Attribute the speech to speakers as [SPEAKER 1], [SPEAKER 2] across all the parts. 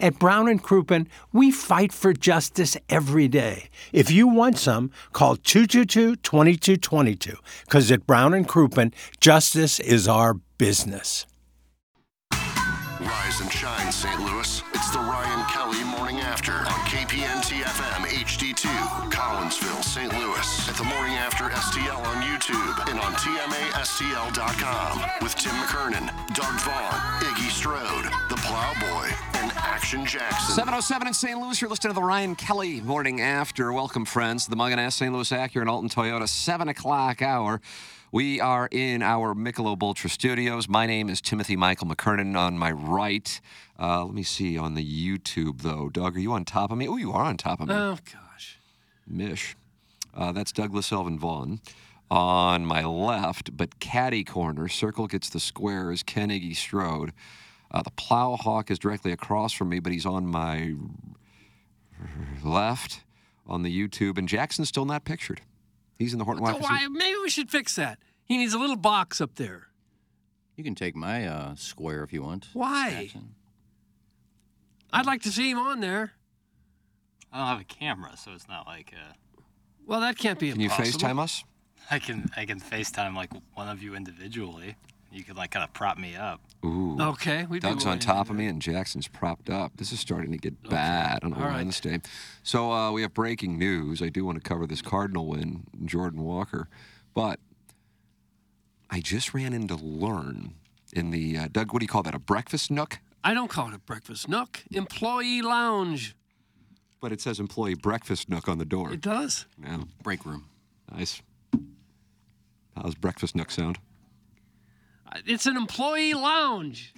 [SPEAKER 1] At Brown and Crouppen, we fight for justice every day. If you want some, call 222-2222 because at Brown and Crouppen, justice is our business.
[SPEAKER 2] Rise and shine, St. Louis. It's the Ryan Kelly Morning After on KPNT FM HD2, Collinsville, St. Louis. At the Morning After STL on YouTube and on TMASTL.com with Tim McKernan, Doug Vaughn, Iggy Strode, The Plowboy, and Action Jackson.
[SPEAKER 3] 707 in St. Louis, you're listening to the Ryan Kelly Morning After. Welcome, friends. The Muggan Ass St. Louis Acura and Alton Toyota, 7 o'clock hour. We are in our Michelob Ultra studios. My name is Timothy Michael McKernan on my right. Uh, let me see on the YouTube, though. Doug, are you on top of me? Oh, you are on top of me.
[SPEAKER 1] Oh, gosh.
[SPEAKER 3] Mish. Uh, that's Douglas Elvin Vaughn. On my left, but caddy corner, circle gets the square is Ken Iggy Strode. Uh, the plow hawk is directly across from me, but he's on my left on the YouTube, and Jackson's still not pictured. He's in the Horton
[SPEAKER 4] So
[SPEAKER 3] Waffle.
[SPEAKER 4] why, maybe we should fix that. He needs a little box up there.
[SPEAKER 5] You can take my uh, square if you want.
[SPEAKER 4] Why?
[SPEAKER 5] Jackson.
[SPEAKER 4] I'd like to see him on there.
[SPEAKER 6] I don't have a camera, so it's not like uh,
[SPEAKER 4] Well, that can't be
[SPEAKER 3] Can you
[SPEAKER 4] impossible.
[SPEAKER 3] FaceTime us?
[SPEAKER 6] I can I can FaceTime like one of you individually. You could like kind of prop me up.
[SPEAKER 3] Ooh.
[SPEAKER 4] Okay, we'd be
[SPEAKER 3] Doug's on
[SPEAKER 4] willing to
[SPEAKER 3] top
[SPEAKER 4] do
[SPEAKER 3] of me, and Jackson's propped up. This is starting to get bad on
[SPEAKER 4] All right.
[SPEAKER 3] Wednesday. So uh, we have breaking news. I do want to cover this Cardinal win, Jordan Walker, but I just ran into Learn in the uh, Doug. What do you call that? A breakfast nook?
[SPEAKER 4] that. I don't call it a breakfast nook. Employee lounge.
[SPEAKER 3] But it says employee breakfast nook on the door.
[SPEAKER 4] It does.
[SPEAKER 3] Yeah,
[SPEAKER 5] Break room.
[SPEAKER 3] nice. How's breakfast nook sound?
[SPEAKER 4] It's an employee lounge.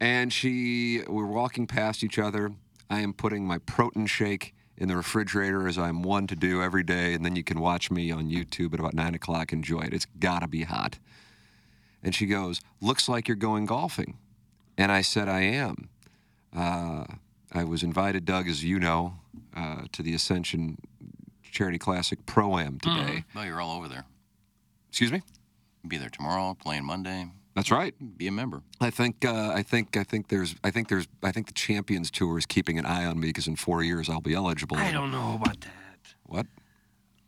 [SPEAKER 3] and she we're walking past each other. I am putting my protein shake in the refrigerator as I'm one to do every day, and then you can watch me on YouTube at about nine o'clock. Enjoy it. It's gotta be hot. And she goes, "Looks like you're going golfing," and I said, "I am." Uh, I was invited, Doug, as you know, uh, to the Ascension Charity Classic Pro Am today.
[SPEAKER 5] No, you're all over there.
[SPEAKER 3] Excuse me.
[SPEAKER 5] Be there tomorrow, playing Monday.
[SPEAKER 3] That's right.
[SPEAKER 5] Be a member.
[SPEAKER 3] I think uh, I think I think there's I think there's I think the Champions Tour is keeping an eye on me because in four years I'll be eligible.
[SPEAKER 4] I don't know about that.
[SPEAKER 3] What?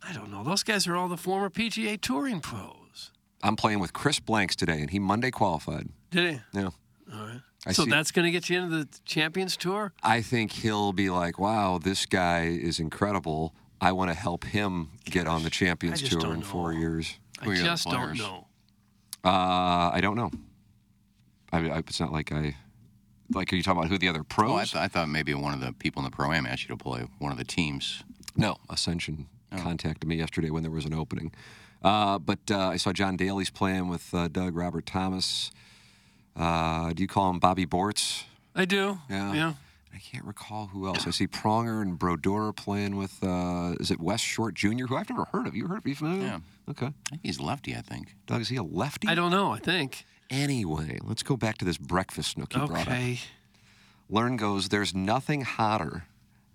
[SPEAKER 4] I don't know. Those guys are all the former PGA touring pros.
[SPEAKER 3] I'm playing with Chris Blanks today, and he Monday qualified.
[SPEAKER 4] Did
[SPEAKER 3] Yeah.
[SPEAKER 4] he? All right.
[SPEAKER 3] I
[SPEAKER 4] so
[SPEAKER 3] see.
[SPEAKER 4] that's going to get you into the Champions Tour?
[SPEAKER 3] I think he'll be like, "Wow, this guy is incredible. I want to help him get on the Champions
[SPEAKER 4] just
[SPEAKER 3] Tour
[SPEAKER 4] don't
[SPEAKER 3] in four
[SPEAKER 4] know.
[SPEAKER 3] years."
[SPEAKER 5] Who
[SPEAKER 4] I
[SPEAKER 5] are the
[SPEAKER 4] just don't
[SPEAKER 5] players?
[SPEAKER 4] know.
[SPEAKER 3] Uh, I don't know. I, I, it's not like I like. Are you talking about who the other pros?
[SPEAKER 5] Oh, I, th- I thought maybe one of the people in the pro am asked you to play one of the teams.
[SPEAKER 3] No, Ascension
[SPEAKER 4] Oh.
[SPEAKER 3] contacted me yesterday when there was an opening. Uh, but uh, I saw John Daly's playing with uh, Doug Robert Thomas. Uh, do you call him Bobby Bortz?
[SPEAKER 4] I do.
[SPEAKER 3] Yeah.
[SPEAKER 4] yeah.
[SPEAKER 3] I can't recall who else. I see Pronger and Brodeur playing with, uh, is it West Short Jr., who I've never heard of. You heard of? You familiar?
[SPEAKER 5] Yeah.
[SPEAKER 3] Okay.
[SPEAKER 5] I think he's lefty. I think.
[SPEAKER 3] Doug, is he a lefty?
[SPEAKER 4] I don't know, I think.
[SPEAKER 3] Anyway, let's go back to this breakfast nook you brought up.
[SPEAKER 4] Okay.
[SPEAKER 3] Learn goes, there's nothing hotter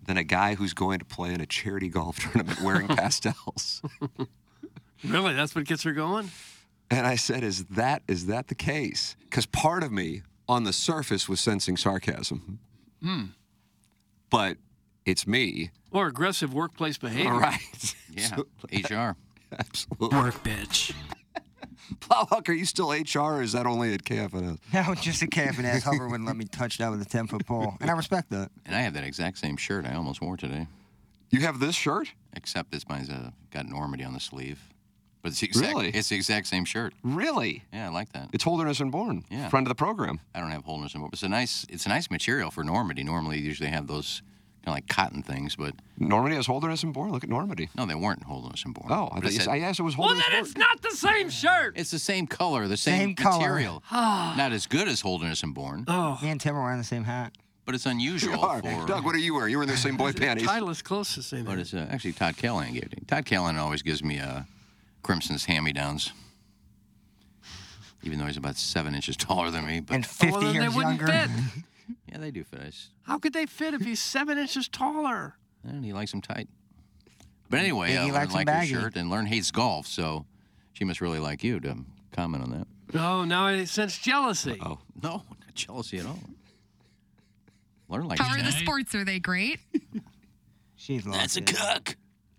[SPEAKER 3] than a guy who's going to play in a charity golf tournament wearing pastels.
[SPEAKER 4] Really? That's what gets her going?
[SPEAKER 3] And I said, "Is that is that the case?" Because part of me, on the surface, was sensing sarcasm. But it's me,
[SPEAKER 4] Or aggressive workplace behavior.
[SPEAKER 3] all right?
[SPEAKER 5] Yeah.
[SPEAKER 3] So-
[SPEAKER 5] HR.
[SPEAKER 3] absolutely.
[SPEAKER 4] Work bitch.
[SPEAKER 3] Plowhawk, are you still HR? Or is that only at KFNS?
[SPEAKER 7] No, just a caffeine ass hover wouldn't let me touch that with a ten foot pole, and I respect that.
[SPEAKER 5] And I have that exact same shirt I almost wore today,
[SPEAKER 3] You have this shirt?
[SPEAKER 5] except this mine's uh, got Normandy on the sleeve. But it's the exact,
[SPEAKER 3] Really?
[SPEAKER 5] it's the exact same shirt.
[SPEAKER 3] Really?
[SPEAKER 5] Yeah, I like that.
[SPEAKER 3] It's Holderness and Born.
[SPEAKER 5] Yeah.
[SPEAKER 3] Friend of the program.
[SPEAKER 5] I don't have holders anymore. but It's a nice it's a nice material for Normandy. Normally you usually have those kind of like cotton things, but
[SPEAKER 3] Normandy has Holderness and Born. Look at Normandy.
[SPEAKER 5] no, they weren't holders and born.
[SPEAKER 3] Oh, I,
[SPEAKER 5] But
[SPEAKER 3] thought
[SPEAKER 5] it's,
[SPEAKER 3] you,
[SPEAKER 5] that-
[SPEAKER 3] I asked it was
[SPEAKER 4] Well,
[SPEAKER 3] Holderness.
[SPEAKER 4] then
[SPEAKER 3] and
[SPEAKER 4] it's not the same shirt.
[SPEAKER 5] it's the same color, the same,
[SPEAKER 7] Same color.
[SPEAKER 5] material. Not as good as Holderness and Born,
[SPEAKER 4] Oh,
[SPEAKER 7] Me and Tim are wearing the same hat.
[SPEAKER 5] but it's unusual
[SPEAKER 3] Born.
[SPEAKER 5] for.
[SPEAKER 3] Doug, what are you wearing? You were in the same boy panties.
[SPEAKER 4] title is close to the same.
[SPEAKER 5] But it's uh, actually Todd Callahan gave it. to me. Todd Callahan always gives me uh, Crimson's hand-me-downs, even though he's about seven inches taller than me. But
[SPEAKER 7] And
[SPEAKER 4] Oh,
[SPEAKER 7] 50
[SPEAKER 4] well, then they
[SPEAKER 7] years
[SPEAKER 4] wouldn't
[SPEAKER 7] younger.
[SPEAKER 4] fit.
[SPEAKER 5] yeah, they do fit. I s-
[SPEAKER 4] How could they fit if he's seven inches taller?
[SPEAKER 5] And he likes them tight. But anyway,
[SPEAKER 7] Biggie
[SPEAKER 5] uh,
[SPEAKER 7] likes
[SPEAKER 5] Lauren
[SPEAKER 7] 'em
[SPEAKER 5] liked
[SPEAKER 7] baggy.
[SPEAKER 5] your shirt, and Learn hates golf, so she must really like you to comment on that.
[SPEAKER 4] Oh, now I sense jealousy.
[SPEAKER 5] Oh no, not jealousy at all. Learn likes
[SPEAKER 8] How are the
[SPEAKER 5] that.
[SPEAKER 8] sports? Are they great?
[SPEAKER 7] She's lost.
[SPEAKER 5] That's a
[SPEAKER 7] it.
[SPEAKER 5] cook.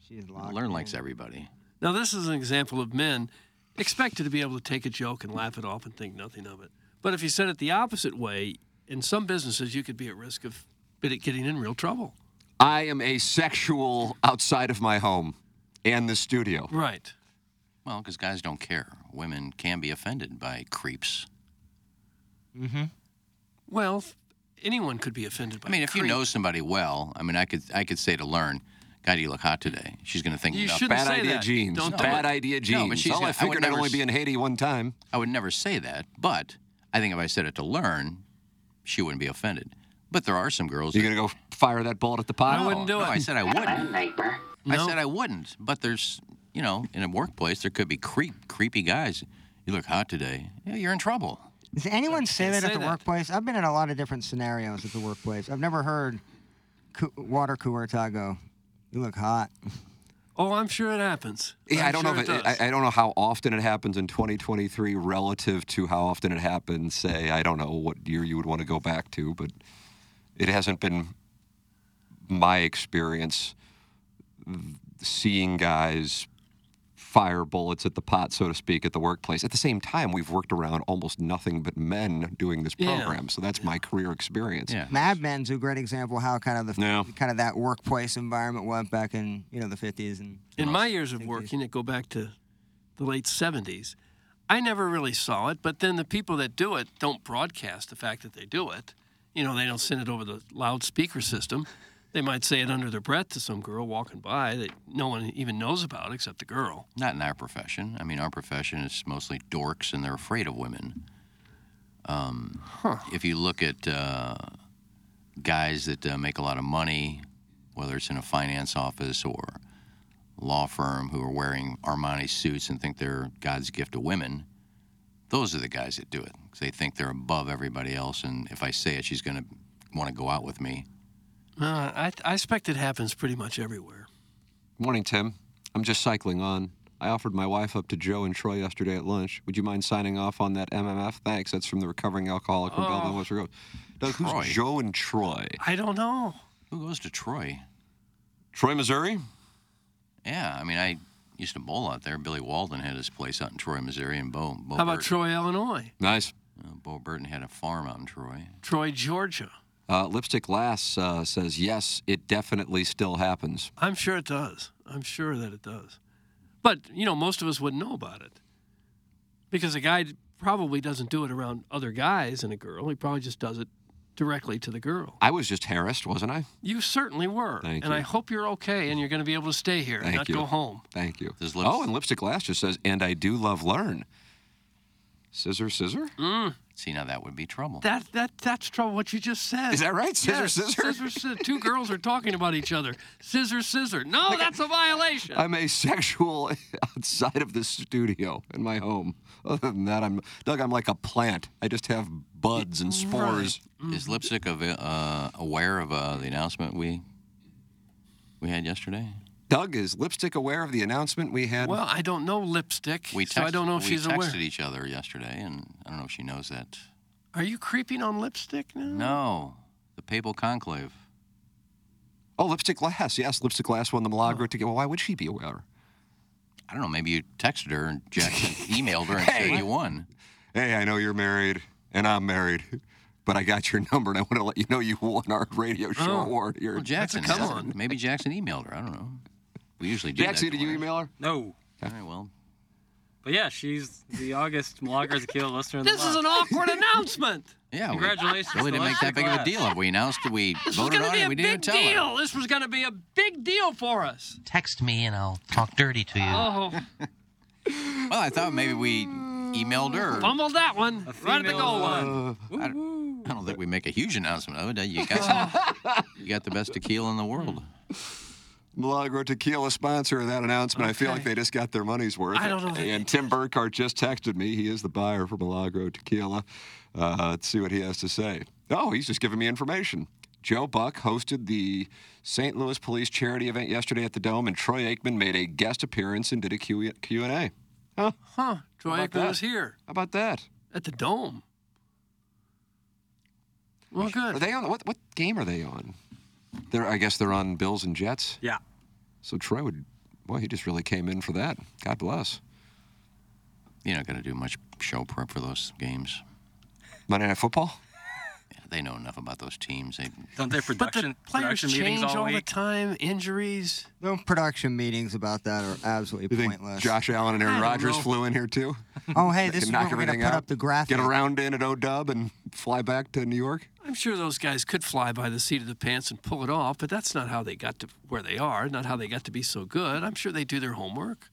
[SPEAKER 7] She's lost.
[SPEAKER 5] Learn
[SPEAKER 7] it.
[SPEAKER 5] likes everybody.
[SPEAKER 4] Now, this is an example of men expected to be able to take a joke and laugh it off and think nothing of it. But if you said it the opposite way, in some businesses, you could be at risk of bit- getting in real trouble.
[SPEAKER 3] I am asexual outside of my home and the studio.
[SPEAKER 4] Right.
[SPEAKER 5] Well, because guys don't care. Women can be offended by creeps.
[SPEAKER 4] Well, f- anyone could be offended by
[SPEAKER 5] I mean, if you
[SPEAKER 4] creep.
[SPEAKER 5] know somebody well, I mean, I could I could say to Learn, "God, you look hot today." She's gonna think
[SPEAKER 4] You
[SPEAKER 5] nothing.
[SPEAKER 4] shouldn't
[SPEAKER 3] Bad
[SPEAKER 4] say
[SPEAKER 3] idea
[SPEAKER 4] that.
[SPEAKER 3] jeans.
[SPEAKER 4] Don't do
[SPEAKER 3] Bad
[SPEAKER 4] it.
[SPEAKER 3] idea jeans.
[SPEAKER 5] No, but she's
[SPEAKER 3] All
[SPEAKER 5] gonna-
[SPEAKER 3] I
[SPEAKER 5] I
[SPEAKER 3] figured
[SPEAKER 5] would
[SPEAKER 3] I'd
[SPEAKER 5] never
[SPEAKER 3] only
[SPEAKER 5] s-
[SPEAKER 3] be in Haiti one time.
[SPEAKER 5] I would never say that, but I think if I said it to Learn, she wouldn't be offended. But there are some girls.
[SPEAKER 3] You're
[SPEAKER 5] that-
[SPEAKER 3] gonna go fire that bullet at the pot?
[SPEAKER 4] I wouldn't do
[SPEAKER 5] no,
[SPEAKER 4] it.
[SPEAKER 5] I said I wouldn't. I
[SPEAKER 4] No.
[SPEAKER 5] said I wouldn't. But there's, you know, in a workplace, there could be creep, creepy guys. You look hot today. Yeah, you're in trouble.
[SPEAKER 7] Does anyone say
[SPEAKER 4] can't
[SPEAKER 7] that at
[SPEAKER 4] say
[SPEAKER 7] the
[SPEAKER 4] that.
[SPEAKER 7] workplace? I've been in a lot of different scenarios at the workplace. I've never heard coo- water cooler taco. You look hot.
[SPEAKER 4] Oh, I'm sure it happens.
[SPEAKER 3] Yeah,
[SPEAKER 4] I'm
[SPEAKER 3] I don't
[SPEAKER 4] sure
[SPEAKER 3] know. If
[SPEAKER 4] it
[SPEAKER 3] it,
[SPEAKER 4] does.
[SPEAKER 3] I, I don't know how often it happens in 2023 relative to how often it happened. Say, I don't know what year you would want to go back to, but it hasn't been my experience seeing guys fire bullets at the pot, so to speak, at the workplace. At the same time, we've worked around almost nothing but men doing this
[SPEAKER 4] Yeah.
[SPEAKER 3] program, so that's my career experience.
[SPEAKER 5] Yeah.
[SPEAKER 7] Mad Men's a great example how kind of the
[SPEAKER 3] Yeah.
[SPEAKER 7] kind of that workplace environment went back in you know the 50s and
[SPEAKER 4] in my years of working that go back to the late 70s i never really saw it but then the people that do it don't broadcast the fact that they do it you know they don't send it over the loudspeaker system they might say it under their breath to some girl walking by that no one even knows about except the girl
[SPEAKER 5] Not in our profession. I mean, our profession is mostly dorks, and they're afraid of women. Um, If you look at uh, guys that uh, make a lot of money, whether it's in a finance office or law firm, who are wearing Armani suits and think they're God's gift to women, those are the guys that do it 'cause they think they're above everybody else. And if I say it, she's going to want to go out with me.
[SPEAKER 4] uh, I, I expect it happens pretty much everywhere
[SPEAKER 3] Morning, Tim. I'm just cycling on. I offered my wife up to Joe and Troy yesterday at lunch. Would you mind signing off on that MMF? Thanks. That's from the recovering alcoholic from Belleville, West Virginia. Doug, who's
[SPEAKER 5] Oh. Troy.
[SPEAKER 3] Joe and Troy?
[SPEAKER 4] i don't know
[SPEAKER 5] Who goes to Troy?
[SPEAKER 3] Troy, Missouri?
[SPEAKER 5] Yeah, I mean, I used to bowl out there. Billy Walden had his place out in Troy, Missouri, and Bo. Bo
[SPEAKER 4] how about
[SPEAKER 5] Burton-
[SPEAKER 4] troy illinois
[SPEAKER 3] Nice.
[SPEAKER 5] Uh, Bo Burton had a farm out in Troy.
[SPEAKER 4] troy georgia
[SPEAKER 3] Uh, Lipstick Lass uh, says, yes, it definitely still happens.
[SPEAKER 4] i'm sure it does i'm sure that it does but you know most of us wouldn't know about it because a guy probably doesn't do it around other guys and a girl. He probably just does it directly to the girl.
[SPEAKER 3] I was just harassed, wasn't I?
[SPEAKER 4] You certainly were,
[SPEAKER 3] Thank
[SPEAKER 4] and
[SPEAKER 3] you.
[SPEAKER 4] I hope you're okay and you're going to be able to stay here and
[SPEAKER 3] Thank
[SPEAKER 4] not
[SPEAKER 3] you.
[SPEAKER 4] go home.
[SPEAKER 3] Thank you.
[SPEAKER 5] Does lips-
[SPEAKER 3] Oh, and Lipstick Lass just says, and I do love learn. Scissor, scissor?
[SPEAKER 5] See, now that would be trouble.
[SPEAKER 4] That that that's trouble. What you just said.
[SPEAKER 3] Is that right? Scissor,
[SPEAKER 4] Yes,
[SPEAKER 3] scissor?
[SPEAKER 4] Scissor, scissor. Two girls are talking about each other. Scissor, scissor. No, that's a violation.
[SPEAKER 3] I'm asexual outside of the studio in my home. Other than that, I'm Doug. I'm like a plant. I just have buds and spores.
[SPEAKER 5] Is
[SPEAKER 4] Mm-hmm.
[SPEAKER 5] Lipstick av- uh, aware of uh, the announcement we we had yesterday?
[SPEAKER 3] Doug is lipstick aware of the announcement we had.
[SPEAKER 4] well, I don't know lipstick,
[SPEAKER 5] We
[SPEAKER 4] so I don't know if
[SPEAKER 5] we
[SPEAKER 4] she's
[SPEAKER 5] texted
[SPEAKER 4] aware.
[SPEAKER 5] each other yesterday, and I don't know if she knows that.
[SPEAKER 4] Are you creeping on lipstick now?
[SPEAKER 5] No, the Papal Conclave.
[SPEAKER 3] oh, lipstick glass. Yes, lipstick glass won the
[SPEAKER 5] Oh.
[SPEAKER 3] Milagro ticket. Well, why would she be aware?
[SPEAKER 5] I don't know. Maybe you texted her and Jack emailed her and said you won.
[SPEAKER 3] Hey, I know you're married, and I'm married, but I got your number, and I want to let you know you won our radio show award here.
[SPEAKER 5] Oh. Well, Jackson.
[SPEAKER 4] come
[SPEAKER 5] said-
[SPEAKER 4] on.
[SPEAKER 5] Maybe Jackson emailed her. I don't know. We usually do
[SPEAKER 3] Jaxie,
[SPEAKER 5] that. to
[SPEAKER 3] did you
[SPEAKER 5] winners.
[SPEAKER 3] email her?
[SPEAKER 5] All right, well,
[SPEAKER 6] But yeah, she's the August Milagros Aquila listener of the
[SPEAKER 4] This is
[SPEAKER 6] month.
[SPEAKER 4] an awkward announcement.
[SPEAKER 5] Yeah, we
[SPEAKER 6] Congratulations
[SPEAKER 5] Really
[SPEAKER 6] to
[SPEAKER 5] didn't make
[SPEAKER 6] Alexia
[SPEAKER 5] that big of a
[SPEAKER 6] Glass.
[SPEAKER 5] deal. We announced it. We
[SPEAKER 4] This was
[SPEAKER 5] voted
[SPEAKER 4] going to
[SPEAKER 5] on
[SPEAKER 4] be
[SPEAKER 5] it.
[SPEAKER 4] a
[SPEAKER 5] We
[SPEAKER 4] big
[SPEAKER 5] didn't tell
[SPEAKER 4] deal.
[SPEAKER 5] her.
[SPEAKER 4] This was going to be a big deal for us.
[SPEAKER 8] Text me and I'll talk dirty to you.
[SPEAKER 4] Oh,
[SPEAKER 5] Well, I thought maybe we emailed her.
[SPEAKER 4] fumbled that one. Right at the
[SPEAKER 6] female,
[SPEAKER 4] goal
[SPEAKER 7] uh,
[SPEAKER 4] line.
[SPEAKER 5] I don't, I don't think we make a huge announcement of it. You got, some, you got the best tequila in the world.
[SPEAKER 3] Milagro Tequila sponsor of that announcement. I feel like they just got their money's worth.
[SPEAKER 4] I don't know.
[SPEAKER 3] And Tim Burkhart just texted me. He is the buyer for Milagro Tequila. Uh, let's see what he has to say. Oh, he's just giving me information. Joe Buck hosted the St. Louis Police charity event yesterday at the Dome, and Troy Aikman made a guest appearance and did a Q- Q&A. Huh?
[SPEAKER 4] Huh. Troy
[SPEAKER 3] How about
[SPEAKER 4] Aikman
[SPEAKER 3] that?
[SPEAKER 4] was here
[SPEAKER 3] How about that?
[SPEAKER 4] at the Dome. Well,
[SPEAKER 3] Are
[SPEAKER 4] good.
[SPEAKER 3] they on? What, what game are they on? They're, I guess they're on Bills and Jets.
[SPEAKER 6] Yeah.
[SPEAKER 3] So Troy would, boy, he just really came in for that. God bless.
[SPEAKER 5] You're not going to do much show prep for those games.
[SPEAKER 3] Monday Night Football?
[SPEAKER 5] Yeah, they know enough about those teams. They,
[SPEAKER 6] Don't their
[SPEAKER 4] But the
[SPEAKER 6] production
[SPEAKER 4] players
[SPEAKER 6] production meetings
[SPEAKER 4] change
[SPEAKER 6] all
[SPEAKER 4] all the
[SPEAKER 6] week?
[SPEAKER 4] time. Injuries.
[SPEAKER 7] No production meetings about that are absolutely
[SPEAKER 3] You think
[SPEAKER 7] pointless.
[SPEAKER 3] Josh Allen and
[SPEAKER 4] I
[SPEAKER 3] Aaron
[SPEAKER 4] don't
[SPEAKER 3] Rodgers
[SPEAKER 4] know.
[SPEAKER 3] flew in here too?
[SPEAKER 7] oh, hey, this
[SPEAKER 3] Can
[SPEAKER 7] is where we're gonna put up the graphic.
[SPEAKER 3] Get a round in at O Dub and fly back to New York.
[SPEAKER 4] I'm sure those guys could fly by the seat of the pants and pull it off, but that's not how they got to where they are, not how they got to be so good. I'm sure they do their homework.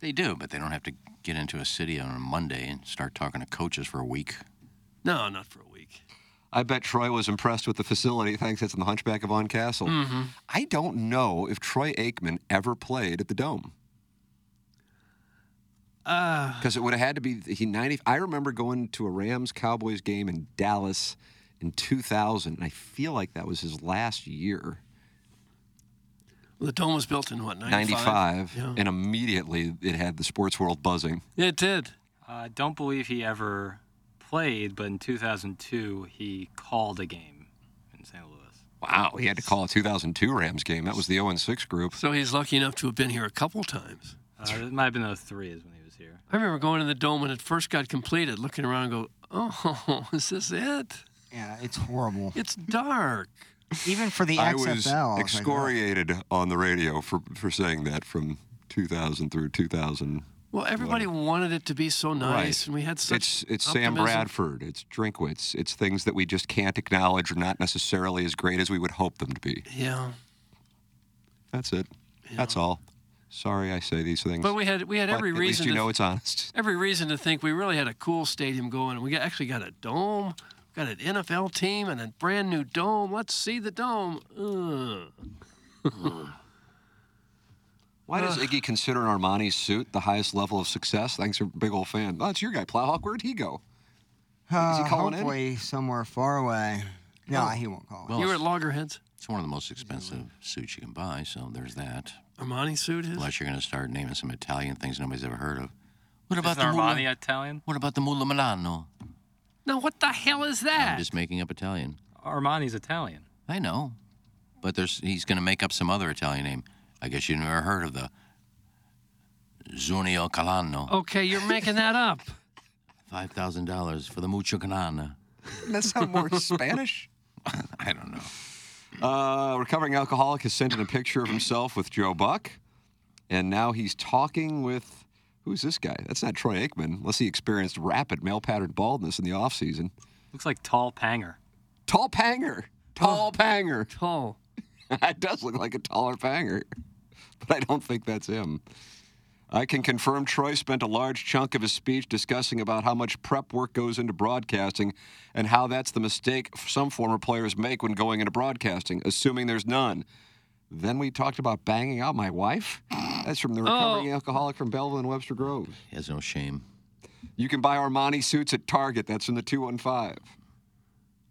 [SPEAKER 5] they do, but they don't have to get into a city on a Monday and start talking to coaches for a week.
[SPEAKER 4] No, not for a week.
[SPEAKER 3] I bet Troy was impressed with the facility. Thanks, it's in the Hunchback of On Castle.
[SPEAKER 7] Mm-hmm.
[SPEAKER 3] I don't know if Troy Aikman ever played at the Dome
[SPEAKER 4] Uh,
[SPEAKER 3] because it would have had to be he ninety. I remember going to a Rams Cowboys game in Dallas in 2000, and I feel like that was his last year.
[SPEAKER 4] the dome was built in what, 95?
[SPEAKER 3] 95
[SPEAKER 4] Yeah.
[SPEAKER 3] and immediately it had the sports world buzzing
[SPEAKER 4] It did.
[SPEAKER 6] Uh, don't believe he ever played, but in 2002 he called a game in St. Louis.
[SPEAKER 3] wow he had to call a 2002 rams game that was the 0-6 group
[SPEAKER 4] So he's lucky enough to have been here a couple times.
[SPEAKER 6] Uh, it might have been 03 is when he was here.
[SPEAKER 4] I remember going to the dome when it first got completed, looking around and go, oh, is this it?
[SPEAKER 7] Yeah, it's horrible.
[SPEAKER 4] It's dark.
[SPEAKER 7] Even for the
[SPEAKER 3] i
[SPEAKER 7] XFL.
[SPEAKER 3] was
[SPEAKER 7] I was like,
[SPEAKER 3] excoriated on the radio for, for saying that from 2000 through 2000
[SPEAKER 4] Well, everybody wanted it to be so nice, and we had such.
[SPEAKER 3] it's it's Sam
[SPEAKER 4] optimism.
[SPEAKER 3] Bradford, it's Drinkwitz, it's things that we just can't acknowledge or not necessarily as great as we would hope them to be.
[SPEAKER 4] Yeah,
[SPEAKER 3] That's it. That's all. Sorry, I say these things.
[SPEAKER 4] but we had we had
[SPEAKER 3] but
[SPEAKER 4] every
[SPEAKER 3] at least
[SPEAKER 4] reason.
[SPEAKER 3] you
[SPEAKER 4] to
[SPEAKER 3] know it's honest.
[SPEAKER 4] every reason to think we really had a cool stadium going. We got, actually got a dome, got an NFL team, and a brand new dome. Let's see the dome. Ugh.
[SPEAKER 3] Why does Iggy consider Armani's suit the highest level of success? Thanks for big old fan. Oh, it's your guy, Plowhawk. Where'd he go?
[SPEAKER 7] Uh,
[SPEAKER 3] calling in?
[SPEAKER 7] hopefully somewhere far away. No, he won't call.
[SPEAKER 5] Well,
[SPEAKER 4] you were at
[SPEAKER 5] it's,
[SPEAKER 4] Loggerheads.
[SPEAKER 5] it's one of the most expensive suits you can buy, so there's that.
[SPEAKER 4] Armani suit is.
[SPEAKER 5] Unless you're going to start naming some Italian things nobody's ever heard of. What about
[SPEAKER 6] Isn't
[SPEAKER 5] the
[SPEAKER 6] Armani
[SPEAKER 5] Mula,
[SPEAKER 6] Italian?
[SPEAKER 5] What about the Mula Milano?
[SPEAKER 4] Now what the hell is
[SPEAKER 5] I'm
[SPEAKER 4] that?
[SPEAKER 5] just making up Italian.
[SPEAKER 6] Ah. Armani's Italian.
[SPEAKER 5] I know, but there's he's going to make up some other Italian name. I guess you never heard of the Zunio Calano.
[SPEAKER 6] Oh.
[SPEAKER 4] Okay, you're making that up.
[SPEAKER 5] Five thousand dollars for the mucho canana.
[SPEAKER 3] Doesn't that sound more Spanish?
[SPEAKER 5] I don't know.
[SPEAKER 3] Uh, recovering alcoholic has sent in a picture of himself with Joe Buck, and now he's talking with who's this guy? That's not Troy Aikman, unless he experienced rapid male pattern baldness in the offseason.
[SPEAKER 6] Looks like Tall Panger.
[SPEAKER 3] Tall panger, tall panger.
[SPEAKER 4] Tall.
[SPEAKER 3] it does look like a taller panger, but I don't think that's him. I can confirm Troy spent a large chunk of his speech discussing about how much prep work goes into broadcasting and how that's the mistake some former players make when going into broadcasting, assuming there's none. Then we talked about banging out my wife. That's from the recovering alcoholic from Belleville and Webster Groves.
[SPEAKER 5] He has no shame.
[SPEAKER 3] You can buy Armani suits at Target. That's from the 215.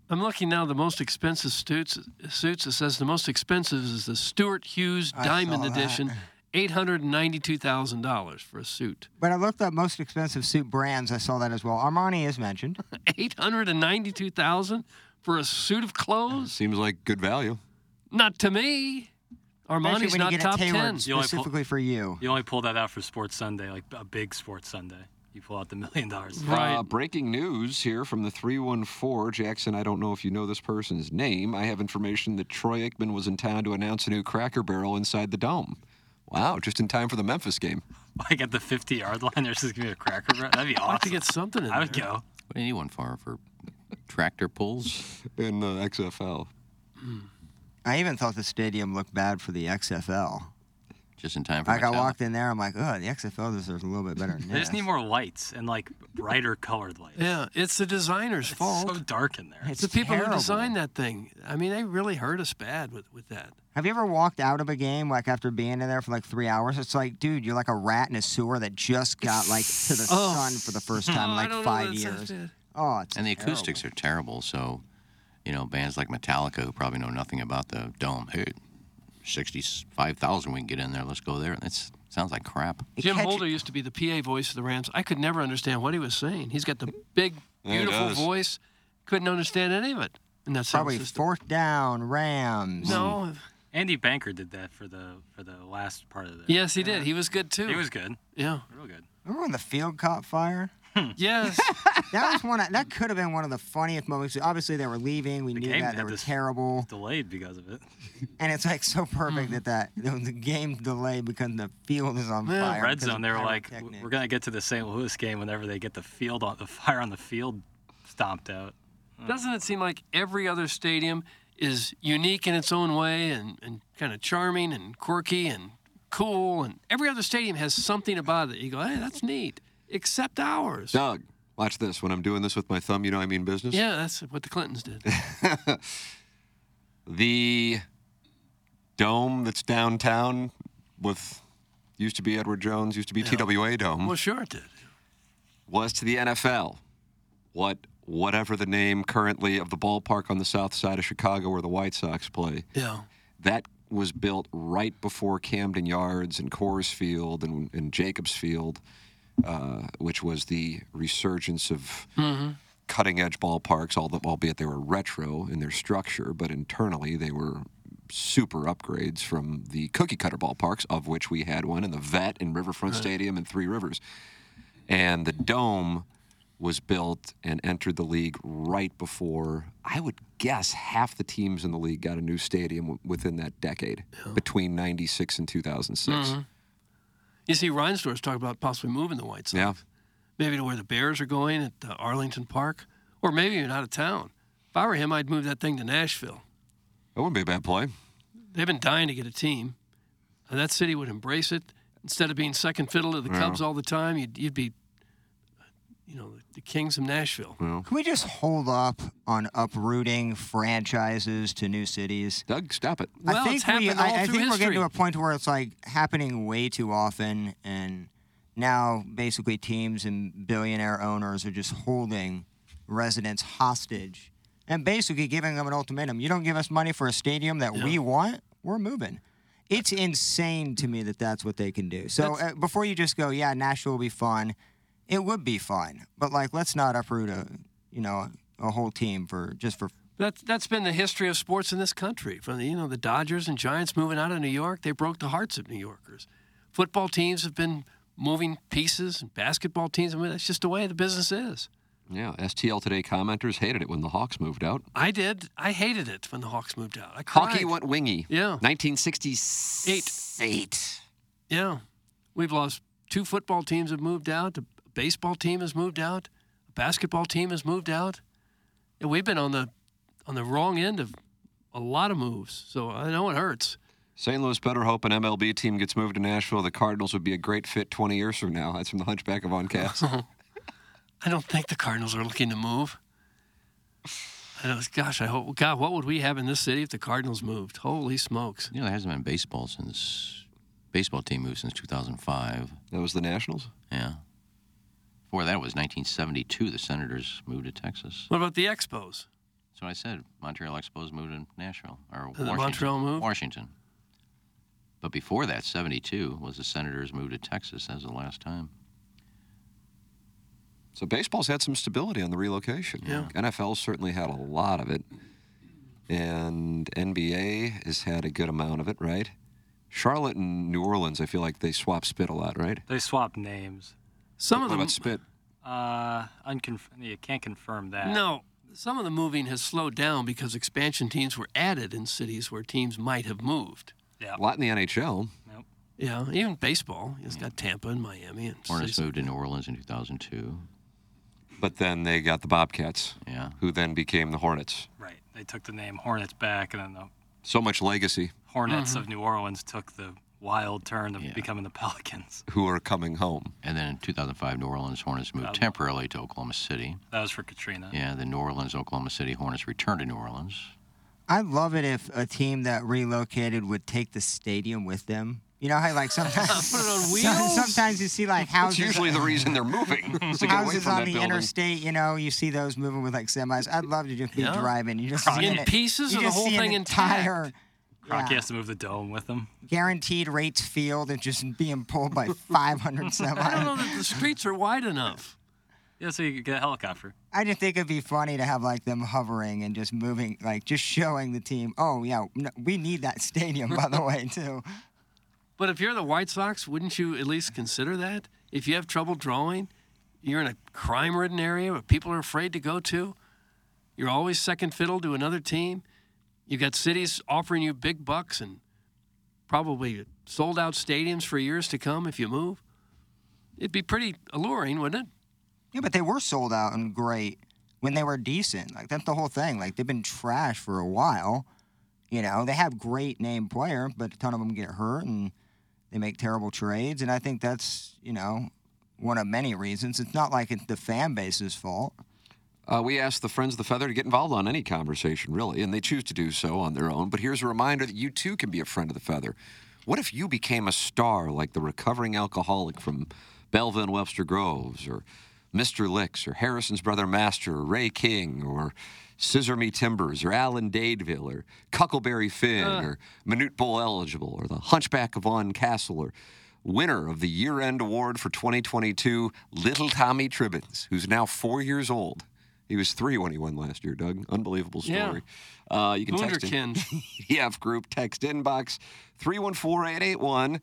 [SPEAKER 4] I'm looking now. The most expensive suits. Suits. It says the most expensive is the Stuart Hughes Diamond
[SPEAKER 7] saw that.
[SPEAKER 4] Edition, eight hundred and ninety-two thousand dollars for a suit.
[SPEAKER 7] But I looked up most expensive suit brands. I saw that as well. Armani is mentioned.
[SPEAKER 4] Eight hundred and ninety-two thousand for a suit of clothes.
[SPEAKER 3] Seems like good value.
[SPEAKER 4] Not to me.
[SPEAKER 7] Especially
[SPEAKER 4] Armani's
[SPEAKER 7] when
[SPEAKER 4] not
[SPEAKER 7] you get
[SPEAKER 4] top
[SPEAKER 7] it
[SPEAKER 4] ten.
[SPEAKER 7] tailored
[SPEAKER 6] You only pull-
[SPEAKER 7] specifically for you.
[SPEAKER 6] You only pull that out for Sports Sunday, like a big Sports Sunday. You pull out the million dollars.
[SPEAKER 4] Right.
[SPEAKER 3] Uh, breaking news here from the 314. Jackson, I don't know if you know this person's name. I have information that Troy Aikman was in town to announce a new cracker barrel inside the dome. Wow, just in time for the Memphis game.
[SPEAKER 6] Like at the 50 yard line, there's just gonna be a cracker. barrel? That'd be awesome.
[SPEAKER 4] I'd like to get something in
[SPEAKER 6] I would
[SPEAKER 4] there.
[SPEAKER 6] go.
[SPEAKER 5] What do you need one for? For tractor pulls?
[SPEAKER 3] in the XFL.
[SPEAKER 7] I even thought the stadium looked bad for the XFL.
[SPEAKER 5] Just in time for
[SPEAKER 7] Like I
[SPEAKER 5] Metallica?
[SPEAKER 7] walked in there, I'm like, oh, the XFL deserves a little bit better. Than
[SPEAKER 6] They just
[SPEAKER 7] this."
[SPEAKER 6] need more lights and like brighter colored lights.
[SPEAKER 4] Yeah, it's the designer's fault.
[SPEAKER 6] It's so dark in there.
[SPEAKER 7] Oh, It's
[SPEAKER 4] the people
[SPEAKER 7] terrible.
[SPEAKER 4] who designed that thing. I mean, they really hurt us bad with, with that.
[SPEAKER 7] Have you ever walked out of a game like after being in there for like three hours? It's like, dude, you're like a rat in a sewer that just got like to the
[SPEAKER 4] Oh.
[SPEAKER 7] sun for the first time in
[SPEAKER 4] I
[SPEAKER 7] like
[SPEAKER 4] don't know
[SPEAKER 7] five
[SPEAKER 4] that sounds
[SPEAKER 7] years.
[SPEAKER 4] bad.
[SPEAKER 7] Oh, it's
[SPEAKER 5] And the acoustics are terrible. So, you know, bands like Metallica who probably know nothing about the dome. Hey, sixty-five thousand. We can get in there. Let's go there. That sounds like crap.
[SPEAKER 7] It
[SPEAKER 4] Jim
[SPEAKER 7] catch-
[SPEAKER 4] Holder used to be the PA voice of the Rams. I could never understand what he was saying. He's got the big,
[SPEAKER 3] he
[SPEAKER 4] beautiful
[SPEAKER 3] does.
[SPEAKER 4] voice. Couldn't understand any of it. And that's
[SPEAKER 7] probably
[SPEAKER 4] system.
[SPEAKER 7] fourth down Rams.
[SPEAKER 4] No.
[SPEAKER 6] Andy Banker did that for the for the last part of the.
[SPEAKER 4] Yes, he did. He was good too.
[SPEAKER 6] He was good.
[SPEAKER 4] Yeah.
[SPEAKER 6] Real good.
[SPEAKER 7] Remember when the field caught fire?
[SPEAKER 6] Hmm.
[SPEAKER 4] Yes.
[SPEAKER 7] That was one. Of, that could have been one of the funniest moments. Obviously, they were leaving. We
[SPEAKER 6] The
[SPEAKER 7] knew
[SPEAKER 6] game
[SPEAKER 7] that they
[SPEAKER 6] had
[SPEAKER 7] were
[SPEAKER 6] this-
[SPEAKER 7] terrible,
[SPEAKER 6] Delayed because of it.
[SPEAKER 7] and it's like so perfect that that the game delayed because the field is on fire.
[SPEAKER 6] Red
[SPEAKER 7] because of
[SPEAKER 6] zone. They were like,
[SPEAKER 7] pyrotechnics.
[SPEAKER 6] we're gonna get to the St. Louis game whenever they get the field on the fire on the field stomped out.
[SPEAKER 4] Doesn't it seem like every other stadium is unique in its own way and, and kind of charming and quirky and cool? And every other stadium has something about it. You go, hey, that's neat, except ours.
[SPEAKER 3] Doug, watch this. When I'm doing this with my thumb, you know I mean business.
[SPEAKER 4] Yeah, that's what the Clintons did.
[SPEAKER 3] The dome that's downtown with used to be Edward Jones, used to be TWA Dome,
[SPEAKER 4] well, sure it did.
[SPEAKER 3] was to the NFL. What whatever the name currently of the ballpark on the south side of Chicago where the White Sox play.
[SPEAKER 4] Yeah.
[SPEAKER 3] that was built right before Camden Yards and Coors Field and, and Jacobs Field, uh, which was the resurgence of cutting edge ballparks, although, albeit they were retro in their structure, but internally they were super upgrades from the cookie cutter ballparks, of which we had one in the Vet and Riverfront Stadium and Three Rivers. And the Dome was built and entered the league right before I would guess half the teams in the league got a new stadium w- within that decade between 96 and 2006.
[SPEAKER 4] You see, Reinsdorf's talking about possibly moving the White Sox.
[SPEAKER 3] Yeah.
[SPEAKER 4] Maybe to where the Bears are going at uh, Arlington Park, or maybe even out of town. If I were him, I'd move that thing to Nashville.
[SPEAKER 3] That wouldn't be a bad play.
[SPEAKER 4] They've been dying to get a team. And that city would embrace it. Instead of being second fiddle to the Cubs all the time, you'd, you'd be, you know, the Kings of Nashville.
[SPEAKER 7] Can we just hold up on uprooting franchises to new cities?
[SPEAKER 3] Doug, stop it.
[SPEAKER 4] Well,
[SPEAKER 7] I think
[SPEAKER 4] it's
[SPEAKER 7] we,
[SPEAKER 4] happened all
[SPEAKER 7] I, I
[SPEAKER 4] through
[SPEAKER 7] think we're getting
[SPEAKER 4] history.
[SPEAKER 7] to a point where it's like happening way too often, and now basically teams and billionaire owners are just holding residents hostage and basically giving them an ultimatum: you don't give us money for a stadium that we want, we're moving. It's insane to me that that's what they can do. So uh, before you just go, yeah, Nashville will be fun. It would be fun, but like, let's not uproot a, you know, a whole team for just for
[SPEAKER 4] That's that's been the history of sports in this country. From the, you know the Dodgers and Giants moving out of New York, they broke the hearts of New Yorkers. Football teams have been moving pieces, and basketball teams. I mean, that's just the way the business is.
[SPEAKER 3] Yeah, STL Today commenters hated it when the Hawks moved out.
[SPEAKER 4] I did. I hated it when the Hawks moved out. I cried.
[SPEAKER 3] Hockey went wingy.
[SPEAKER 4] Yeah.
[SPEAKER 3] 1968.
[SPEAKER 4] Yeah, we've lost two football teams have moved out. A baseball team has moved out. A basketball team has moved out. And we've been on the on the wrong end of a lot of moves. So I know it hurts.
[SPEAKER 3] St. Louis better hope an MLB team gets moved to Nashville. The Cardinals would be a great fit 20 years from now. That's from the Hunchback of Oncast.
[SPEAKER 4] I don't think the Cardinals are looking to move. I know, gosh, I hope. God, what would we have in this city if the Cardinals moved? Holy smokes!
[SPEAKER 5] You know, there hasn't been baseball since baseball team moved since 2005.
[SPEAKER 3] that was the Nationals.
[SPEAKER 5] Yeah. Before that was 1972. The Senators moved to Texas.
[SPEAKER 4] What about the Expos?
[SPEAKER 5] So I said Montreal Expos moved to Nashville or
[SPEAKER 4] the
[SPEAKER 5] Washington.
[SPEAKER 4] Montreal move?
[SPEAKER 5] Washington. But before that, 72 was the Senators moved to Texas. That was the last time.
[SPEAKER 3] So baseball's had some stability on the relocation.
[SPEAKER 4] Yeah.
[SPEAKER 3] NFL certainly had a lot of it. And NBA has had a good amount of it, right? Charlotte and New Orleans, I feel like they swap spit a lot, right?
[SPEAKER 6] They swapped names.
[SPEAKER 4] Some
[SPEAKER 3] What
[SPEAKER 4] of them.
[SPEAKER 3] about spit?
[SPEAKER 6] Uh, unconf- you can't confirm that.
[SPEAKER 4] No, some of the moving has slowed down because expansion teams were added in cities where teams might have moved.
[SPEAKER 3] A lot in the NHL.
[SPEAKER 4] Yeah, even baseball. He's got Tampa and Miami. And
[SPEAKER 5] Hornets
[SPEAKER 4] Cis-
[SPEAKER 5] moved to New Orleans in 2002.
[SPEAKER 3] But then they got the Bobcats,
[SPEAKER 5] Yeah.
[SPEAKER 3] who then became the Hornets.
[SPEAKER 6] Right. They took the name Hornets back, and then the
[SPEAKER 3] So much legacy,
[SPEAKER 6] Hornets of New Orleans took the wild turn of
[SPEAKER 5] Yeah.
[SPEAKER 6] becoming the Pelicans.
[SPEAKER 3] who are coming home.
[SPEAKER 5] And then in 2005, New Orleans Hornets moved
[SPEAKER 6] Um,
[SPEAKER 5] temporarily to Oklahoma City.
[SPEAKER 6] That was for Katrina.
[SPEAKER 5] Yeah, the New Orleans, Oklahoma City Hornets returned to New Orleans.
[SPEAKER 7] I'd love it if a team that relocated would take the stadium with them. You know how like sometimes
[SPEAKER 4] Put it on
[SPEAKER 7] some-
[SPEAKER 4] wheels?
[SPEAKER 7] sometimes you see like
[SPEAKER 3] It's
[SPEAKER 7] houses.
[SPEAKER 3] usually the reason they're moving. is to get away
[SPEAKER 7] Houses
[SPEAKER 3] from
[SPEAKER 7] on
[SPEAKER 3] that
[SPEAKER 7] the
[SPEAKER 3] building.
[SPEAKER 7] interstate, you know, you see those moving with like semis. I'd love to just be
[SPEAKER 4] Yeah.
[SPEAKER 7] driving. You just
[SPEAKER 6] Crockett.
[SPEAKER 7] see
[SPEAKER 4] In
[SPEAKER 7] it.
[SPEAKER 4] pieces
[SPEAKER 7] you
[SPEAKER 4] or the
[SPEAKER 7] just
[SPEAKER 4] whole
[SPEAKER 7] see an
[SPEAKER 4] thing intact?
[SPEAKER 7] entire
[SPEAKER 6] Crockett
[SPEAKER 7] yeah,
[SPEAKER 6] has to move the dome with them.
[SPEAKER 7] guaranteed rates field and just being pulled by 500 semis.
[SPEAKER 4] I don't know that the streets are wide enough.
[SPEAKER 6] Yeah, so you could get a helicopter.
[SPEAKER 7] I just think it'd be funny to have like them hovering and just moving, like just showing the team. Oh yeah, no, we need that stadium by the way too.
[SPEAKER 4] But if you're the White Sox, wouldn't you at least consider that? If you have trouble drawing, you're in a crime ridden area where people are afraid to go to, you're always second fiddle to another team, you've got cities offering you big bucks and probably sold out stadiums for years to come if you move. It'd be pretty alluring, wouldn't it?
[SPEAKER 7] Yeah, but they were sold out and great when they were decent. Like that's the whole thing. Like they've been trash for a while. You know, they have great name player, but a ton of them get hurt and they make terrible trades. And I think that's you know one of many reasons. It's not like it's the fan base's fault.
[SPEAKER 3] Uh, we ask the Friends of the Feather to get involved on any conversation, really, and they choose to do so on their own. But here's a reminder that you too can be a friend of the Feather. What if you became a star like the recovering alcoholic from Belleville and Webster Groves, or Mr. Licks, or Harrison's brother Master, or Ray King, or Scissor Me Timbers, or Alan Dadeville, or Cuckleberry Finn, or Minute Bowl Eligible, or the Hunchback of Vaughn Castle, or winner of the year end award for 2022, Little Tommy Tribbins, who's now four years old. He was three when he won last year, Doug. Unbelievable story. Uh, you can text in.
[SPEAKER 4] Wunderkind.
[SPEAKER 3] EF group text inbox 314 881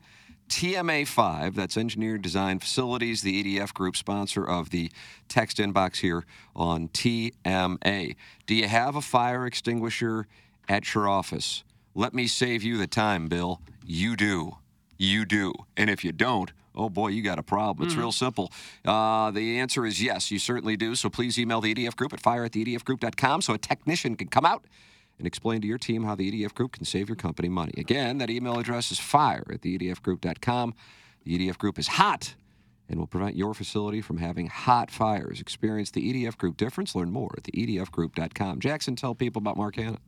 [SPEAKER 3] TMA5. That's Engineer Design Facilities, the EDF group sponsor of the text inbox here on TMA. Do you have a fire extinguisher at your office? Let me save you the time, Bill. You do. You do. And if you don't, oh boy, you got a problem. It's real simple. Uh, the answer is yes, you certainly do. So please email the EDF group at fire at the edfgroup.com so a technician can come out and explain to your team how the EDF Group can save your company money. Again, that email address is fire at E theedfgroup.com. The EDF Group is hot and will prevent your facility from having hot fires. Experience the EDF Group difference. Learn more at E theedfgroup.com. Jackson, tell people about Mark Hanna.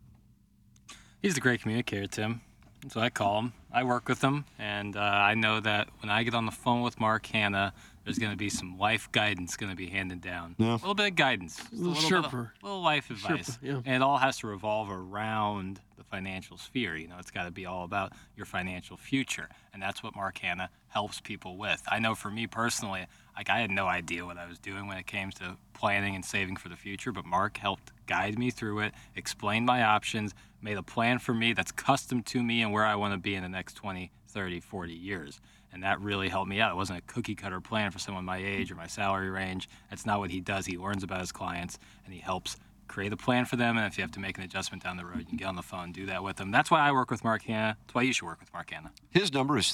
[SPEAKER 6] He's a great communicator, Tim. That's what I call him. I work with him, and uh, I know that when uh, I get on the phone with Mark Hanna, there's going to be some life guidance going to be handed down. A little bit of guidance. just A
[SPEAKER 4] little
[SPEAKER 6] bit of-
[SPEAKER 4] sherper.
[SPEAKER 6] little life advice.
[SPEAKER 4] yeah.
[SPEAKER 6] And it all has to revolve around the financial sphere. You know, it's got to be all about your financial future. And that's what Mark Hanna helps people with. I know for me personally, like I had no idea what I was doing when it came to planning and saving for the future, but Mark helped guide me through it, explained my options, made a plan for me that's custom to me and where I want to be in the next 20, 30, 40 years. And that really helped me out. It wasn't a cookie cutter plan for someone my age or my salary range. That's not what he does. He learns about his clients and he helps create a plan for them. And if you have to make an adjustment down the road, you can get on the phone, do that with them. That's why I work with Mark Hanna. That's why you should work with Mark Hanna.
[SPEAKER 3] His number is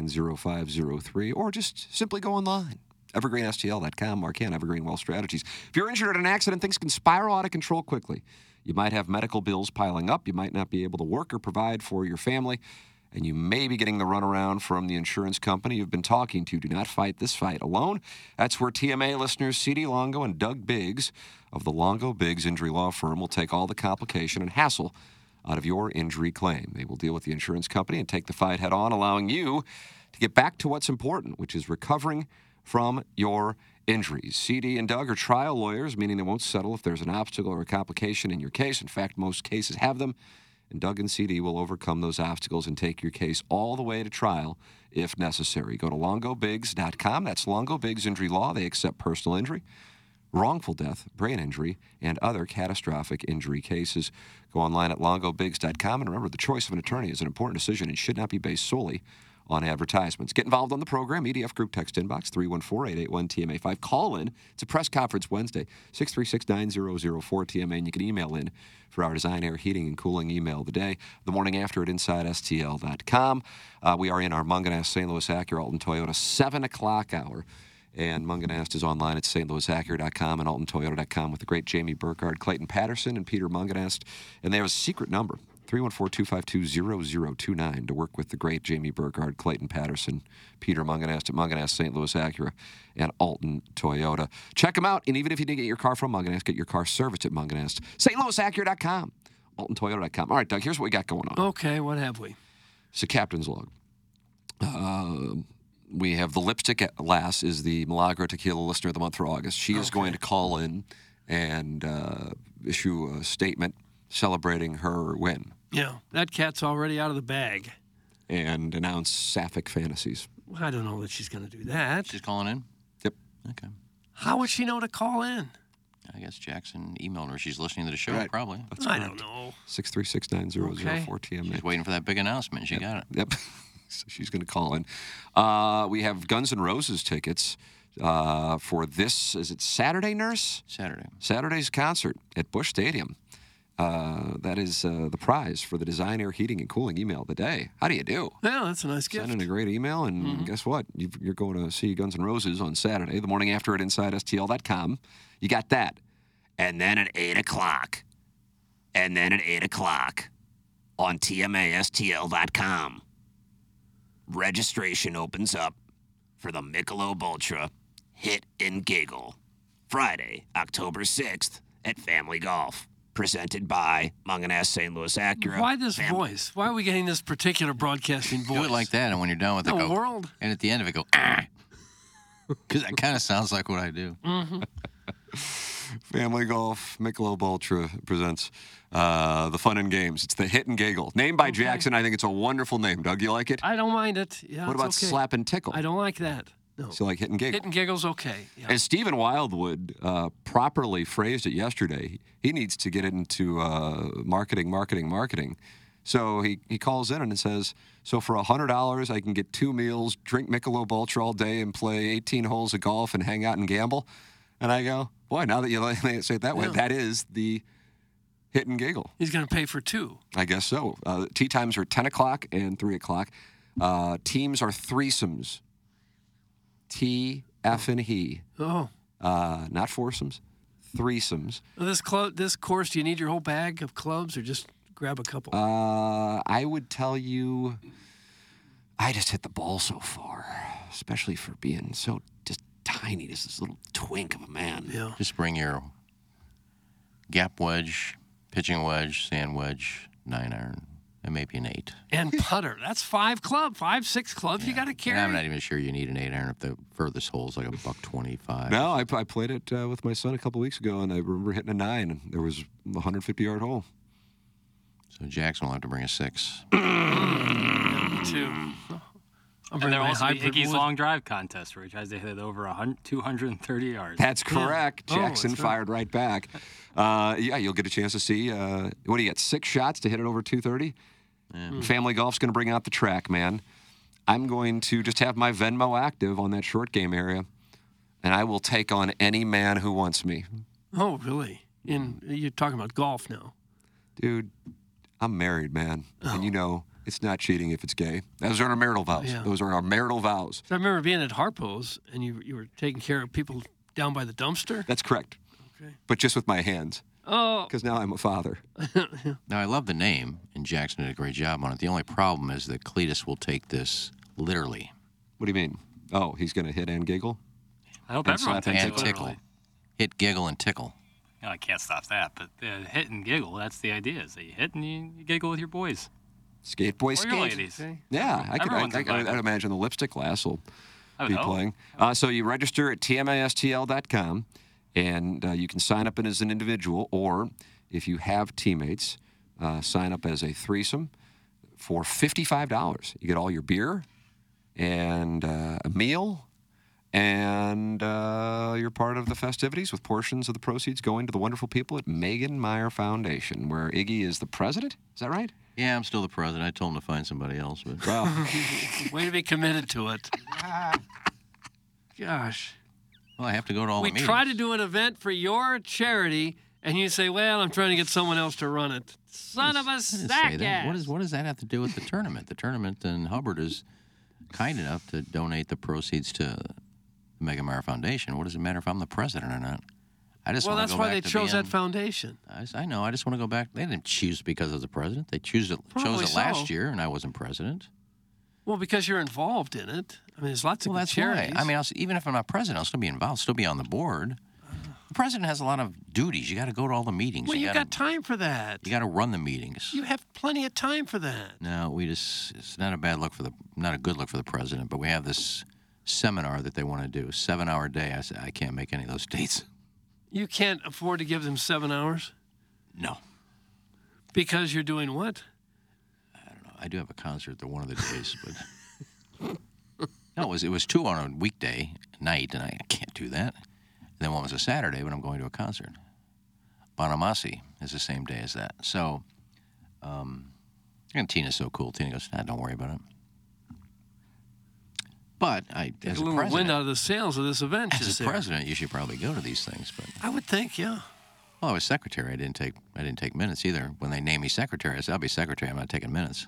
[SPEAKER 3] 314-889-0503 or just simply go online. EvergreenSTL.com, Marcan, Evergreen Wealth Strategies. If you're injured in an accident, things can spiral out of control quickly. You might have medical bills piling up. You might not be able to work or provide for your family. And you may be getting the runaround from the insurance company you've been talking to. Do not fight this fight alone. That's where TMA listeners CD Longo and Doug Biggs of the Longo Biggs Injury Law Firm will take all the complication and hassle out of your injury claim. They will deal with the insurance company and take the fight head on, allowing you to get back to what's important, which is recovering from your injuries. CD and Doug are trial lawyers, meaning they won't settle if there's an obstacle or a complication in your case. In fact, most cases have them. And Doug and CD will overcome those obstacles and take your case all the way to trial if necessary. Go to longobigs.com. That's Longo Biggs Injury Law. They accept personal injury wrongful death, brain injury, and other catastrophic injury cases. Go online at longobigs.com and remember the choice of an attorney is an important decision and should not be based solely on advertisements. Get involved on the program. EDF Group text inbox 314-881-TMA5. Call in. It's a press conference Wednesday, 636-9004-TMA. And you can email in for our design, air, heating, and cooling email of the day. The morning after at InsideSTL.com. Uh, we are in our Munganast, St. Louis Acura, Alton Toyota, 7 o'clock hour. And Munganast is online at stlouisacura.com and altontoyota.com with the great Jamie Burkhardt, Clayton Patterson, and Peter Munganast. And they have a secret number, 314-252-0029 to work with the great Jamie Burkhardt, Clayton Patterson, Peter Munganast at Munganast St. Louis Acura, and Alton Toyota. Check them out, and even if you didn't get your car from Munganast, get your car serviced at Munganast. stlouisacura.com, altontoyota.com. All right, Doug, here's what we got going on.
[SPEAKER 4] Okay, what have we?
[SPEAKER 3] It's a captain's log. Um we have the lipstick at last is the Milagro Tequila Listener of the Month for August. She is going to call in and uh, issue a statement celebrating her win
[SPEAKER 4] Yeah, that cat's already out of the bag.
[SPEAKER 3] and announce sapphic fantasies.
[SPEAKER 4] Well, I don't know that she's going to do that.
[SPEAKER 5] She's calling in?
[SPEAKER 3] Yep.
[SPEAKER 5] Okay.
[SPEAKER 4] How would she know to call in?
[SPEAKER 5] I guess Jackson emailed her. She's listening to the show,
[SPEAKER 3] Right.
[SPEAKER 5] probably.
[SPEAKER 4] I don't know.
[SPEAKER 3] Six three six nine zero zero four
[SPEAKER 5] She's
[SPEAKER 3] TMA.
[SPEAKER 5] waiting for that big announcement. She got it.
[SPEAKER 3] Yep. so she's going to call in. Uh, we have Guns N' Roses tickets uh, for this. Is it Saturday, Nurse?
[SPEAKER 5] Saturday.
[SPEAKER 3] Saturday's concert at Bush Stadium. Uh, that is uh, the prize for the design, air, heating, and cooling email of the day. How do you do?
[SPEAKER 4] Yeah, that's a nice gift. Mm-hmm.
[SPEAKER 3] Send in a great email, and guess what? You've, you're going to see Guns N' Roses on Saturday, the morning after at InsideSTL.com. You got that. And then at 8 o'clock. And then at 8 o'clock on TMASTL.com. Registration opens up for the Michelob Ultra Hit and Giggle. Friday, October 6th at Family Golf. Presented by Munganess St. Louis Acura.
[SPEAKER 4] Why this voice? Why are we getting this particular broadcasting voice?
[SPEAKER 5] Do it like that, and when you're done with it,
[SPEAKER 4] The
[SPEAKER 5] go.
[SPEAKER 4] world.
[SPEAKER 5] And at the end of it, go. Because that kind of sounds like what I do.
[SPEAKER 3] Family Golf Michelob Ultra presents uh, the fun and games. It's the Hit and Giggle, named by Jackson. I think it's a wonderful name. Doug, you like it?
[SPEAKER 4] I don't mind it. Yeah,
[SPEAKER 3] what
[SPEAKER 4] it's
[SPEAKER 3] about
[SPEAKER 4] okay.
[SPEAKER 3] Slap and Tickle?
[SPEAKER 4] I don't like that. No.
[SPEAKER 3] So like Hit and Giggle.
[SPEAKER 4] Hit and giggles, okay. Yeah.
[SPEAKER 3] As Stephen Wildwood uh, properly phrased it yesterday, he needs to get into uh, marketing, marketing, marketing. So he, he calls in and says, So for $100, I can get two meals, drink Michelob Ultra all day, and play 18 holes of golf and hang out and gamble. And I go, Boy, now that you say it that way, that is the hit and giggle.
[SPEAKER 4] He's going to pay for two.
[SPEAKER 3] I guess so. Uh, tea times are 10 o'clock and 3 o'clock. Uh, teams are threesomes. T, F, and he.
[SPEAKER 4] Oh,
[SPEAKER 3] Uh, not foursomes, threesomes.
[SPEAKER 4] Well, this club, this course. Do you need your whole bag of clubs, or just grab a couple?
[SPEAKER 3] Uh, I would tell you, I just hit the ball so far, especially for being so just tiny, just this little twink of a man.
[SPEAKER 4] yeah.
[SPEAKER 5] Just bring your gap wedge, pitching wedge, sand wedge, nine iron, and maybe an eight.
[SPEAKER 4] And putter. That's five club, five, six clubs. You got to carry.
[SPEAKER 5] And I'm not even sure you need an eight iron if the furthest hole's like a buck twenty-five.
[SPEAKER 3] No, I, I played it uh, with my son a couple weeks ago, and I remember hitting a nine, and there was a 150 yard hole.
[SPEAKER 5] So Jackson will have to bring a six.
[SPEAKER 4] Two. I'm
[SPEAKER 6] And
[SPEAKER 4] bringing
[SPEAKER 6] there
[SPEAKER 4] Mm-hmm. my
[SPEAKER 6] also be
[SPEAKER 4] hybrid
[SPEAKER 6] Iggy's
[SPEAKER 4] wood.
[SPEAKER 6] long drive contest where he tries to hit it over 100, 230 yards.
[SPEAKER 3] That's correct.
[SPEAKER 4] Oh,
[SPEAKER 3] Jackson
[SPEAKER 4] that's right.
[SPEAKER 3] fired right back. Uh, yeah, you'll get a chance to see. Uh, what do you get? Six shots to hit it over 230. Family golf's going to bring out the track, man. I'm going to just have my Venmo active on that short game area, and I will take on any man who wants me.
[SPEAKER 4] Oh, really? In
[SPEAKER 6] Mm-hmm.
[SPEAKER 4] you're talking about golf now.
[SPEAKER 3] Dude, I'm married, man, and you know it's not cheating if it's gay. Those are our marital vows.
[SPEAKER 4] Oh. Yeah.
[SPEAKER 3] Those are our marital vows.
[SPEAKER 4] So I remember being at Harpo's, and you you were taking care of people down by the dumpster.
[SPEAKER 3] That's correct. But just with my hands,
[SPEAKER 4] Oh,
[SPEAKER 3] because now I'm a father.
[SPEAKER 5] Now I love the name, and Jackson did a great job on it. The only problem is that Cletus will take this literally
[SPEAKER 3] What do you mean? Oh, he's going to hit and giggle?
[SPEAKER 6] I hope
[SPEAKER 5] and
[SPEAKER 6] everyone
[SPEAKER 5] slap
[SPEAKER 6] takes
[SPEAKER 5] and
[SPEAKER 6] it
[SPEAKER 5] tickle,
[SPEAKER 6] literally.
[SPEAKER 5] hit, giggle, and tickle.
[SPEAKER 6] No, I can't stop that, but the hit and giggle, that's the idea. Is that you hit and you, you giggle with your boys
[SPEAKER 3] Skate boy,
[SPEAKER 6] or
[SPEAKER 3] skate.
[SPEAKER 6] your ladies.
[SPEAKER 3] Yeah, I could. I,
[SPEAKER 6] Everyone's
[SPEAKER 3] I, I,
[SPEAKER 6] invited.
[SPEAKER 3] I'd imagine the lipstick class will
[SPEAKER 6] I would
[SPEAKER 3] be
[SPEAKER 6] hope.
[SPEAKER 3] playing. Uh, so you register at tmastl.com, and uh, you can sign up as an individual, or if you have teammates, uh, sign up as a threesome for fifty-five dollars. You get all your beer and uh, a meal. And uh, you're part of the festivities with portions of the proceeds going to the wonderful people at Megan Meyer Foundation, where Iggy is the president. Is that right?
[SPEAKER 5] Yeah, I'm still the president. I told him to find somebody else, but
[SPEAKER 3] Wow.
[SPEAKER 4] Way to be committed to it. Gosh.
[SPEAKER 5] well, I have to go to all
[SPEAKER 4] we
[SPEAKER 5] the meetings.
[SPEAKER 4] try to do an event for your charity, and you say, "Well, I'm trying to get someone else to run it." Son of a
[SPEAKER 5] I didn't say
[SPEAKER 4] sack
[SPEAKER 5] that. What,
[SPEAKER 4] ass.
[SPEAKER 5] is, what does that have to do with the tournament? The tournament and Hubbard is kind enough to donate the proceeds to the Mega Meyer Foundation. What does it matter if I'm the president or not? I just
[SPEAKER 4] Well,
[SPEAKER 5] want
[SPEAKER 4] that's
[SPEAKER 5] to go
[SPEAKER 4] why
[SPEAKER 5] back
[SPEAKER 4] they
[SPEAKER 5] to
[SPEAKER 4] chose
[SPEAKER 5] being,
[SPEAKER 4] that foundation.
[SPEAKER 5] I, s- I know. I just want to go back. They didn't choose because I was the president. They choose it, chose
[SPEAKER 4] Probably
[SPEAKER 5] it last
[SPEAKER 4] so.
[SPEAKER 5] year, and I wasn't president.
[SPEAKER 4] Well, because you're involved in it. I mean, there's lots of
[SPEAKER 5] Well,
[SPEAKER 4] good
[SPEAKER 5] that's
[SPEAKER 4] charities.
[SPEAKER 5] why. I mean, I'll, s- even if I'm not president, I'll still be involved. Still be on the board. The president has a lot of duties. You got to go to all the meetings.
[SPEAKER 4] well, you,
[SPEAKER 5] gotta,
[SPEAKER 4] got time for that.
[SPEAKER 5] You got to run the meetings.
[SPEAKER 4] you have plenty of time for that.
[SPEAKER 5] No, we just it's not a bad look for the not a good look for the president, but we have this seminar that they want to do, seven hour day. I said I can't make any of those dates.
[SPEAKER 4] You can't afford to give them seven hours
[SPEAKER 5] No,
[SPEAKER 4] because you're doing what?
[SPEAKER 5] I do have a concert the one of the days, but no, it was it was two on a weekday night, and I can't do that. And then one was a Saturday, but I'm going to a concert. Bonamasi is the same day as that. So, um, and Tina's so cool. Tina goes, nah, don't worry about it. But I,
[SPEAKER 4] Get
[SPEAKER 5] as
[SPEAKER 4] a
[SPEAKER 5] a
[SPEAKER 4] little
[SPEAKER 5] president,
[SPEAKER 4] wind out of the sails of this event.
[SPEAKER 5] as
[SPEAKER 4] just
[SPEAKER 5] a
[SPEAKER 4] there.
[SPEAKER 5] president, you should probably go to these things. But
[SPEAKER 4] I would think, yeah.
[SPEAKER 5] well, I was secretary. I didn't take I didn't take minutes either. When they named me secretary, I said I'll be secretary. I'm not taking minutes.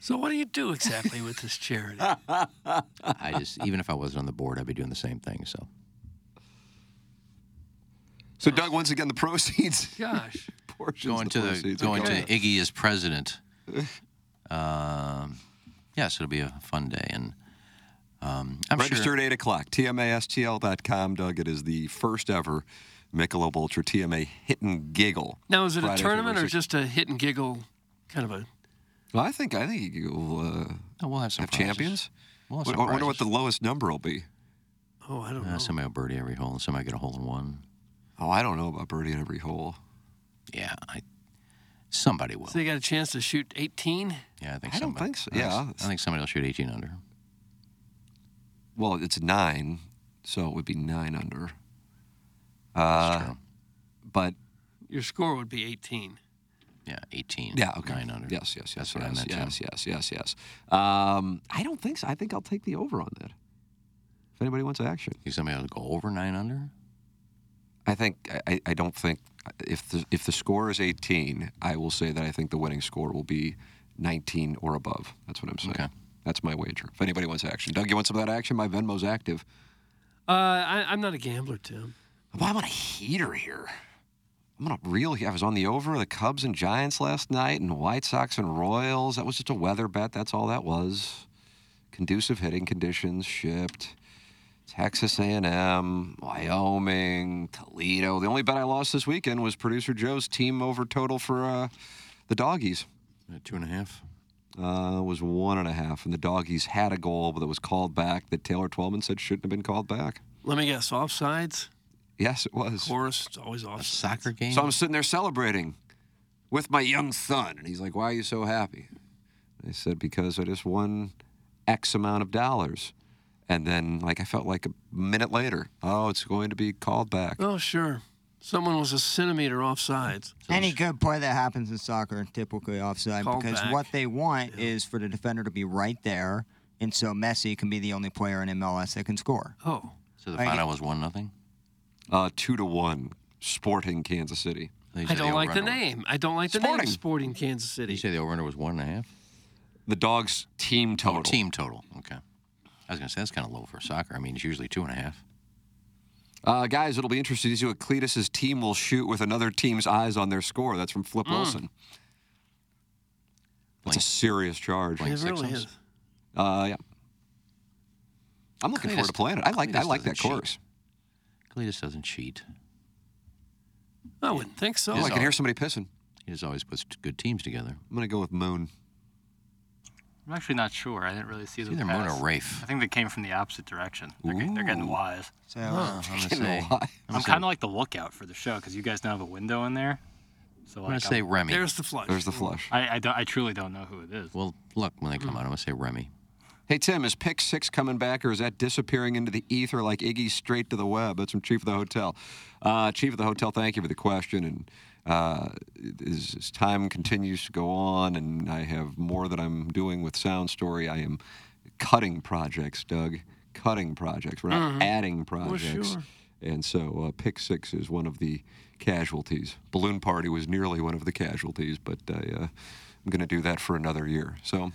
[SPEAKER 4] So what do you do exactly with this charity?
[SPEAKER 5] I just even if I wasn't on the board, I'd be doing the same thing. So
[SPEAKER 3] So, Doug, once again, the proceeds.
[SPEAKER 4] Gosh.
[SPEAKER 3] Portions
[SPEAKER 5] going
[SPEAKER 3] of
[SPEAKER 5] to the
[SPEAKER 3] proceeds.
[SPEAKER 5] going
[SPEAKER 3] Okay.
[SPEAKER 5] to Iggy as president. um, yes, it'll be a fun day, and um, I'm
[SPEAKER 3] Register
[SPEAKER 5] sure.
[SPEAKER 3] at 8 o'clock. TMASTL.com, Doug. It is the first ever Michelob Ultra TMA Hit and Giggle.
[SPEAKER 4] Now, is it
[SPEAKER 3] Friday,
[SPEAKER 4] a tournament
[SPEAKER 3] February
[SPEAKER 4] or just a hit and giggle kind of a?
[SPEAKER 3] Well, I think I think you'll uh,
[SPEAKER 5] Oh, we'll have some
[SPEAKER 3] have
[SPEAKER 5] prizes.
[SPEAKER 3] champions.
[SPEAKER 5] We'll have
[SPEAKER 3] I
[SPEAKER 5] some
[SPEAKER 3] wonder what the
[SPEAKER 5] prizes.
[SPEAKER 3] lowest number will be.
[SPEAKER 4] Oh, I don't know.
[SPEAKER 5] Uh, somebody will birdie every hole, and somebody get a hole in one.
[SPEAKER 3] Oh, I don't know about birdie in every hole.
[SPEAKER 5] Yeah, I, somebody will.
[SPEAKER 4] So you got a chance to shoot 18?
[SPEAKER 5] yeah, I think.
[SPEAKER 3] I don't
[SPEAKER 5] somebody-
[SPEAKER 3] think so.
[SPEAKER 5] I s-
[SPEAKER 3] Yeah.
[SPEAKER 5] I think somebody will shoot 18 under.
[SPEAKER 3] Well, it's nine, so it would be nine under. Uh,
[SPEAKER 5] That's true.
[SPEAKER 3] But
[SPEAKER 4] Your score would be 18.
[SPEAKER 5] Yeah, 18.
[SPEAKER 3] yeah, okay.
[SPEAKER 5] 900.
[SPEAKER 3] Yes, yes, yes,
[SPEAKER 5] That's
[SPEAKER 3] yes,
[SPEAKER 5] what I meant
[SPEAKER 3] yes,
[SPEAKER 5] too.
[SPEAKER 3] yes, yes, yes. Um, I don't think so. I think I'll take the over on that. If anybody wants action,
[SPEAKER 5] Think somebody will go over 900?
[SPEAKER 3] I think I- I, I don't think if the if the score is 18, I will say that I think the winning score will be 19 or above. That's what I'm saying.
[SPEAKER 5] Okay.
[SPEAKER 3] That's my wager. If anybody wants action, Doug, you want some of that action? My Venmo's active.
[SPEAKER 4] Uh, I, I'm not a gambler, Tim.
[SPEAKER 3] Well, I'm on a heater here. I'm on a real. I was on the over of the Cubs and Giants last night, and White Sox and Royals. That was just a weather bet. That's all that was. Conducive hitting conditions shipped. Texas A&M, Wyoming, Toledo. The only bet I lost this weekend was producer Joe's team over total for uh, the doggies.
[SPEAKER 5] Uh, Two and a half.
[SPEAKER 3] Uh, was one and a half, and the doggies had a goal, but that was called back. That Taylor Twelman said shouldn't have been called back.
[SPEAKER 4] Let me guess. Offsides?
[SPEAKER 3] Yes, it was.
[SPEAKER 4] Of course, it's always
[SPEAKER 5] A
[SPEAKER 4] offsides.
[SPEAKER 5] soccer game?
[SPEAKER 3] So I'm sitting there celebrating with my young son, and he's like, "Why are you so happy?" I said, "Because I just won X amount of dollars." And then, like, I felt like a minute later, oh, it's going to be called back.
[SPEAKER 4] Oh, sure. Someone was a centimeter offsides.
[SPEAKER 7] Any good play that happens in soccer typically offside
[SPEAKER 4] Call
[SPEAKER 7] because
[SPEAKER 4] back.
[SPEAKER 7] what they want is for the defender to be right there, and so Messi can be the only player in MLS that can score.
[SPEAKER 4] Oh.
[SPEAKER 5] so the
[SPEAKER 7] I
[SPEAKER 5] final was 1 nothing.
[SPEAKER 3] Uh, two to one, Sporting Kansas City.
[SPEAKER 5] They
[SPEAKER 4] I
[SPEAKER 5] say the
[SPEAKER 4] don't like the
[SPEAKER 5] over-under-
[SPEAKER 4] name. I don't like the
[SPEAKER 3] Sporting.
[SPEAKER 4] name Sporting Kansas
[SPEAKER 5] You
[SPEAKER 4] City.
[SPEAKER 5] say the over-under was one and a half?
[SPEAKER 3] The dogs' team total.
[SPEAKER 5] Oh, team total. Okay. I was going to say that's kind of low for soccer. I mean, it's usually two and a half.
[SPEAKER 3] Uh, guys, it'll be interesting to see what Cletus's team will shoot with another team's eyes on their score. That's from
[SPEAKER 5] Mm.
[SPEAKER 3] Flip Wilson. That's a serious charge.
[SPEAKER 4] It really
[SPEAKER 5] sixes?
[SPEAKER 4] is.
[SPEAKER 3] Uh, yeah. I'm looking forward to
[SPEAKER 5] Cletus-
[SPEAKER 3] playing it. I like I
[SPEAKER 5] Cletus
[SPEAKER 3] like that
[SPEAKER 5] doesn't cheat.
[SPEAKER 3] course.
[SPEAKER 5] Cletus doesn't cheat.
[SPEAKER 4] I wouldn't think so.
[SPEAKER 3] Oh, I
[SPEAKER 5] Yes.
[SPEAKER 3] can hear somebody pissing.
[SPEAKER 5] He just always puts t- good teams together.
[SPEAKER 3] I'm gonna go with Moon.
[SPEAKER 6] I'm actually not sure. I didn't really see
[SPEAKER 5] It's
[SPEAKER 6] the
[SPEAKER 5] either Moon or
[SPEAKER 6] pass.
[SPEAKER 5] Rafe.
[SPEAKER 6] I think they came from the opposite direction. They're, get- they're getting wise.
[SPEAKER 7] So
[SPEAKER 5] I'm going to say,
[SPEAKER 3] Why?
[SPEAKER 6] I'm kind of like the lookout for the show because you guys don't have a window in there. So
[SPEAKER 5] I'm going
[SPEAKER 6] like,
[SPEAKER 5] to say
[SPEAKER 6] I'm-
[SPEAKER 5] Remy.
[SPEAKER 4] There's the flush.
[SPEAKER 3] There's the flush.
[SPEAKER 6] I, I, don't, I truly don't know who it is.
[SPEAKER 5] Well, look, when they come out, I'm going to say Remy.
[SPEAKER 3] Hey Tim, is pick six coming back or is that disappearing into the ether like Iggy straight to the web? That's from Chief of the Hotel. Uh, Chief of the Hotel, thank you for the question. And uh, as, as time continues to go on, and I have more that I'm doing with Sound Story, I am cutting projects, Doug. Cutting projects. We're not adding projects.
[SPEAKER 4] sure.
[SPEAKER 3] And so, uh, Pick Six is one of the casualties. Balloon Party was nearly one of the casualties, but I, uh, I'm going to do that for another year. So,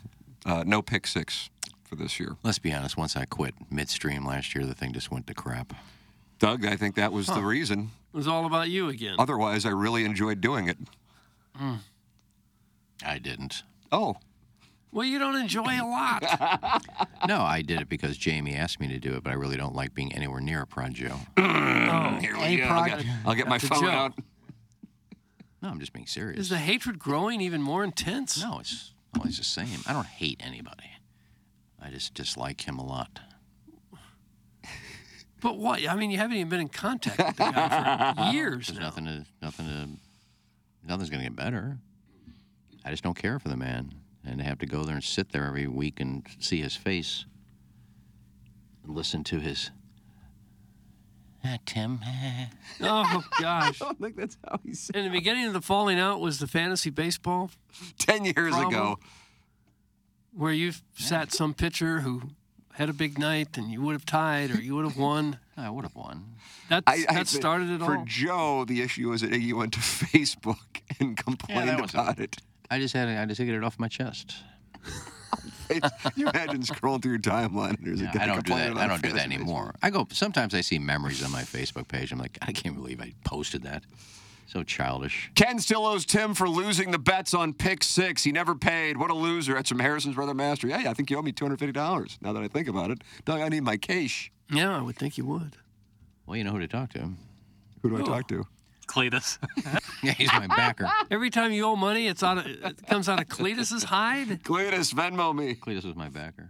[SPEAKER 3] uh, no Pick Six for this year.
[SPEAKER 5] Let's be honest. Once I quit midstream last year, the thing just went to crap.
[SPEAKER 3] Doug, I think that was the reason.
[SPEAKER 4] It was all about you again.
[SPEAKER 5] Uh,
[SPEAKER 3] Otherwise, I really enjoyed doing it.
[SPEAKER 5] I didn't.
[SPEAKER 3] Oh,
[SPEAKER 4] Well, you don't enjoy a lot.
[SPEAKER 5] No, I did it because Jamie asked me to do it, but I really don't like being anywhere near a prod Joe.
[SPEAKER 3] here
[SPEAKER 7] Any
[SPEAKER 3] we go. I'll
[SPEAKER 7] proj-
[SPEAKER 3] get, I'll get my
[SPEAKER 4] That's a
[SPEAKER 3] phone
[SPEAKER 4] joke.
[SPEAKER 3] out.
[SPEAKER 5] No, I'm just being serious.
[SPEAKER 4] Is the hatred growing even more intense?
[SPEAKER 5] No, it's always the same. I don't hate anybody. I just dislike him a lot.
[SPEAKER 4] But what? I mean, you haven't even been in contact with the guy for years
[SPEAKER 5] There's
[SPEAKER 4] now.
[SPEAKER 5] nothing to, nothing to, nothing's gonna get better. I just don't care for the man, and to have to go there and sit there every week and see his face, and listen to his. "Ah, Tim, ah,
[SPEAKER 4] Oh gosh!
[SPEAKER 3] I think that's how he said
[SPEAKER 4] In the beginning of the falling out was the fantasy baseball,
[SPEAKER 3] Ten years
[SPEAKER 4] Problem.
[SPEAKER 3] ago.
[SPEAKER 4] where you sat some pitcher who had a big night and you would have tied or you would have won.
[SPEAKER 5] I would have won.
[SPEAKER 4] That's,
[SPEAKER 3] I, I
[SPEAKER 4] that
[SPEAKER 3] think
[SPEAKER 4] started it
[SPEAKER 3] For
[SPEAKER 4] all.
[SPEAKER 3] Joe, the issue was that Iggy went to Facebook and complained
[SPEAKER 5] that was
[SPEAKER 3] about it.
[SPEAKER 5] I just had, I just had to get it off my chest.
[SPEAKER 3] you imagine scrolling through your timeline and there's a
[SPEAKER 5] Yeah,
[SPEAKER 3] guy
[SPEAKER 5] I don't do
[SPEAKER 3] complaining
[SPEAKER 5] that. I
[SPEAKER 3] about
[SPEAKER 5] don't do that
[SPEAKER 3] Facebook.
[SPEAKER 5] anymore. I go. Sometimes I see memories on my Facebook page. I'm like, I can't believe I posted that. So childish.
[SPEAKER 3] Ken still owes Tim for losing the bets on pick six. He never paid. What a loser. That's from Harrison's Brother Master. Yeah, yeah, I think you owe me $250 now that I think about it. Doug, I need my cash.
[SPEAKER 4] Yeah, I would think you would.
[SPEAKER 5] Well, you know who to talk to.
[SPEAKER 3] Who do I talk to?
[SPEAKER 6] Cletus.
[SPEAKER 5] Yeah, he's my backer.
[SPEAKER 4] Every time you owe money, it's out of, it comes out of Cletus's hide.
[SPEAKER 3] Cletus, Venmo me.
[SPEAKER 5] Cletus was my backer.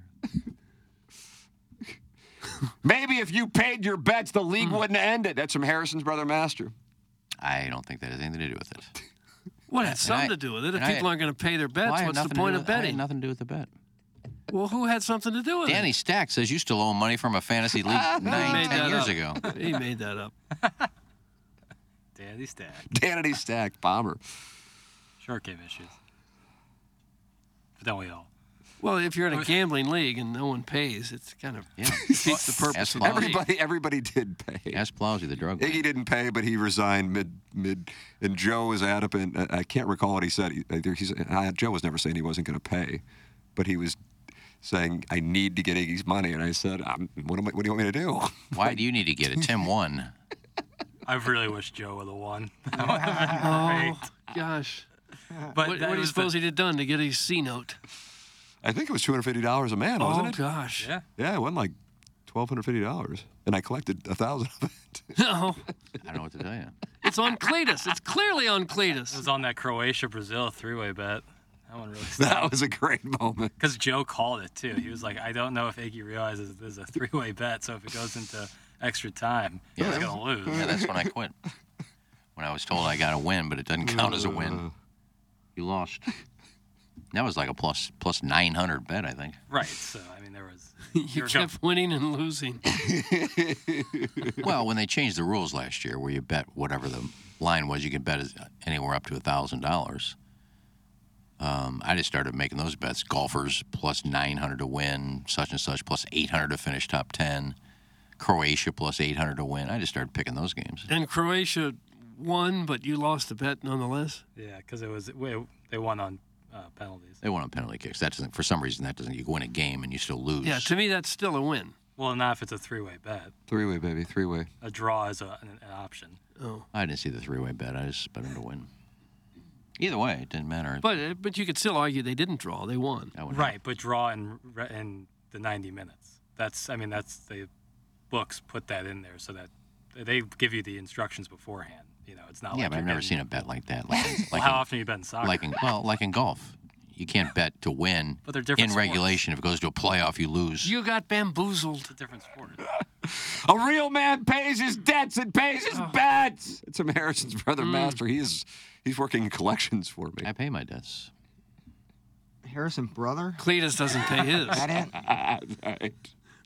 [SPEAKER 3] Maybe if you paid your bets, the league wouldn't end it. That's from Harrison's Brother Master.
[SPEAKER 5] I don't think that has anything to do with it.
[SPEAKER 4] What had something
[SPEAKER 5] I-
[SPEAKER 4] to do with it? If
[SPEAKER 5] and I-
[SPEAKER 4] people aren't going to pay their
[SPEAKER 5] Well, I
[SPEAKER 4] bets,
[SPEAKER 5] had
[SPEAKER 4] what's the
[SPEAKER 5] nothing to do
[SPEAKER 4] point of
[SPEAKER 5] with- I had
[SPEAKER 4] betting?
[SPEAKER 5] nothing to do with the bet.
[SPEAKER 4] Well, who had something to do with
[SPEAKER 5] Danny Stack says you still owe money from a fantasy league nine,
[SPEAKER 4] made
[SPEAKER 5] ten
[SPEAKER 4] that
[SPEAKER 5] years
[SPEAKER 4] up.
[SPEAKER 5] ago.
[SPEAKER 4] it? He made that up.
[SPEAKER 6] Daddy stack.
[SPEAKER 3] Danity Stack, bomber.
[SPEAKER 6] Short game issues. But don't we all?
[SPEAKER 4] Well, if you're in a gambling league and no one pays, it's kind of
[SPEAKER 5] Yeah.
[SPEAKER 4] defeats the purpose.
[SPEAKER 5] Ask
[SPEAKER 4] of the league.
[SPEAKER 5] Plowsy.
[SPEAKER 3] Everybody, everybody did pay.
[SPEAKER 5] Ask Plowsy, the drug.
[SPEAKER 3] Iggy
[SPEAKER 5] lord.
[SPEAKER 3] didn't pay, but he resigned mid mid. And Joe was adamant. I I can't recall what he said. He- either He's, I, Joe was never saying he wasn't going to pay, but he was saying I need to get Iggy's money. And I said, I'm, what, am I, what do you want me to do?
[SPEAKER 5] Why do you need to get it? Tim won.
[SPEAKER 6] I really wish Joe would have won. That would have been
[SPEAKER 4] Gosh,
[SPEAKER 6] great. But
[SPEAKER 4] what,
[SPEAKER 6] that
[SPEAKER 4] what do
[SPEAKER 6] was
[SPEAKER 4] you
[SPEAKER 6] the-
[SPEAKER 4] suppose he did done to get his C note?
[SPEAKER 3] I think it was two hundred fifty dollars a man,
[SPEAKER 4] Oh
[SPEAKER 3] wasn't it?
[SPEAKER 4] gosh,
[SPEAKER 6] Yeah.
[SPEAKER 3] Yeah, it won like twelve hundred fifty dollars, and I collected a thousand of it.
[SPEAKER 4] no,
[SPEAKER 5] I don't know what to tell you.
[SPEAKER 4] it's on Cletus. It's clearly on
[SPEAKER 6] It
[SPEAKER 4] Cletus.
[SPEAKER 6] was on that Croatia Brazil three way bet. That one really
[SPEAKER 3] that was a great moment.
[SPEAKER 6] Because Joe called it too. He was like, I don't know if Iggy realizes this is a three way bet, so if it goes into extra time, he's going to lose.
[SPEAKER 5] Yeah, that's when I quit. When I was told I got a win, but it doesn't count as a win. You lost. That was like a plus plus 900 bet, I think.
[SPEAKER 6] Right. So, I mean, there was.
[SPEAKER 4] You
[SPEAKER 6] were
[SPEAKER 4] kept winning and losing.
[SPEAKER 5] Well, when they changed the rules last year, where you bet whatever the line was, you could bet as- anywhere up to a thousand dollars. Um, I just started making those bets: golfers plus nine hundred to win, such and such plus eight hundred to finish top ten, Croatia plus eight hundred to win. I just started picking those games.
[SPEAKER 4] And Croatia won, but you lost the bet nonetheless.
[SPEAKER 6] Yeah, because it was. It, they won on uh, penalties.
[SPEAKER 5] They won on penalty kicks. That doesn't, for some reason, that doesn't. You win a game and you still lose.
[SPEAKER 4] Yeah, to me that's still a win.
[SPEAKER 6] Well, not if it's a three way bet.
[SPEAKER 3] Three way, baby, three way.
[SPEAKER 6] A draw is a, an, an option.
[SPEAKER 4] Oh.
[SPEAKER 5] I didn't see the three-way bet. I just bet him to win. Either way, it didn't matter.
[SPEAKER 4] But uh, but you could still argue they didn't draw. They won.
[SPEAKER 5] I would-
[SPEAKER 6] Right, but draw in, re- in the 90 minutes. That's, I mean, that's the books put that in there so that they give you the instructions beforehand. You know, it's not
[SPEAKER 5] Yeah,
[SPEAKER 6] like
[SPEAKER 5] but
[SPEAKER 6] you're
[SPEAKER 5] I've never
[SPEAKER 6] getting-
[SPEAKER 5] seen a bet like that. Like, like
[SPEAKER 6] How
[SPEAKER 5] in-
[SPEAKER 6] often you bet in soccer?
[SPEAKER 5] like in well, like in golf, you can't bet to win.
[SPEAKER 6] But they're different
[SPEAKER 5] in
[SPEAKER 6] sports.
[SPEAKER 5] regulation. If it goes to a playoff, you lose.
[SPEAKER 4] You got bamboozled.
[SPEAKER 6] it's a different sport.
[SPEAKER 3] A real man pays his debts and pays his
[SPEAKER 5] Ah.
[SPEAKER 3] bets. It's from Harrison's brother
[SPEAKER 5] Hmm.
[SPEAKER 3] master. He is he's working collections for me.
[SPEAKER 5] I pay my debts.
[SPEAKER 7] Harrison brother?
[SPEAKER 4] Cletus doesn't pay his.
[SPEAKER 7] That it?
[SPEAKER 3] Right.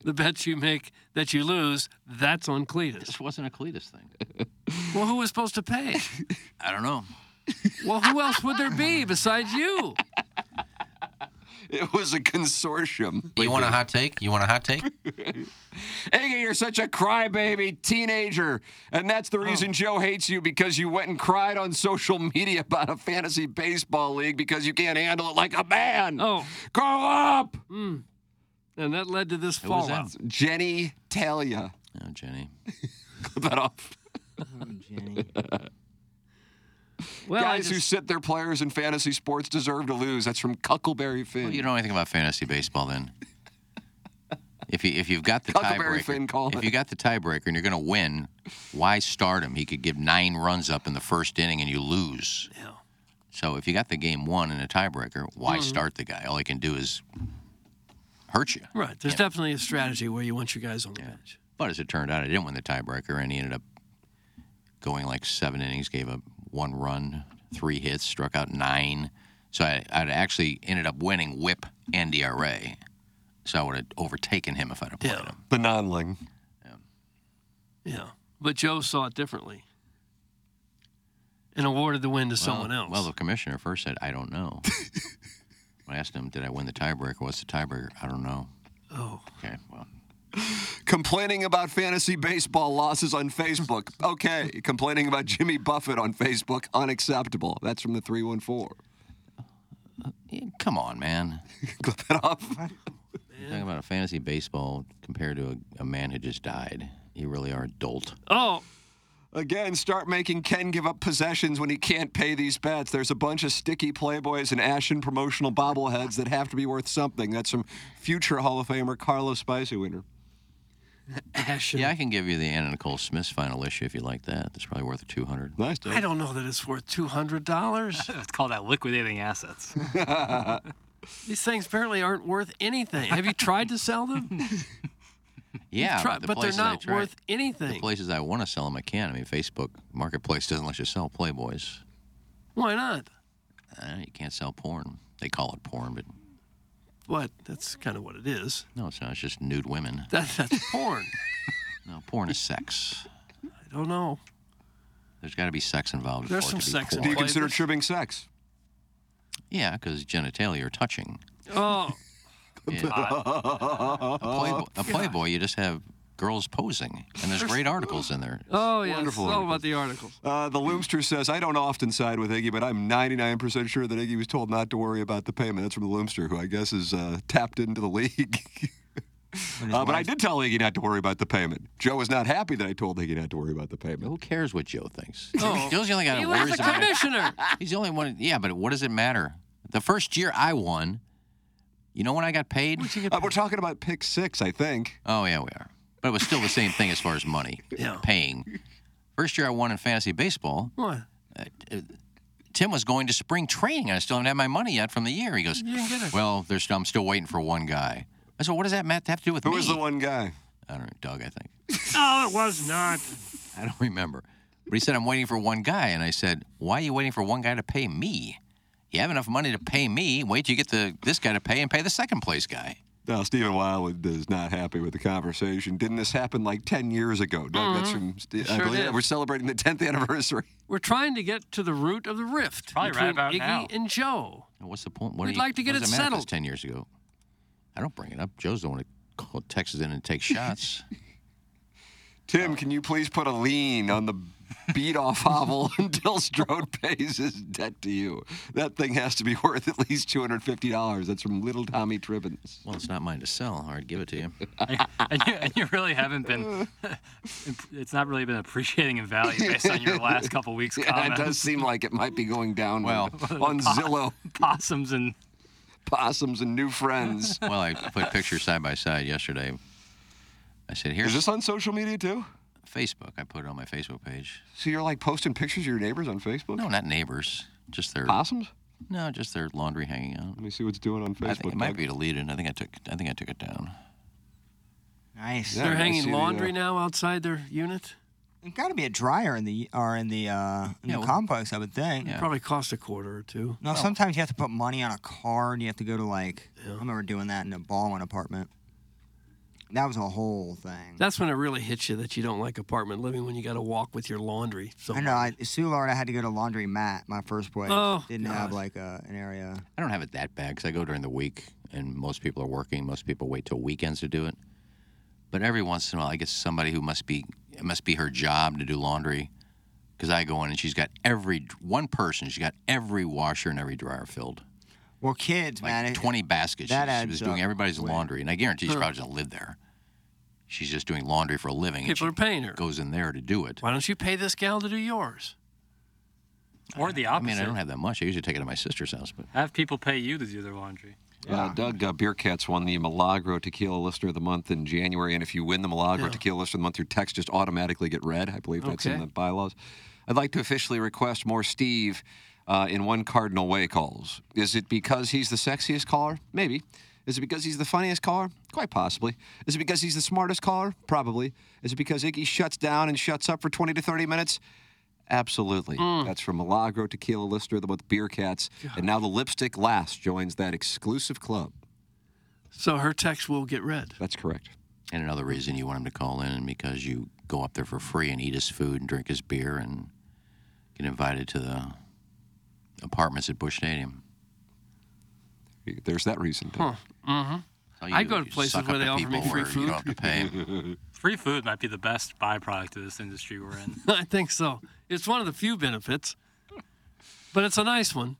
[SPEAKER 4] The bets you make that you lose, that's on Cletus.
[SPEAKER 5] This wasn't a Cletus thing.
[SPEAKER 4] Well, who was supposed to pay?
[SPEAKER 5] I don't know.
[SPEAKER 4] Well, who else would there be besides you?
[SPEAKER 3] It was a consortium.
[SPEAKER 5] You want a hot take? You want a hot take?
[SPEAKER 3] Iggy, you're such a crybaby teenager. And that's
[SPEAKER 5] Oh.
[SPEAKER 3] the reason Joe hates you because you went and cried on social media about a fantasy baseball league because you can't handle it like a man.
[SPEAKER 4] Oh,
[SPEAKER 3] Grow up!
[SPEAKER 5] Mm.
[SPEAKER 4] and that led to this
[SPEAKER 5] Who was
[SPEAKER 4] fallout.
[SPEAKER 5] that?
[SPEAKER 3] Jenny Talia.
[SPEAKER 5] Oh, Jenny.
[SPEAKER 3] Clip that off.
[SPEAKER 7] Jenny.
[SPEAKER 4] Well, I
[SPEAKER 3] Guys who
[SPEAKER 4] just-
[SPEAKER 3] sit their players in fantasy sports deserve to lose. That's from Cuckleberry Finn.
[SPEAKER 5] Well, you don't know anything about fantasy baseball then. If you if you've got the
[SPEAKER 3] Huckleberry Finn
[SPEAKER 5] tiebreaker,
[SPEAKER 3] calling
[SPEAKER 5] if
[SPEAKER 3] it.
[SPEAKER 5] you got the tiebreaker and you're going to win, why start him? He could give nine runs up in the first inning and you lose.
[SPEAKER 4] Yeah.
[SPEAKER 5] So if you got the game won in a tiebreaker, why start the guy? All he can do is hurt you.
[SPEAKER 4] Right. There's definitely a strategy where you want your guys on the bench.
[SPEAKER 5] But as it turned out, I didn't win the tiebreaker, and he ended up going like seven innings, gave up one run, three hits, struck out nine. So I, I'd actually ended up winning WHIP and ERA. So I would have overtaken him if I'd have played
[SPEAKER 4] Yeah.
[SPEAKER 5] him.
[SPEAKER 3] the nonling.
[SPEAKER 4] Yeah. But Joe saw it differently and awarded the win to someone
[SPEAKER 5] well,
[SPEAKER 4] else.
[SPEAKER 5] Well, the commissioner first said, "I don't know." I asked him, "Did I win the tiebreaker? What's the tiebreaker? I don't know."
[SPEAKER 4] oh,
[SPEAKER 5] Okay, well,
[SPEAKER 3] Complaining about fantasy baseball losses on Facebook. Okay. Complaining about Jimmy Buffett on Facebook. Unacceptable. That's from the 314.
[SPEAKER 5] yeah, come on, man.
[SPEAKER 3] Clip that off.
[SPEAKER 5] You're talking about a fantasy baseball compared to a, a man who just died. You really are a dolt.
[SPEAKER 4] oh,
[SPEAKER 3] Again, start making Ken give up possessions when he can't pay these bets. There's a bunch of sticky Playboys and ashen promotional bobbleheads that have to be worth something. That's from future Hall of Famer Carlos Spicer-Winter.
[SPEAKER 4] Ashen.
[SPEAKER 5] Yeah, I can give you the Anna Nicole Smith's final issue if you like that. That's probably worth two hundred.
[SPEAKER 3] Nice,
[SPEAKER 4] I
[SPEAKER 3] Dave.
[SPEAKER 4] don't know that it's worth two hundred dollars.
[SPEAKER 6] Let's call that liquidating assets.
[SPEAKER 4] These things apparently aren't worth anything. Have you tried to sell them?
[SPEAKER 5] Yeah,
[SPEAKER 4] Try-
[SPEAKER 5] the
[SPEAKER 4] but they're
[SPEAKER 5] places I
[SPEAKER 4] not
[SPEAKER 5] tried-
[SPEAKER 4] worth
[SPEAKER 5] The
[SPEAKER 4] anything.
[SPEAKER 5] places I want to sell them, I can. I mean, Facebook Marketplace doesn't let you sell Playboys.
[SPEAKER 4] Why not?
[SPEAKER 5] Uh, you can't sell porn. They call it porn, but
[SPEAKER 4] What? That's kind of what it is.
[SPEAKER 5] no, it's not. It's just nude women.
[SPEAKER 4] That, that's porn.
[SPEAKER 5] No, porn is sex.
[SPEAKER 4] I don't know.
[SPEAKER 5] There's got to be sex involved.
[SPEAKER 4] There's
[SPEAKER 5] for
[SPEAKER 4] some
[SPEAKER 5] it to be
[SPEAKER 4] sex
[SPEAKER 5] porn.
[SPEAKER 3] Do you
[SPEAKER 4] involved.
[SPEAKER 3] consider tripping sex?
[SPEAKER 5] Yeah, because genitalia are touching.
[SPEAKER 4] Oh,
[SPEAKER 5] A, playboy, a Playboy, you just have girls posing, and there's great articles in there.
[SPEAKER 4] oh yeah.
[SPEAKER 3] Wonderful
[SPEAKER 4] It's all about the articles.
[SPEAKER 3] Uh, the Loomster says, I don't often side with Iggy, but I'm 99% sure that Iggy was told not to worry about the payment. That's from the Loomster, who I guess is uh, tapped into the league. uh, but I did tell Iggy not to worry about the payment. Joe was not happy that I told Iggy not to worry about the payment.
[SPEAKER 5] Who cares what Joe thinks?
[SPEAKER 4] Oh.
[SPEAKER 5] Joe's the only guy
[SPEAKER 4] He
[SPEAKER 5] who
[SPEAKER 4] was
[SPEAKER 5] worries
[SPEAKER 4] the
[SPEAKER 5] about it.
[SPEAKER 4] commissioner.
[SPEAKER 5] He's the only one. Yeah, but what does it matter? The first year I won, you know when I got paid?
[SPEAKER 3] Uh, we're talking about pick six, I think.
[SPEAKER 5] Oh, yeah, we are. But it was still the same thing as far as money,
[SPEAKER 4] Yeah.
[SPEAKER 5] paying. First year I won in fantasy baseball, uh,
[SPEAKER 4] What?
[SPEAKER 5] Tim was going to spring training. and I still haven't had my money yet from the year. He goes,
[SPEAKER 4] didn't get it.
[SPEAKER 5] Well, there's, I'm still waiting for one guy. I said, What does that Matt have to do with
[SPEAKER 3] Who
[SPEAKER 5] me?
[SPEAKER 3] was the one guy?
[SPEAKER 5] I don't know, Doug, I think.
[SPEAKER 4] Oh, it was not.
[SPEAKER 5] I don't remember. But he said, I'm waiting for one guy. And I said, Why are you waiting for one guy to pay me? You have enough money to pay me. Wait till you get the this guy to pay and pay the second place guy.
[SPEAKER 3] Now, Stephen Wildwood is not happy with the conversation. Didn't this happen like 10 years ago? Doug, that's from, Ste- I
[SPEAKER 4] Mm-hmm. Sure
[SPEAKER 3] believe
[SPEAKER 4] did.
[SPEAKER 3] we're celebrating the 10th anniversary.
[SPEAKER 4] We're trying to get to the root of the rift
[SPEAKER 6] Probably right
[SPEAKER 4] between
[SPEAKER 6] about
[SPEAKER 4] Iggy
[SPEAKER 6] now.
[SPEAKER 4] and Joe.
[SPEAKER 5] What's the point? What
[SPEAKER 4] We'd
[SPEAKER 5] do you-
[SPEAKER 4] like to get
[SPEAKER 5] what does
[SPEAKER 4] it
[SPEAKER 5] matter if it's
[SPEAKER 4] settled.
[SPEAKER 5] Ten years ago, I don't bring it up. Joe's the one who called Texas in and take shots.
[SPEAKER 3] Tim, can you please put a lien on the beat off hovel until Strode pays his debt to you? That thing has to be worth at least $250. That's from Little Tommy Tribbins.
[SPEAKER 5] well, it's not mine to sell. All right, give it to you.
[SPEAKER 6] and, you, and you really haven't been. It's not really been appreciating in value based on your last couple weeks
[SPEAKER 3] Yeah, it
[SPEAKER 6] comments.
[SPEAKER 3] does seem like it might be going down well on Zillow,
[SPEAKER 6] Possums and
[SPEAKER 3] possums, and new friends.
[SPEAKER 5] Well, I put pictures side by side yesterday. I said,
[SPEAKER 3] Is
[SPEAKER 5] "Here's
[SPEAKER 3] this on social media too?
[SPEAKER 5] Facebook." I put it on my Facebook page.
[SPEAKER 3] So you're like posting pictures of your neighbors on Facebook?
[SPEAKER 5] No, not neighbors. Just their
[SPEAKER 3] Possums?
[SPEAKER 5] no, just their laundry hanging out.
[SPEAKER 3] Let me see what's doing on Facebook.
[SPEAKER 5] I think it might
[SPEAKER 3] Doug.
[SPEAKER 5] be deleted. I think I took. I think I took it down.
[SPEAKER 7] Nice.
[SPEAKER 3] Yeah.
[SPEAKER 4] They're
[SPEAKER 3] I see
[SPEAKER 4] hanging
[SPEAKER 3] the, uh,
[SPEAKER 4] laundry now outside their unit.
[SPEAKER 7] There's got to be a dryer in the or in the uh, in
[SPEAKER 5] Yeah,
[SPEAKER 7] the
[SPEAKER 5] well-
[SPEAKER 7] complex, I would think.
[SPEAKER 5] Yeah.
[SPEAKER 4] Probably cost a quarter or two.
[SPEAKER 7] No, sometimes you have to put money on a card. You have to go to like I remember doing that in a Baldwin apartment. That was a whole thing.
[SPEAKER 4] That's when it really hits you that you don't like apartment living when you got to walk with your laundry. So
[SPEAKER 7] I know. I, Sue Lord, I had to go to laundry mat my first place.
[SPEAKER 4] Oh,
[SPEAKER 7] Didn't have
[SPEAKER 4] God.
[SPEAKER 7] like a, an area.
[SPEAKER 5] I don't have it that bad because I go during the week, and most people are working. Most people wait till weekends to do it. But every once in a while, I get somebody who must be it must be her job to do laundry, because I go in and she's got every one person. She's got every washer and every dryer filled,
[SPEAKER 7] Well, kids,
[SPEAKER 5] like
[SPEAKER 7] man. it-
[SPEAKER 5] twenty baskets.
[SPEAKER 7] that
[SPEAKER 5] she, she
[SPEAKER 7] adds
[SPEAKER 5] was doing
[SPEAKER 7] up
[SPEAKER 5] everybody's
[SPEAKER 7] quick.
[SPEAKER 5] laundry, and I guarantee she probably doesn't live there. She's just doing laundry for a living, and
[SPEAKER 4] people
[SPEAKER 5] she
[SPEAKER 4] are paying her.
[SPEAKER 5] goes in there to do it.
[SPEAKER 4] Why don't you pay this gal to do yours?
[SPEAKER 6] Or the
[SPEAKER 5] I
[SPEAKER 6] opposite.
[SPEAKER 5] mean, I don't have that much. I usually take it to my sister's house, but
[SPEAKER 6] Have people pay you to do their laundry.
[SPEAKER 3] Uh, Doug uh, Beercats won the Milagro Tequila Listener of the Month in January, and if you win the Milagro
[SPEAKER 4] Yeah.
[SPEAKER 3] Tequila Listener of the Month, your text just automatically get read. I believe that's in
[SPEAKER 4] Okay.
[SPEAKER 3] the bylaws. I'd like to officially request more Steve uh, in one cardinal way calls. Is it because he's the sexiest caller? Maybe. Is it because he's the funniest caller? Quite possibly. Is it because he's the smartest caller? Probably. Is it because Iggy shuts down and shuts up for 20 to 30 minutes? Absolutely.
[SPEAKER 4] Hmm.
[SPEAKER 3] That's from Milagro Tequila Listener, the both Beer Cats. And now the Lipstick Last joins that exclusive club.
[SPEAKER 4] So her text will get read.
[SPEAKER 3] That's correct.
[SPEAKER 5] And another reason you want him to call in because you go up there for free and eat his food and drink his beer and get invited to the apartments at Bush Stadium.
[SPEAKER 3] There's that reason. Doug.
[SPEAKER 5] So
[SPEAKER 4] I go to
[SPEAKER 5] Oh, you
[SPEAKER 4] places
[SPEAKER 5] suck
[SPEAKER 4] where
[SPEAKER 5] up
[SPEAKER 4] they
[SPEAKER 5] to
[SPEAKER 4] offer me
[SPEAKER 5] people
[SPEAKER 4] free
[SPEAKER 5] where You don't have to pay.
[SPEAKER 6] Free food might be the best byproduct of this industry we're in.
[SPEAKER 4] I think so. It's one of the few benefits, but it's a nice one.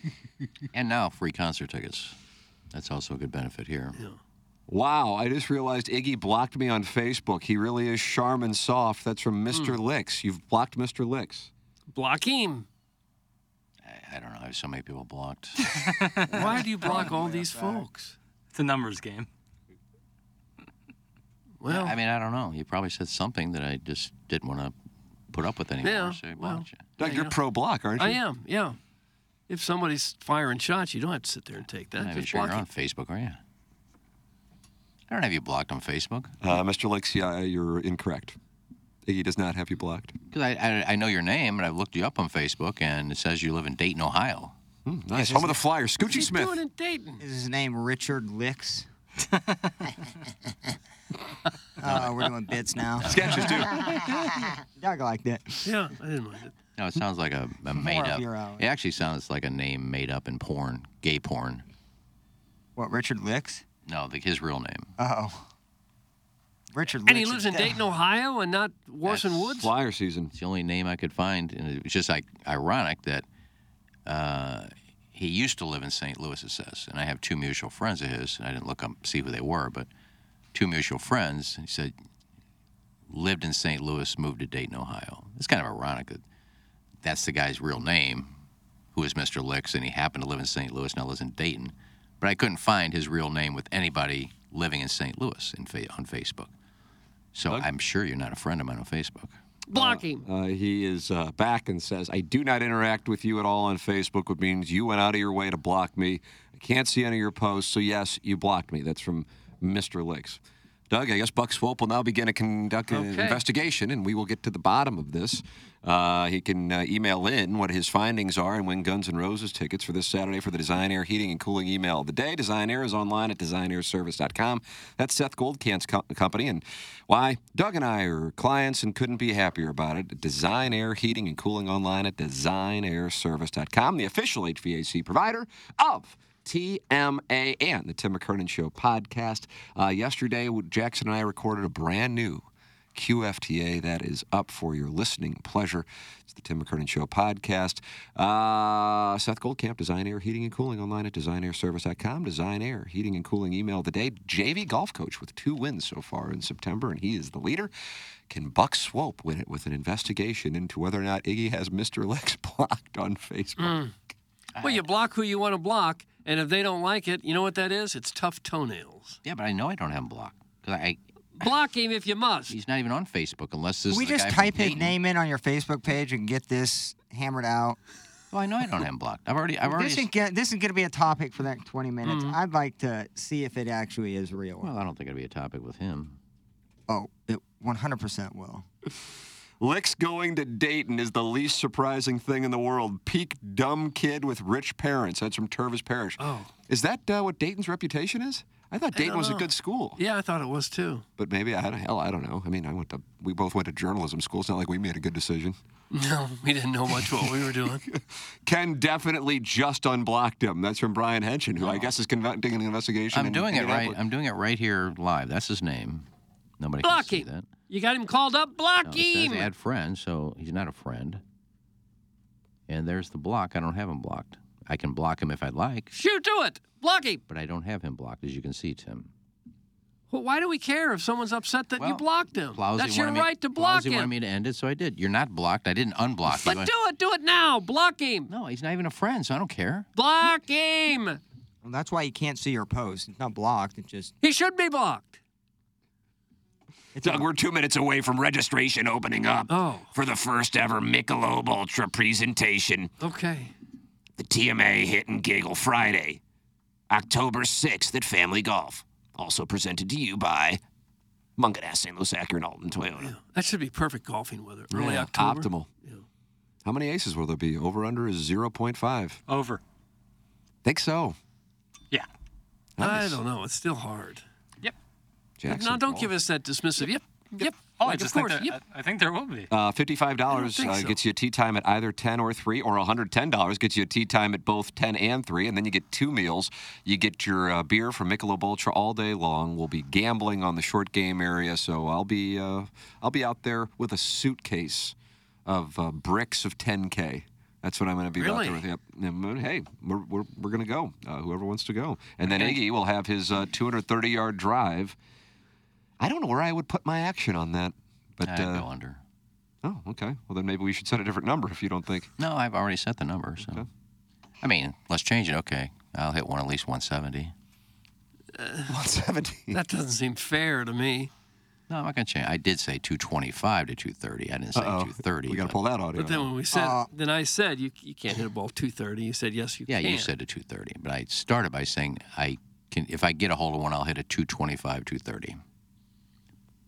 [SPEAKER 5] and now free concert tickets. That's also a good benefit here.
[SPEAKER 3] Wow, I just realized Iggy blocked me on Facebook. He really is Charmin Soft. That's from
[SPEAKER 4] Hmm.
[SPEAKER 3] Mr. Licks. You've blocked Mr. Licks.
[SPEAKER 4] Block him.
[SPEAKER 5] I, I don't know. I have so many people blocked.
[SPEAKER 4] Why do you block all these folks?
[SPEAKER 6] It's a numbers game.
[SPEAKER 4] Well,
[SPEAKER 5] I mean, I don't know. You probably said something that I just didn't want to put up with anymore.
[SPEAKER 4] Yeah,
[SPEAKER 5] so I
[SPEAKER 4] well.
[SPEAKER 5] blocked you.
[SPEAKER 3] Doug, you're pro block, aren't you?
[SPEAKER 4] I am. Yeah. If somebody's firing shots, you don't have to sit there and take that.
[SPEAKER 5] I'm not even
[SPEAKER 4] Just
[SPEAKER 5] sure
[SPEAKER 4] block
[SPEAKER 5] you're
[SPEAKER 4] him.
[SPEAKER 5] on Facebook, are you? I don't have you blocked on Facebook.
[SPEAKER 3] Uh, Mr. Licks, yeah, you're incorrect. Iggy does not have you blocked.
[SPEAKER 5] Because I, I, I know your name and I've looked you up on Facebook and it says you live in Dayton, Ohio.
[SPEAKER 3] Nice. Home of the Flyers, Scoochie
[SPEAKER 4] He's
[SPEAKER 3] Smith.
[SPEAKER 4] doing in Dayton.
[SPEAKER 7] Is his name Richard Licks? uh, we're doing bits now.
[SPEAKER 3] Sketches, too.
[SPEAKER 7] Doug liked it.
[SPEAKER 4] Yeah, I didn't mind it.
[SPEAKER 5] No, it sounds like a, a made
[SPEAKER 7] Hmm. of
[SPEAKER 5] up.
[SPEAKER 7] your own.
[SPEAKER 5] It actually sounds like a name made up in porn, gay porn.
[SPEAKER 7] What, Richard Licks?
[SPEAKER 5] No, the, his real name.
[SPEAKER 7] Oh. Richard Licks.
[SPEAKER 4] And he lives in Dayton, Ohio, and not Warson
[SPEAKER 5] That's
[SPEAKER 4] Woods.
[SPEAKER 3] Flyer season.
[SPEAKER 5] It's the only name I could find, and it's just like ironic that uh, he used to live in St. Louis. It says, and I have two mutual friends of his, and I didn't look up see who they were, but two mutual friends. He said lived in St. Louis, moved to Dayton, Ohio. It's kind of ironic that that's the guy's real name, who is Mr. Licks, and he happened to live in St. Louis, now lives in Dayton. But I couldn't find his real name with anybody living in St. Louis in fa- on Facebook. So I'm sure you're not a friend of mine on Facebook.
[SPEAKER 4] Block him.
[SPEAKER 3] Uh, he is uh, back and says, I do not interact with you at all on Facebook, which means you went out of your way to block me. I can't see any of your posts, so yes, you blocked me. That's from Mr. Licks. Doug, I guess Buck Swope will now begin to conduct an
[SPEAKER 4] Okay.
[SPEAKER 3] investigation, and we will get to the bottom of this. Uh, he can uh, email in what his findings are and win Guns N' Roses tickets for this Saturday for the Design Air Heating and Cooling email of the day. Design Air is online at designairservice.com. That's Seth Goldkamp's co- company, and why Doug and I are clients and couldn't be happier about it. Design Air Heating and Cooling online at designairservice.com, the official HVAC provider of TMA and the Tim McKernan Show podcast. Uh, yesterday, Jackson and I recorded a brand new QFTA. That is up for your listening pleasure. It's the Tim McKernan Show podcast. Uh, Seth Goldcamp, Design Air Heating and Cooling, online at designairservice.com. Design Air Heating and Cooling email of the day. JV golf coach with two wins so far in September, and he is the leader. Can Buck Swope win it with an investigation into whether or not Iggy has Mr. Lex blocked on Facebook?
[SPEAKER 4] Well, you block who you want to block, and if they don't like it, you know what that is? It's tough toenails.
[SPEAKER 5] Yeah, but I know I don't have him blocked. 'Cause I,
[SPEAKER 4] Block him if you must.
[SPEAKER 5] he's not even on Facebook unless this
[SPEAKER 7] Can we
[SPEAKER 5] is the
[SPEAKER 7] just
[SPEAKER 5] guy from
[SPEAKER 7] type his
[SPEAKER 5] Dayton.
[SPEAKER 7] name in on your Facebook page and get this hammered out?
[SPEAKER 5] Well, I know I don't have him blocked. I've already, I've already.
[SPEAKER 7] This, is get, this is going to be a topic for the next 20 minutes.
[SPEAKER 4] Mm-hmm.
[SPEAKER 7] I'd like to see if it actually is real.
[SPEAKER 5] well, I don't think it'd be a topic with him.
[SPEAKER 7] oh, it 100% will.
[SPEAKER 3] Licks going to Dayton is the least surprising thing in the world. Peak dumb kid with rich parents. That's from Tervis Parish. Oh. Is that uh, what Dayton's reputation is? I thought Dayton was a good school,
[SPEAKER 4] Yeah, I thought it was too.
[SPEAKER 3] but maybe I hell I don't know. I mean, I went to we both went to journalism school. It's not like we made a good decision.
[SPEAKER 4] No, we didn't know much what we were doing.
[SPEAKER 3] Ken definitely just unblocked him. That's from Brian Henson, who I guess is conducting an investigation.
[SPEAKER 5] Oh. I'm
[SPEAKER 3] in
[SPEAKER 5] doing it right.
[SPEAKER 3] Indianapolis.
[SPEAKER 5] I'm doing it right here live. That's his name. Nobody can
[SPEAKER 4] Block
[SPEAKER 5] see
[SPEAKER 4] him.
[SPEAKER 5] that.
[SPEAKER 4] You got him called up. Block
[SPEAKER 5] No, it
[SPEAKER 4] him.
[SPEAKER 5] says add friend, so he's not a friend. And there's the block. I don't have him blocked. I can block him if I'd like,
[SPEAKER 4] Shoot to it. Block him.
[SPEAKER 5] but I don't have him blocked, as you can see, Tim.
[SPEAKER 4] Well, why do we care if someone's upset that you
[SPEAKER 5] Well,
[SPEAKER 4] blocked him?
[SPEAKER 5] Plowsy
[SPEAKER 4] That's your
[SPEAKER 5] wanted me-
[SPEAKER 4] right to block
[SPEAKER 5] Plowsy wanted
[SPEAKER 4] him.
[SPEAKER 5] me to end it, so I did. You're not blocked. I didn't unblock you. I-
[SPEAKER 4] But do it. Do it now. Block him.
[SPEAKER 5] no, he's not even a friend, so I don't care.
[SPEAKER 4] Block him.
[SPEAKER 7] Well, that's why you can't see your post. It's not blocked. It's just
[SPEAKER 4] He should be blocked.
[SPEAKER 9] Doug, we're two minutes away from registration opening up
[SPEAKER 4] Oh.
[SPEAKER 9] for the first ever Michelob Ultra presentation,
[SPEAKER 4] Okay.
[SPEAKER 9] the TMA Hit and Giggle Friday, October 6th at Family Golf. Also presented to you by Munganass, St. Louis Acura, and Alton Toyota.
[SPEAKER 4] That should be perfect golfing weather. Early
[SPEAKER 3] Yeah,
[SPEAKER 4] October.
[SPEAKER 3] Optimal. How many aces will there be? Over under is 0.5.
[SPEAKER 6] Over.
[SPEAKER 3] Think so.
[SPEAKER 6] Yeah.
[SPEAKER 4] I don't know. It's still hard.
[SPEAKER 6] Yep.
[SPEAKER 3] Jackson.
[SPEAKER 4] Now, don't give us that dismissive. Yep. Yep.
[SPEAKER 6] Oh, I
[SPEAKER 4] like, of
[SPEAKER 6] just
[SPEAKER 4] course.
[SPEAKER 6] think there,
[SPEAKER 4] Yep.
[SPEAKER 6] I, I think there will be.
[SPEAKER 3] Uh, Fifty-five dollars
[SPEAKER 4] think
[SPEAKER 3] uh,
[SPEAKER 4] so.
[SPEAKER 3] gets you a tea time at either ten or three, or hundred ten dollars gets you a tea time at both ten and three, and then you get two meals. You get your uh, beer from Michelob Ultra all day long. We'll be gambling on the short game area, so I'll be uh, I'll be out there with a suitcase of uh, bricks of ten k. That's what I'm going to be out
[SPEAKER 4] Really?
[SPEAKER 3] there with. Yep. And, uh, Hey, we're, we're, we're going to go. Uh, whoever wants to go, and then Iggy will have his uh, 230 yard drive. I don't know where I would put my action on that, but
[SPEAKER 5] I'd
[SPEAKER 3] uh,
[SPEAKER 5] go under.
[SPEAKER 3] Oh, okay. Well, then maybe we should set a different number if you don't think.
[SPEAKER 5] No, I've already set the number. So, I mean, let's change it. Okay, I'll hit one at least 170.
[SPEAKER 3] 170.
[SPEAKER 4] That doesn't seem fair to me.
[SPEAKER 5] No, I'm not gonna change. I did say 225 to 230. I didn't say 230.
[SPEAKER 3] We got to
[SPEAKER 5] but-
[SPEAKER 3] pull that audio.
[SPEAKER 4] But then when we said, then I said, you, you can't hit a ball 230. You said, yes, you
[SPEAKER 5] Yeah,
[SPEAKER 4] can.
[SPEAKER 5] you said to 230, but I started by saying I can. If I get a hold of one, I'll hit a 225, 230.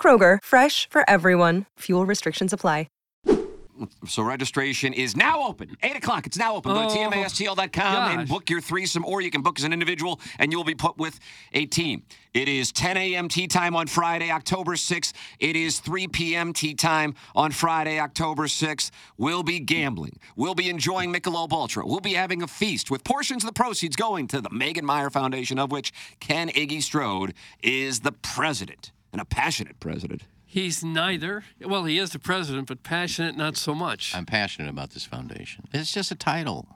[SPEAKER 10] Kroger, fresh for everyone. Fuel restrictions apply.
[SPEAKER 3] so registration is now.
[SPEAKER 9] Now open. 8 o'clock. It's now open. Go
[SPEAKER 4] Oh,
[SPEAKER 9] to TMASTL.com
[SPEAKER 4] gosh.
[SPEAKER 9] and book your threesome, or you can book as an individual and you'll be put with a team. It is 10 a.m. tea time on Friday, October 6th. It is 3 p.m. tea time on Friday, October 6th. We'll be gambling. We'll be enjoying Michelob Ultra. We'll be having a feast with portions of the proceeds going to the Megan Meyer Foundation, of which Ken Iggy Strode is the president and a passionate president.
[SPEAKER 4] He's neither. Well, he is the president, but passionate, not so much.
[SPEAKER 5] I'm passionate about this foundation. It's just a title.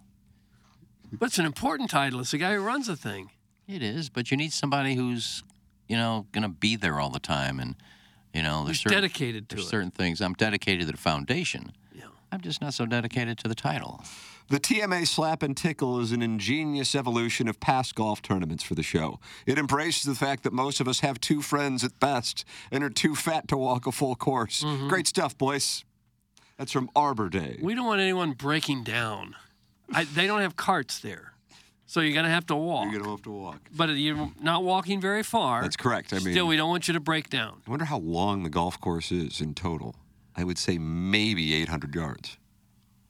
[SPEAKER 4] But it's an important title. It's the guy who runs the thing.
[SPEAKER 5] It is, but you need somebody who's, you know, gonna be there all the time, and you know, there's
[SPEAKER 4] Who's
[SPEAKER 5] certain,
[SPEAKER 4] dedicated to
[SPEAKER 5] there's
[SPEAKER 4] it.
[SPEAKER 5] certain things. I'm dedicated to the foundation. I'm just not so dedicated to the title.
[SPEAKER 3] The TMA Slap and Tickle is an ingenious evolution of past golf tournaments for the show. It embraces the fact that most of us have two friends at best and are too fat to walk a full course. Great stuff, boys. That's from Arbor Day.
[SPEAKER 4] We don't want anyone breaking down. I, they don't have carts there. So you're going to have to walk.
[SPEAKER 3] You're going to have to walk.
[SPEAKER 4] But you're not walking very far.
[SPEAKER 3] That's correct. I mean,
[SPEAKER 4] Still, we don't want you to break down.
[SPEAKER 3] I wonder how long the golf course is in total. I would say maybe 800 yards.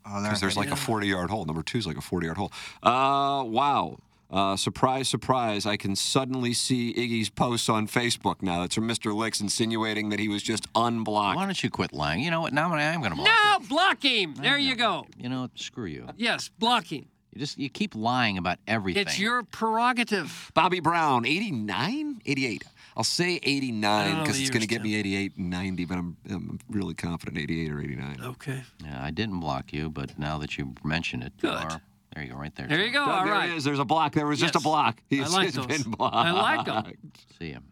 [SPEAKER 7] oh, they're
[SPEAKER 3] because there's like a 40 yard hole. Number two is like a 40 yard hole. Uh, wow. Uh, surprise, surprise. I can suddenly see Iggy's posts on Facebook now. That's from Mr. Licks insinuating that he was just unblocked.
[SPEAKER 5] Why don't you quit lying? You know what? Now I am gonna block.
[SPEAKER 4] No, block him. There you go.
[SPEAKER 5] You know, screw you.
[SPEAKER 4] Yes, block him.
[SPEAKER 5] You just you keep lying about everything.
[SPEAKER 4] It's your prerogative.
[SPEAKER 3] Bobby Brown, 89? 88. I'll say
[SPEAKER 4] I don't
[SPEAKER 3] 89
[SPEAKER 4] know
[SPEAKER 3] because
[SPEAKER 4] the
[SPEAKER 3] it's going to get
[SPEAKER 4] years, Tim.
[SPEAKER 3] me 88 and 90, but I'm, I'm really confident 88 or 89.
[SPEAKER 4] Okay.
[SPEAKER 5] Yeah, I didn't block you, but now that you mention it, you
[SPEAKER 4] Good.
[SPEAKER 5] are- there you go, right there.
[SPEAKER 4] There you go.
[SPEAKER 3] Oh,
[SPEAKER 4] All
[SPEAKER 3] there
[SPEAKER 4] right.
[SPEAKER 3] it is. There's a block. There was just
[SPEAKER 4] Yes.
[SPEAKER 3] a block. He's
[SPEAKER 4] I like
[SPEAKER 3] he's
[SPEAKER 4] those.
[SPEAKER 3] been blocked.
[SPEAKER 4] I like 'em.
[SPEAKER 5] See him.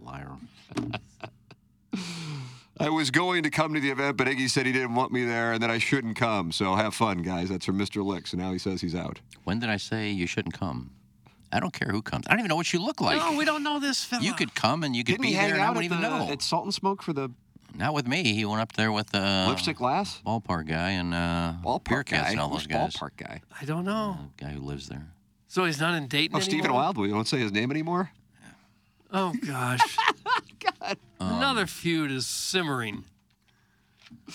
[SPEAKER 5] Liar.
[SPEAKER 3] I was going to come to the event, but Iggy said he didn't want me there and that I shouldn't come. So have fun, guys. That's from Mr. Licks, and now he says he's out.
[SPEAKER 5] When did I say you shouldn't come? I don't care who comes. I don't even know what you look like.
[SPEAKER 4] no, we don't know this fella.
[SPEAKER 5] You could come and you could
[SPEAKER 4] Didn't
[SPEAKER 5] be
[SPEAKER 4] he
[SPEAKER 5] there,
[SPEAKER 4] hang
[SPEAKER 5] and
[SPEAKER 4] out
[SPEAKER 5] I wouldn't
[SPEAKER 4] at
[SPEAKER 5] even
[SPEAKER 4] the-
[SPEAKER 5] know.
[SPEAKER 4] at
[SPEAKER 3] Salt and Smoke for the.
[SPEAKER 5] Not with me. He went up there with the
[SPEAKER 3] Lipstick Glass
[SPEAKER 5] ballpark guy and uh,
[SPEAKER 3] ballpark
[SPEAKER 5] Bearcats
[SPEAKER 3] guy.
[SPEAKER 5] Oh. and all
[SPEAKER 3] Who's
[SPEAKER 5] those guys.
[SPEAKER 3] ballpark guy?
[SPEAKER 4] I don't know.
[SPEAKER 5] Guy who lives there.
[SPEAKER 4] So he's not in Dayton
[SPEAKER 3] Oh, Stephen
[SPEAKER 4] anymore?
[SPEAKER 3] Wildwood. You don't say his name anymore.
[SPEAKER 4] Oh gosh. Another feud is simmering.
[SPEAKER 5] Oh.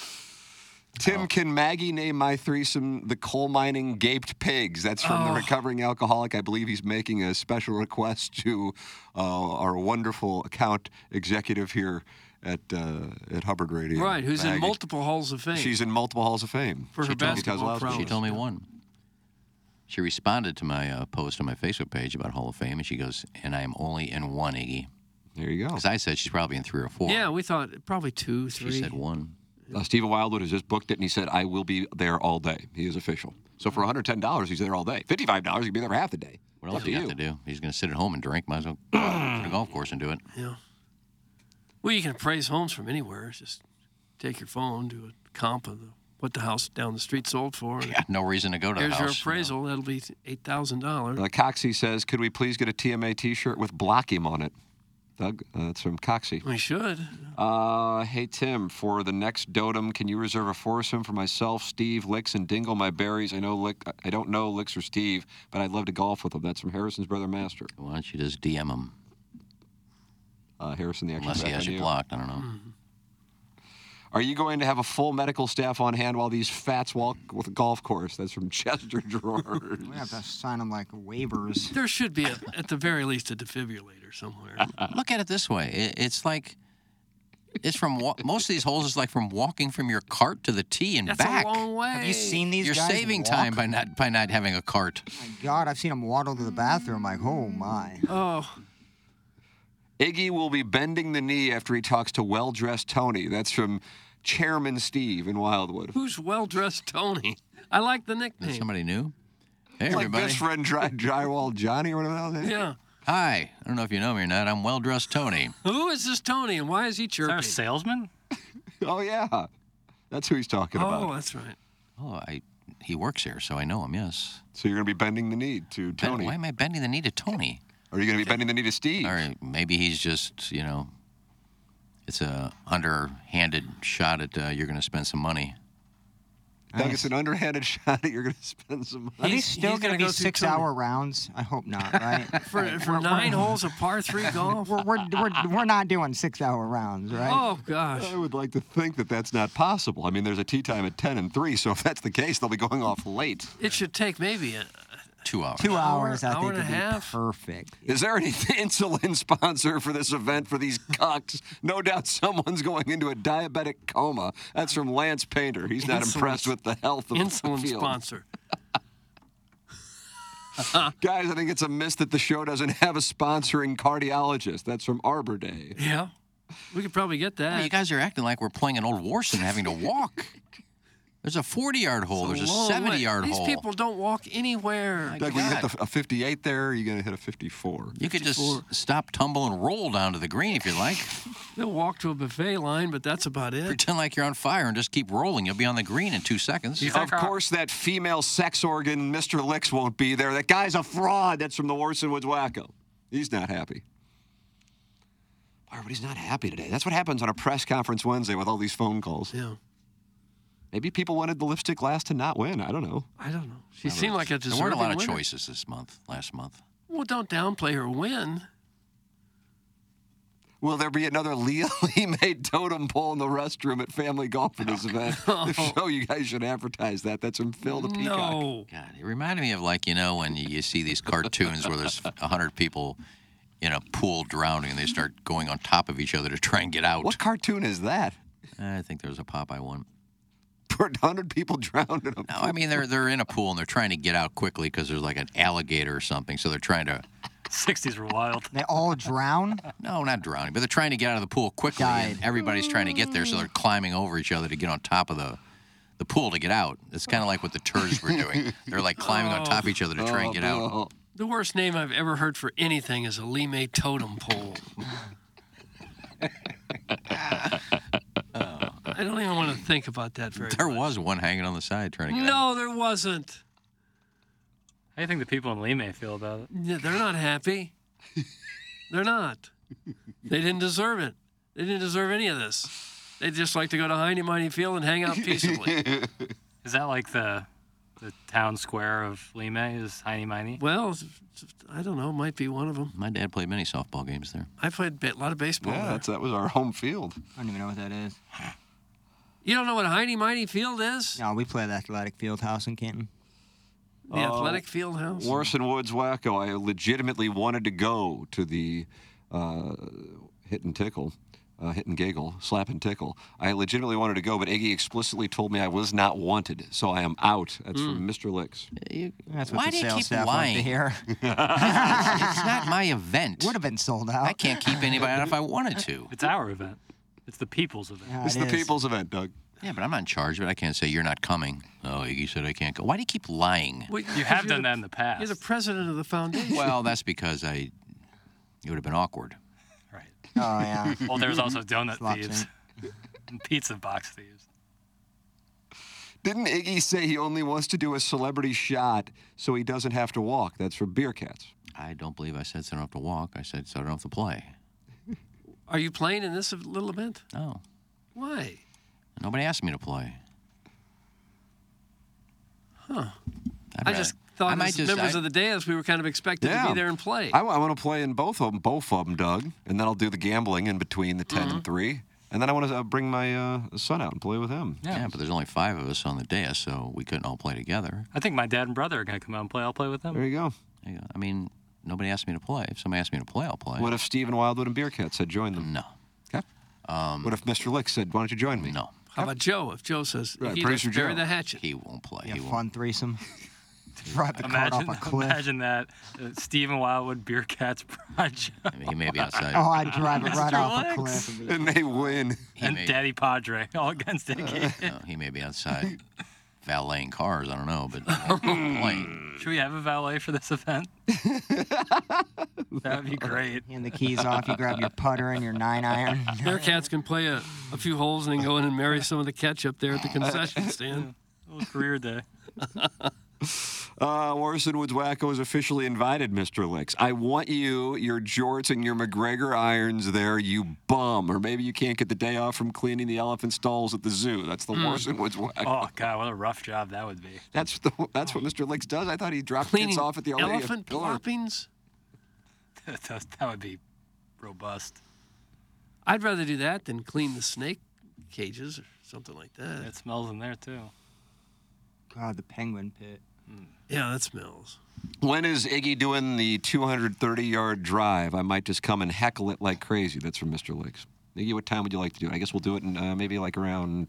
[SPEAKER 3] Tim, can Maggie name my threesome the coal mining gaped pigs? That's from the
[SPEAKER 4] Oh.
[SPEAKER 3] recovering alcoholic. I believe he's making a special request to uh, our wonderful account executive here at uh, at Hubbard Radio.
[SPEAKER 4] Right, who's in
[SPEAKER 3] Maggie.
[SPEAKER 4] multiple halls of fame.
[SPEAKER 3] She's in multiple halls of fame
[SPEAKER 4] For her
[SPEAKER 3] She told me
[SPEAKER 4] basketball
[SPEAKER 3] Kozlowski.
[SPEAKER 4] prowess.
[SPEAKER 5] She told me one. She responded to my uh, post on my Facebook page about Hall of Fame, and she goes, "And I am only in one, Iggy."
[SPEAKER 3] There you go.
[SPEAKER 5] Because I said she's probably in three or four.
[SPEAKER 4] Yeah, we thought probably two,
[SPEAKER 5] She
[SPEAKER 4] three.
[SPEAKER 5] said one.
[SPEAKER 3] Uh, Stephen Wildwood has just booked it, and he said, "I will be there all day." He is official. So for $110, he's there all day. $55, he can be there for half the day.
[SPEAKER 5] What
[SPEAKER 3] Up
[SPEAKER 5] else do you got to do? He's going to sit at home and drink. Might as well go to the golf course and do it.
[SPEAKER 4] Yeah. Well, you can appraise homes from anywhere. It's Just take your phone, do a comp of the, what the house down the street sold for. and
[SPEAKER 5] No reason to go to
[SPEAKER 4] Here's
[SPEAKER 5] the
[SPEAKER 4] your
[SPEAKER 5] house.
[SPEAKER 4] appraisal. That'll be eight thousand dollars.
[SPEAKER 3] Uh, Coxie says, "Could we please get a TMA T-shirt with Blockim on it?" Doug, uh, that's from Coxie.
[SPEAKER 4] We should.
[SPEAKER 3] Uh, hey Tim, for the next dotem, can you reserve a foursome for myself, Steve, Licks, and Dingle my berries? I know Lick, I don't know Licks or Steve, but I'd love to golf with them. That's from Harrison's brother Master.
[SPEAKER 5] Why don't you just DM him?
[SPEAKER 3] Uh, Harrison, the extra
[SPEAKER 5] Unless he
[SPEAKER 3] back
[SPEAKER 5] has
[SPEAKER 3] on
[SPEAKER 5] you
[SPEAKER 3] you. Hmm.
[SPEAKER 5] blocked. I don't know.
[SPEAKER 3] Are you going to have a full medical staff on hand while these fats walk with a golf course? That's from Chester Drawers.
[SPEAKER 7] We have to sign them like waivers.
[SPEAKER 4] There should be a, at the very least a defibrillator somewhere.
[SPEAKER 5] Look at it this way. It, it's like it's from wa- most of these holes is like from walking from your cart to the tee and
[SPEAKER 4] That's
[SPEAKER 5] back.
[SPEAKER 4] a long way.
[SPEAKER 7] Have you seen these
[SPEAKER 5] You're
[SPEAKER 7] guys
[SPEAKER 5] saving
[SPEAKER 7] walk?
[SPEAKER 5] time by not by not having a cart.
[SPEAKER 7] My God, I've seen them waddle to the bathroom. Like, oh my.
[SPEAKER 4] Oh,
[SPEAKER 3] Iggy will be bending the knee after he talks to well-dressed Tony. That's from Chairman Steve in Wildwood.
[SPEAKER 4] who's well dressed Tony? I like the
[SPEAKER 5] Is that
[SPEAKER 4] nickname.
[SPEAKER 5] somebody new? Hey
[SPEAKER 3] Like
[SPEAKER 5] everybody.
[SPEAKER 3] best friend dry, drywall Johnny or whatever. the hell his name is.
[SPEAKER 4] Yeah.
[SPEAKER 5] Hi. I don't know if you know me or not. I'm well dressed Tony.
[SPEAKER 4] Who is this Tony and why is he
[SPEAKER 6] Is that
[SPEAKER 4] chirping?
[SPEAKER 6] our salesman?
[SPEAKER 3] Oh yeah, that's who he's talking
[SPEAKER 4] oh,
[SPEAKER 3] about.
[SPEAKER 4] that's right.
[SPEAKER 5] Oh, I he works here, so I know him. Yes.
[SPEAKER 3] So you're gonna be bending the knee to
[SPEAKER 5] Ben,
[SPEAKER 3] Tony.
[SPEAKER 5] why am I bending the knee to Tony?
[SPEAKER 3] Or are you gonna be bending the knee to Steve?
[SPEAKER 5] Or maybe he's just you know, it's a underhanded shot at uh, you're going to spend some money.
[SPEAKER 3] Doug, it's an underhanded shot that you're gonna spend some
[SPEAKER 7] Are
[SPEAKER 3] money.
[SPEAKER 4] He's-
[SPEAKER 7] these still
[SPEAKER 4] he's gonna
[SPEAKER 7] going to be
[SPEAKER 4] go through
[SPEAKER 7] six
[SPEAKER 4] Tony.
[SPEAKER 7] hour rounds? I hope not, right?
[SPEAKER 4] For, for nine holes of par three golf.
[SPEAKER 7] we're, we're, we're, we're not doing six hour rounds, right?
[SPEAKER 4] Oh gosh.
[SPEAKER 3] I would like to think that that's not possible. I mean, there's a tea time at 10 and 3, so if that's the case, they'll be going off late.
[SPEAKER 4] It should take maybe a,
[SPEAKER 5] Two hours.
[SPEAKER 7] Two hours,
[SPEAKER 4] hour
[SPEAKER 7] I think,
[SPEAKER 4] and a
[SPEAKER 7] would be
[SPEAKER 4] half.
[SPEAKER 7] perfect.
[SPEAKER 3] Is there any insulin sponsor for this event for these cucks? No doubt someone's going into a diabetic coma. That's from Lance Painter. He's not
[SPEAKER 4] Insulin-
[SPEAKER 3] impressed with the health of
[SPEAKER 4] insulin
[SPEAKER 3] the field.
[SPEAKER 4] sponsor.
[SPEAKER 3] Guys, I think it's a miss that the show doesn't have a sponsoring cardiologist. That's from Arbor Day.
[SPEAKER 4] Yeah. We could probably get that.
[SPEAKER 5] Well, you guys are acting like we're playing an old Warson and having to walk. There's a 40 yard hole. There's a
[SPEAKER 4] long
[SPEAKER 5] 70
[SPEAKER 4] way.
[SPEAKER 5] yard
[SPEAKER 4] These
[SPEAKER 5] hole.
[SPEAKER 4] people don't walk anywhere.
[SPEAKER 3] Doug, you hit
[SPEAKER 5] God.
[SPEAKER 3] the, a 58 there, or you going to hit a 54?
[SPEAKER 5] You could just stop, tumble, and roll down to the green if you like.
[SPEAKER 4] They'll walk to a buffet line, but that's about it.
[SPEAKER 5] Pretend like you're on fire and just keep rolling. You'll be on the green in two seconds.
[SPEAKER 3] Of course, that female sex organ, Mr. Licks, won't be there. That guy's a fraud. That's from the Warson Woods Wacko. He's not happy. Why, Everybody's not happy today. That's what happens on a press conference Wednesday with all these phone calls.
[SPEAKER 4] Yeah.
[SPEAKER 3] Maybe people wanted the lipstick last to not win. I don't know.
[SPEAKER 4] I don't know. She seemed like a
[SPEAKER 5] There
[SPEAKER 4] deserving
[SPEAKER 5] weren't a lot of
[SPEAKER 4] winner.
[SPEAKER 5] choices this month, last month.
[SPEAKER 4] Well, don't downplay her win.
[SPEAKER 3] Will there be another legally made totem pole in the restroom at Family Golf for this event? If so, you guys should advertise that. That's from Phil the Peacock.
[SPEAKER 4] No.
[SPEAKER 5] God, it reminded me of like, you know, when you you see these cartoons where there's 100 people in a pool drowning and they start going on top of each other to try and get out.
[SPEAKER 3] What cartoon is that?
[SPEAKER 5] I think there was a Popeye one.
[SPEAKER 3] For 100 people drowned in a
[SPEAKER 5] No, I mean they're they're in a pool and they're trying to get out quickly because there's like an alligator or something. So they're trying to
[SPEAKER 6] 60s were wild.
[SPEAKER 7] They all drown?
[SPEAKER 5] no, not drowning, but they're trying to get out of the pool quickly. And
[SPEAKER 7] Died.
[SPEAKER 5] everybody's trying to get there, so they're climbing over each other to get on top of the the pool to get out. It's kind of like what the turds were doing. They're like climbing on top of each other to try and get
[SPEAKER 3] Oh,
[SPEAKER 5] out.
[SPEAKER 4] The worst name I've ever heard for anything is a Lee May totem pole. I don't even want to think about that very
[SPEAKER 5] There
[SPEAKER 4] much.
[SPEAKER 5] was one hanging on the side trying to get out.
[SPEAKER 4] No, there wasn't.
[SPEAKER 6] How do you think the people in Lima feel about it?
[SPEAKER 4] Yeah, they're not happy. they're not. They didn't deserve it. They didn't deserve any of this. They just like to go to Heine Mighty Field and hang out peaceably.
[SPEAKER 6] Is that like the the town square of Lima? Is Heiny Miney?
[SPEAKER 4] well, I don't know. Might be one of them.
[SPEAKER 5] My dad played many softball games there.
[SPEAKER 4] I played a lot of baseball.
[SPEAKER 5] Yeah,
[SPEAKER 4] there.
[SPEAKER 5] that's-
[SPEAKER 3] that was our home field.
[SPEAKER 7] I don't even know what that is.
[SPEAKER 4] You don't know what Heiny Mighty Field is?
[SPEAKER 7] No, we play at the athletic field house in Canton.
[SPEAKER 4] The
[SPEAKER 5] Uh,
[SPEAKER 4] athletic field house?
[SPEAKER 3] Warson Woods Wacko. I legitimately wanted to go to the uh, hit and tickle, uh, hit and giggle, slap and tickle. I legitimately wanted to go, but Iggy explicitly told me I was not wanted, so I am out. That's
[SPEAKER 4] Mm.
[SPEAKER 3] from Mr. Licks.
[SPEAKER 7] That's what
[SPEAKER 5] Why
[SPEAKER 7] the
[SPEAKER 5] do you
[SPEAKER 7] sales
[SPEAKER 5] keep
[SPEAKER 7] staff
[SPEAKER 5] lying?
[SPEAKER 7] like to hear.
[SPEAKER 5] It's not my event.
[SPEAKER 7] Would have been sold out.
[SPEAKER 5] I can't keep anybody out if I wanted to.
[SPEAKER 6] It's our event. It's the people's event.
[SPEAKER 7] Yeah,
[SPEAKER 3] It's
[SPEAKER 7] it
[SPEAKER 3] the
[SPEAKER 7] is.
[SPEAKER 3] people's event, Doug.
[SPEAKER 5] Yeah, but I'm not in charge of it. I can't say you're not coming. Oh, Iggy said I can't go. Why do you keep lying?
[SPEAKER 4] Well,
[SPEAKER 6] You have done that in the
[SPEAKER 4] You're
[SPEAKER 6] past.
[SPEAKER 4] the president of the foundation.
[SPEAKER 5] Well, that's because I. It would have been awkward.
[SPEAKER 6] Right.
[SPEAKER 7] Oh yeah.
[SPEAKER 6] Well, there's also donut
[SPEAKER 7] Slop
[SPEAKER 6] thieves and pizza box thieves.
[SPEAKER 3] Didn't Iggy say he only wants to do a celebrity shot so he doesn't have to walk? That's for beer cats.
[SPEAKER 5] I don't believe I said so I don't have to walk. I said so I don't have to play.
[SPEAKER 4] Are you playing in this little event?
[SPEAKER 5] No.
[SPEAKER 4] Why?
[SPEAKER 5] Nobody asked me to play. Huh.
[SPEAKER 4] I just thought
[SPEAKER 5] I might
[SPEAKER 4] as
[SPEAKER 5] just-
[SPEAKER 4] members
[SPEAKER 5] I-
[SPEAKER 4] of the dais, we were kind of expected to be there and play.
[SPEAKER 3] I, want to play in both of them, both of them, Doug, and then I'll do the gambling in between the 10
[SPEAKER 4] Mm-hmm.
[SPEAKER 3] and three, and then I want to uh, bring my uh, son out and play with him.
[SPEAKER 5] Yeah. but there's only five of us on the dais, so we couldn't all play together.
[SPEAKER 6] I think my dad and brother are gonna come out and play. I'll play with them.
[SPEAKER 3] There you go.
[SPEAKER 5] I I mean, nobody asked me to play. If somebody asked me to play, I'll play.
[SPEAKER 3] What if Steven Wildwood and Beer Cats had joined them?
[SPEAKER 5] No,
[SPEAKER 3] Okay. what if Mr. Lick said, "Why don't you join me?"
[SPEAKER 5] no,
[SPEAKER 4] How about Joe? If Joe says,
[SPEAKER 3] Right,
[SPEAKER 4] he
[SPEAKER 3] producer
[SPEAKER 4] bury
[SPEAKER 3] Joe.
[SPEAKER 4] the hatchet.
[SPEAKER 5] he won't play.
[SPEAKER 7] Yeah,
[SPEAKER 5] he won't.
[SPEAKER 7] fun threesome. Brought the cart
[SPEAKER 6] Imagine,
[SPEAKER 7] off a cliff.
[SPEAKER 6] imagine that. Uh, Stephen Wildwood, Beer Cats Project,
[SPEAKER 5] I mean, he may be outside.
[SPEAKER 7] Oh, I'd drive it right
[SPEAKER 6] Lex.
[SPEAKER 7] off a cliff. and be-
[SPEAKER 3] And they win.
[SPEAKER 5] he,
[SPEAKER 6] and
[SPEAKER 5] may,
[SPEAKER 6] Daddy Padre, all against Iggy.
[SPEAKER 5] no, he may be outside valeting cars. I don't know, but he won't play.
[SPEAKER 6] Should we have a valet for this event? That'd be great.
[SPEAKER 7] Hand the keys off. You grab your putter and your nine iron.
[SPEAKER 4] Bearcats can play a, a few holes and then go in and marry some of the ketchup there at the concession stand.
[SPEAKER 6] Little career day.
[SPEAKER 3] Uh, Orson Woods Wacko is officially invited, Mr. Licks. I want you, your jorts, and your McGregor irons there, you bum. Or maybe you can't get the day off from cleaning the elephant stalls at the zoo. That's the
[SPEAKER 4] Hmm.
[SPEAKER 3] Orson Woods Wacko.
[SPEAKER 6] Oh God, what a rough job that would be.
[SPEAKER 3] That's the, that's what Mr. Licks does. I thought he dropped
[SPEAKER 4] Cleaning
[SPEAKER 3] kids off at the already
[SPEAKER 4] elephant
[SPEAKER 3] pillar.
[SPEAKER 4] ploppings.
[SPEAKER 6] that that would be robust.
[SPEAKER 4] I'd rather do that than clean the snake cages or something like that.
[SPEAKER 6] It smells in there too.
[SPEAKER 7] God, the penguin pit.
[SPEAKER 4] Yeah, that smells.
[SPEAKER 3] When is Iggy doing the 230 yard drive? I might just come and heckle it like crazy. That's from Mr. Licks. Iggy, what time would you like to do it? I guess we'll do it in uh, maybe like around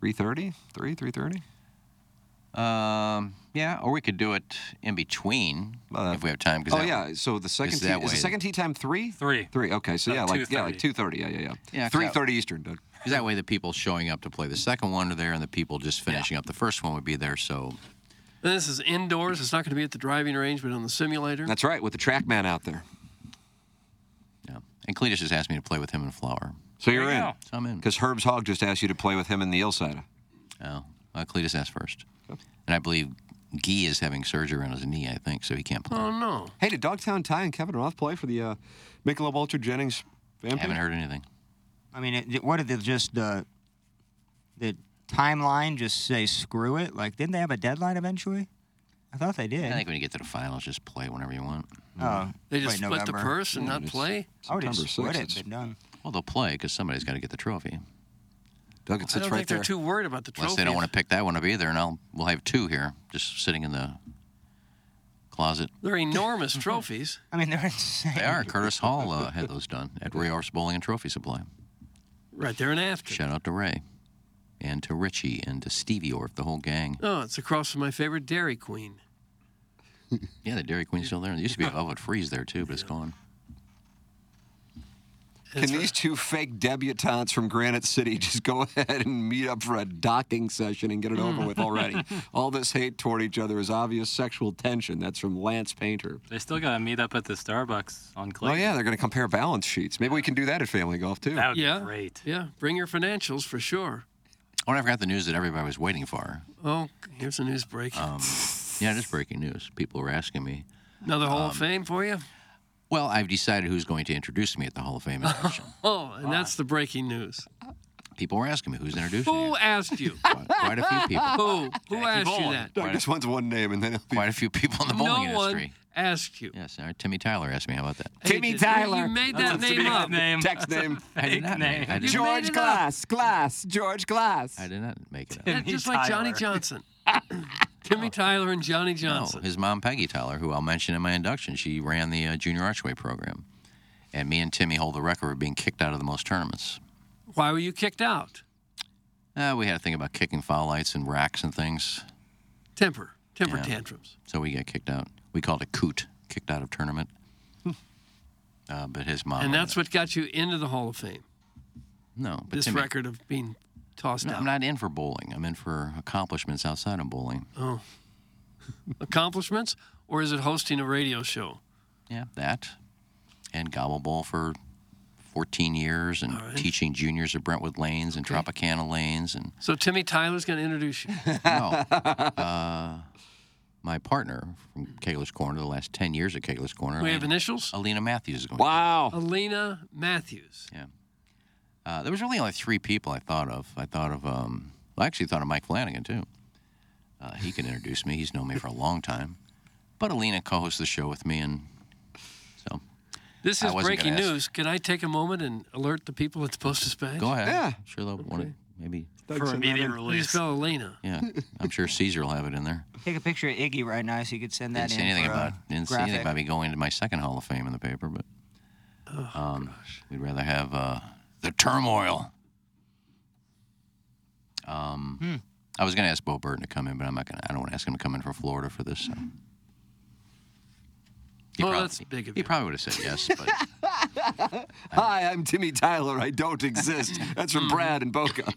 [SPEAKER 3] 3:30, 3, 3:30.
[SPEAKER 5] Um, yeah, or we could do it in between if we have time. 'cause
[SPEAKER 3] Oh
[SPEAKER 5] that-
[SPEAKER 3] yeah, so the second
[SPEAKER 5] that
[SPEAKER 3] tea, is
[SPEAKER 5] way-
[SPEAKER 3] the second tea time three?
[SPEAKER 6] Three.
[SPEAKER 3] Three. Okay, so
[SPEAKER 6] Uh,
[SPEAKER 3] yeah, like yeah, like
[SPEAKER 6] 2:30.
[SPEAKER 3] 2:30. Yeah, yeah, yeah.
[SPEAKER 5] Yeah, 'cause
[SPEAKER 3] 3:30 Eastern, Doug.
[SPEAKER 5] Because that way, the people showing up to play the second one are there, and the people just finishing up the first one would be there. So
[SPEAKER 4] And this is indoors. It's not going to be at the driving range, but on the simulator.
[SPEAKER 3] That's right, with the TrackMan out there.
[SPEAKER 5] Yeah. And Cletus just asked me to play with him and Flower.
[SPEAKER 3] So you're
[SPEAKER 6] you
[SPEAKER 3] in.
[SPEAKER 6] go.
[SPEAKER 5] So I'm in.
[SPEAKER 3] Because Herb's Hog just asked you to play with him in the Ilsada.
[SPEAKER 5] Oh, well, Cletus asked first. And I believe Guy is having surgery on his knee, I think, so he can't play.
[SPEAKER 4] Oh no!
[SPEAKER 3] Hey, did Dogtown Ty and Kevin Roth play for the uh, Michelob Ultra Jennings fan
[SPEAKER 5] Haven't
[SPEAKER 3] page?
[SPEAKER 5] heard anything.
[SPEAKER 7] I mean, it, what did they just the the timeline just say screw it? Like, didn't they have a deadline eventually? I thought they did.
[SPEAKER 5] I think when you get to the finals, just play whenever you want.
[SPEAKER 7] oh,
[SPEAKER 4] They just
[SPEAKER 7] wait,
[SPEAKER 4] split
[SPEAKER 7] November.
[SPEAKER 4] the purse and not
[SPEAKER 3] it's-
[SPEAKER 4] play.
[SPEAKER 7] I would have
[SPEAKER 3] September
[SPEAKER 7] just split
[SPEAKER 3] 6th,
[SPEAKER 7] it.
[SPEAKER 3] it's-
[SPEAKER 7] Been done.
[SPEAKER 5] Well, they'll play because somebody's got to get the trophy.
[SPEAKER 3] Doug, it
[SPEAKER 4] I
[SPEAKER 3] sits
[SPEAKER 4] don't
[SPEAKER 3] right
[SPEAKER 4] think they're
[SPEAKER 3] there.
[SPEAKER 4] too worried about the trophy.
[SPEAKER 5] Unless they don't want to pick that one up either, and I'll we'll have two here just sitting in the closet.
[SPEAKER 4] They're enormous trophies.
[SPEAKER 7] I mean, they're insane.
[SPEAKER 5] They are. Curtis Hall uh, had those done at Ray Orf's Bowling and Trophy Supply.
[SPEAKER 4] Right there and after.
[SPEAKER 5] Shout out to Ray and to Richie and to Stevie Orf, the whole gang.
[SPEAKER 4] Oh, it's across from my favorite Dairy Queen.
[SPEAKER 5] Yeah, the Dairy Queen's still there. There used to be a Velvet Freeze there, too, but it's gone.
[SPEAKER 3] Can these two fake debutantes from Granite City just go ahead and meet up for a docking session and get it over with already? All this hate toward each other is obvious sexual tension. That's from Lance Painter.
[SPEAKER 6] They still gotta meet up at the Starbucks on Clay.
[SPEAKER 3] Oh, yeah, they're going to compare balance sheets. Maybe we can do that at Family Golf, too.
[SPEAKER 6] That would
[SPEAKER 4] Yeah.
[SPEAKER 6] be great.
[SPEAKER 4] Yeah, bring your financials for sure.
[SPEAKER 5] Oh, and I forgot the news that everybody was waiting for.
[SPEAKER 4] Oh, here's a news break.
[SPEAKER 5] Yeah, just breaking news. People were asking me.
[SPEAKER 4] Another Hall
[SPEAKER 5] Um,
[SPEAKER 4] of Fame for you?
[SPEAKER 5] Well, I've decided who's going to introduce me at the Hall of Fame induction.
[SPEAKER 4] Oh, and that's the breaking news.
[SPEAKER 5] People were asking me who's introducing me.
[SPEAKER 4] Who asked you?
[SPEAKER 5] Quite a few people.
[SPEAKER 4] Who? Who asked you that?
[SPEAKER 5] Quite a-
[SPEAKER 11] Just wants one name, and then
[SPEAKER 5] quite a few people in the bowling
[SPEAKER 4] no
[SPEAKER 5] industry.
[SPEAKER 4] one asked you.
[SPEAKER 5] Yes, all right, Timmy Tyler asked me. How about that?
[SPEAKER 4] Timmy Tyler. You made that name up.
[SPEAKER 3] Text name.
[SPEAKER 5] I did not. Make, I did not-
[SPEAKER 4] George Glass.
[SPEAKER 3] Glass. George Glass.
[SPEAKER 5] I did not make it up.
[SPEAKER 4] Yeah, just like Johnny Johnson. Timmy Tyler and Johnny Johnson.
[SPEAKER 5] No, Oh, his mom, Peggy Tyler, who I'll mention in my induction, she ran the uh, junior archway program. And me and Timmy hold the record of being kicked out of the most tournaments.
[SPEAKER 4] Why were you kicked out?
[SPEAKER 5] Uh, we had a thing about kicking foul lights and racks and things.
[SPEAKER 4] Temper. Temper
[SPEAKER 5] Yeah.
[SPEAKER 4] tantrums.
[SPEAKER 5] So we got kicked out. We called it coot, kicked out of tournament. uh, but his mom.
[SPEAKER 4] Hmm. and that's what got you into the Hall of Fame.
[SPEAKER 5] no, but
[SPEAKER 4] this
[SPEAKER 5] Timmy-
[SPEAKER 4] record of being tossed
[SPEAKER 5] No,
[SPEAKER 4] out.
[SPEAKER 5] I'm not in for bowling. I'm in for accomplishments outside of bowling.
[SPEAKER 4] Oh. Accomplishments? Or is it hosting a radio show?
[SPEAKER 5] Yeah, that. And gobble bowl for 14 years and teaching juniors at Brentwood Lanes and Tropicana Lanes and
[SPEAKER 4] So Timmy Tyler's going to introduce you.
[SPEAKER 5] no. uh, my partner from Kegler's Corner, the last 10 years at Kegler's Corner.
[SPEAKER 4] We have
[SPEAKER 5] Alina-
[SPEAKER 4] initials?
[SPEAKER 5] Alina Matthews is going.
[SPEAKER 3] Wow.
[SPEAKER 4] Alina Matthews.
[SPEAKER 5] Uh, there was really only three people I thought of. I thought of, um, I actually thought of Mike Flanagan, too. Uh, he can introduce me. He's known me for a long time. But Alina co hosts the show with me, and so.
[SPEAKER 4] This
[SPEAKER 5] I
[SPEAKER 4] is
[SPEAKER 5] wasn't
[SPEAKER 4] breaking
[SPEAKER 5] gonna ask-
[SPEAKER 4] news. Can I take a moment and alert the people at the Post Dispatch?
[SPEAKER 5] Go ahead.
[SPEAKER 3] Yeah.
[SPEAKER 5] Sure, they'll want to maybe.
[SPEAKER 12] for immediate release.
[SPEAKER 4] Spell Elena.
[SPEAKER 5] Yeah, I'm sure Caesar will have it in there.
[SPEAKER 7] Take a picture of Iggy right now, so you could send that
[SPEAKER 5] didn't see
[SPEAKER 7] in.
[SPEAKER 5] anything
[SPEAKER 7] for uh, a
[SPEAKER 5] about didn't see anything
[SPEAKER 7] graphic.
[SPEAKER 5] about me going to my second Hall of Fame in the paper, but um, we'd rather have uh, the turmoil. Um,
[SPEAKER 4] Hmm.
[SPEAKER 5] I was going to ask Bo Burton to come in, but I'm not going. to I don't want to ask him to come in for Florida for this. So. He
[SPEAKER 4] Well,
[SPEAKER 5] prob-
[SPEAKER 4] that's big of
[SPEAKER 5] He
[SPEAKER 4] you.
[SPEAKER 5] probably would have said yes, but
[SPEAKER 3] Hi, I'm Timmy Tyler. I don't exist. That's from Brad and Boca.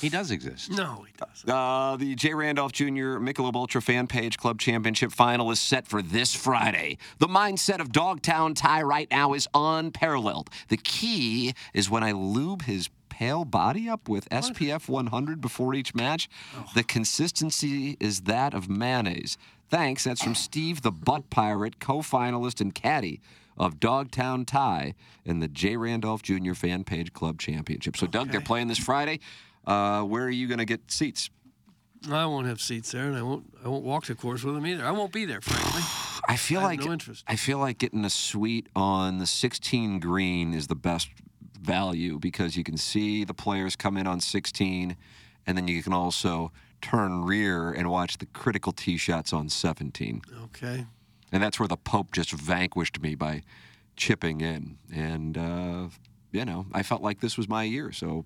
[SPEAKER 5] he does exist.
[SPEAKER 4] No, he doesn't.
[SPEAKER 3] Uh, the J. Randolph Jr. Michelob Ultra Fan Page Club Championship Final is set for this Friday. The mindset of Dogtown Ty right now is unparalleled. The key is when I lube his pale body up with SPF 100 before each match, the consistency is that of mayonnaise. Thanks. That's from Steve the Butt Pirate, co-finalist and caddy of Dogtown Tie and the J. Randolph Jr. Fan Page Club Championship. So, Doug, they're playing this Friday. Uh, where are you going to get seats?
[SPEAKER 4] I won't have seats there, and I won't. I won't walk the course with him either. I won't be there, frankly.
[SPEAKER 3] I feel
[SPEAKER 4] I have
[SPEAKER 3] like
[SPEAKER 4] no interest.
[SPEAKER 3] I feel like getting a suite on the 16 green is the best value because you can see the players come in on 16, and then you can also turn rear and watch the critical tee shots on 17.
[SPEAKER 4] Okay.
[SPEAKER 3] And that's where the Pope just vanquished me by chipping in. And uh, you know, I felt like this was my year, so.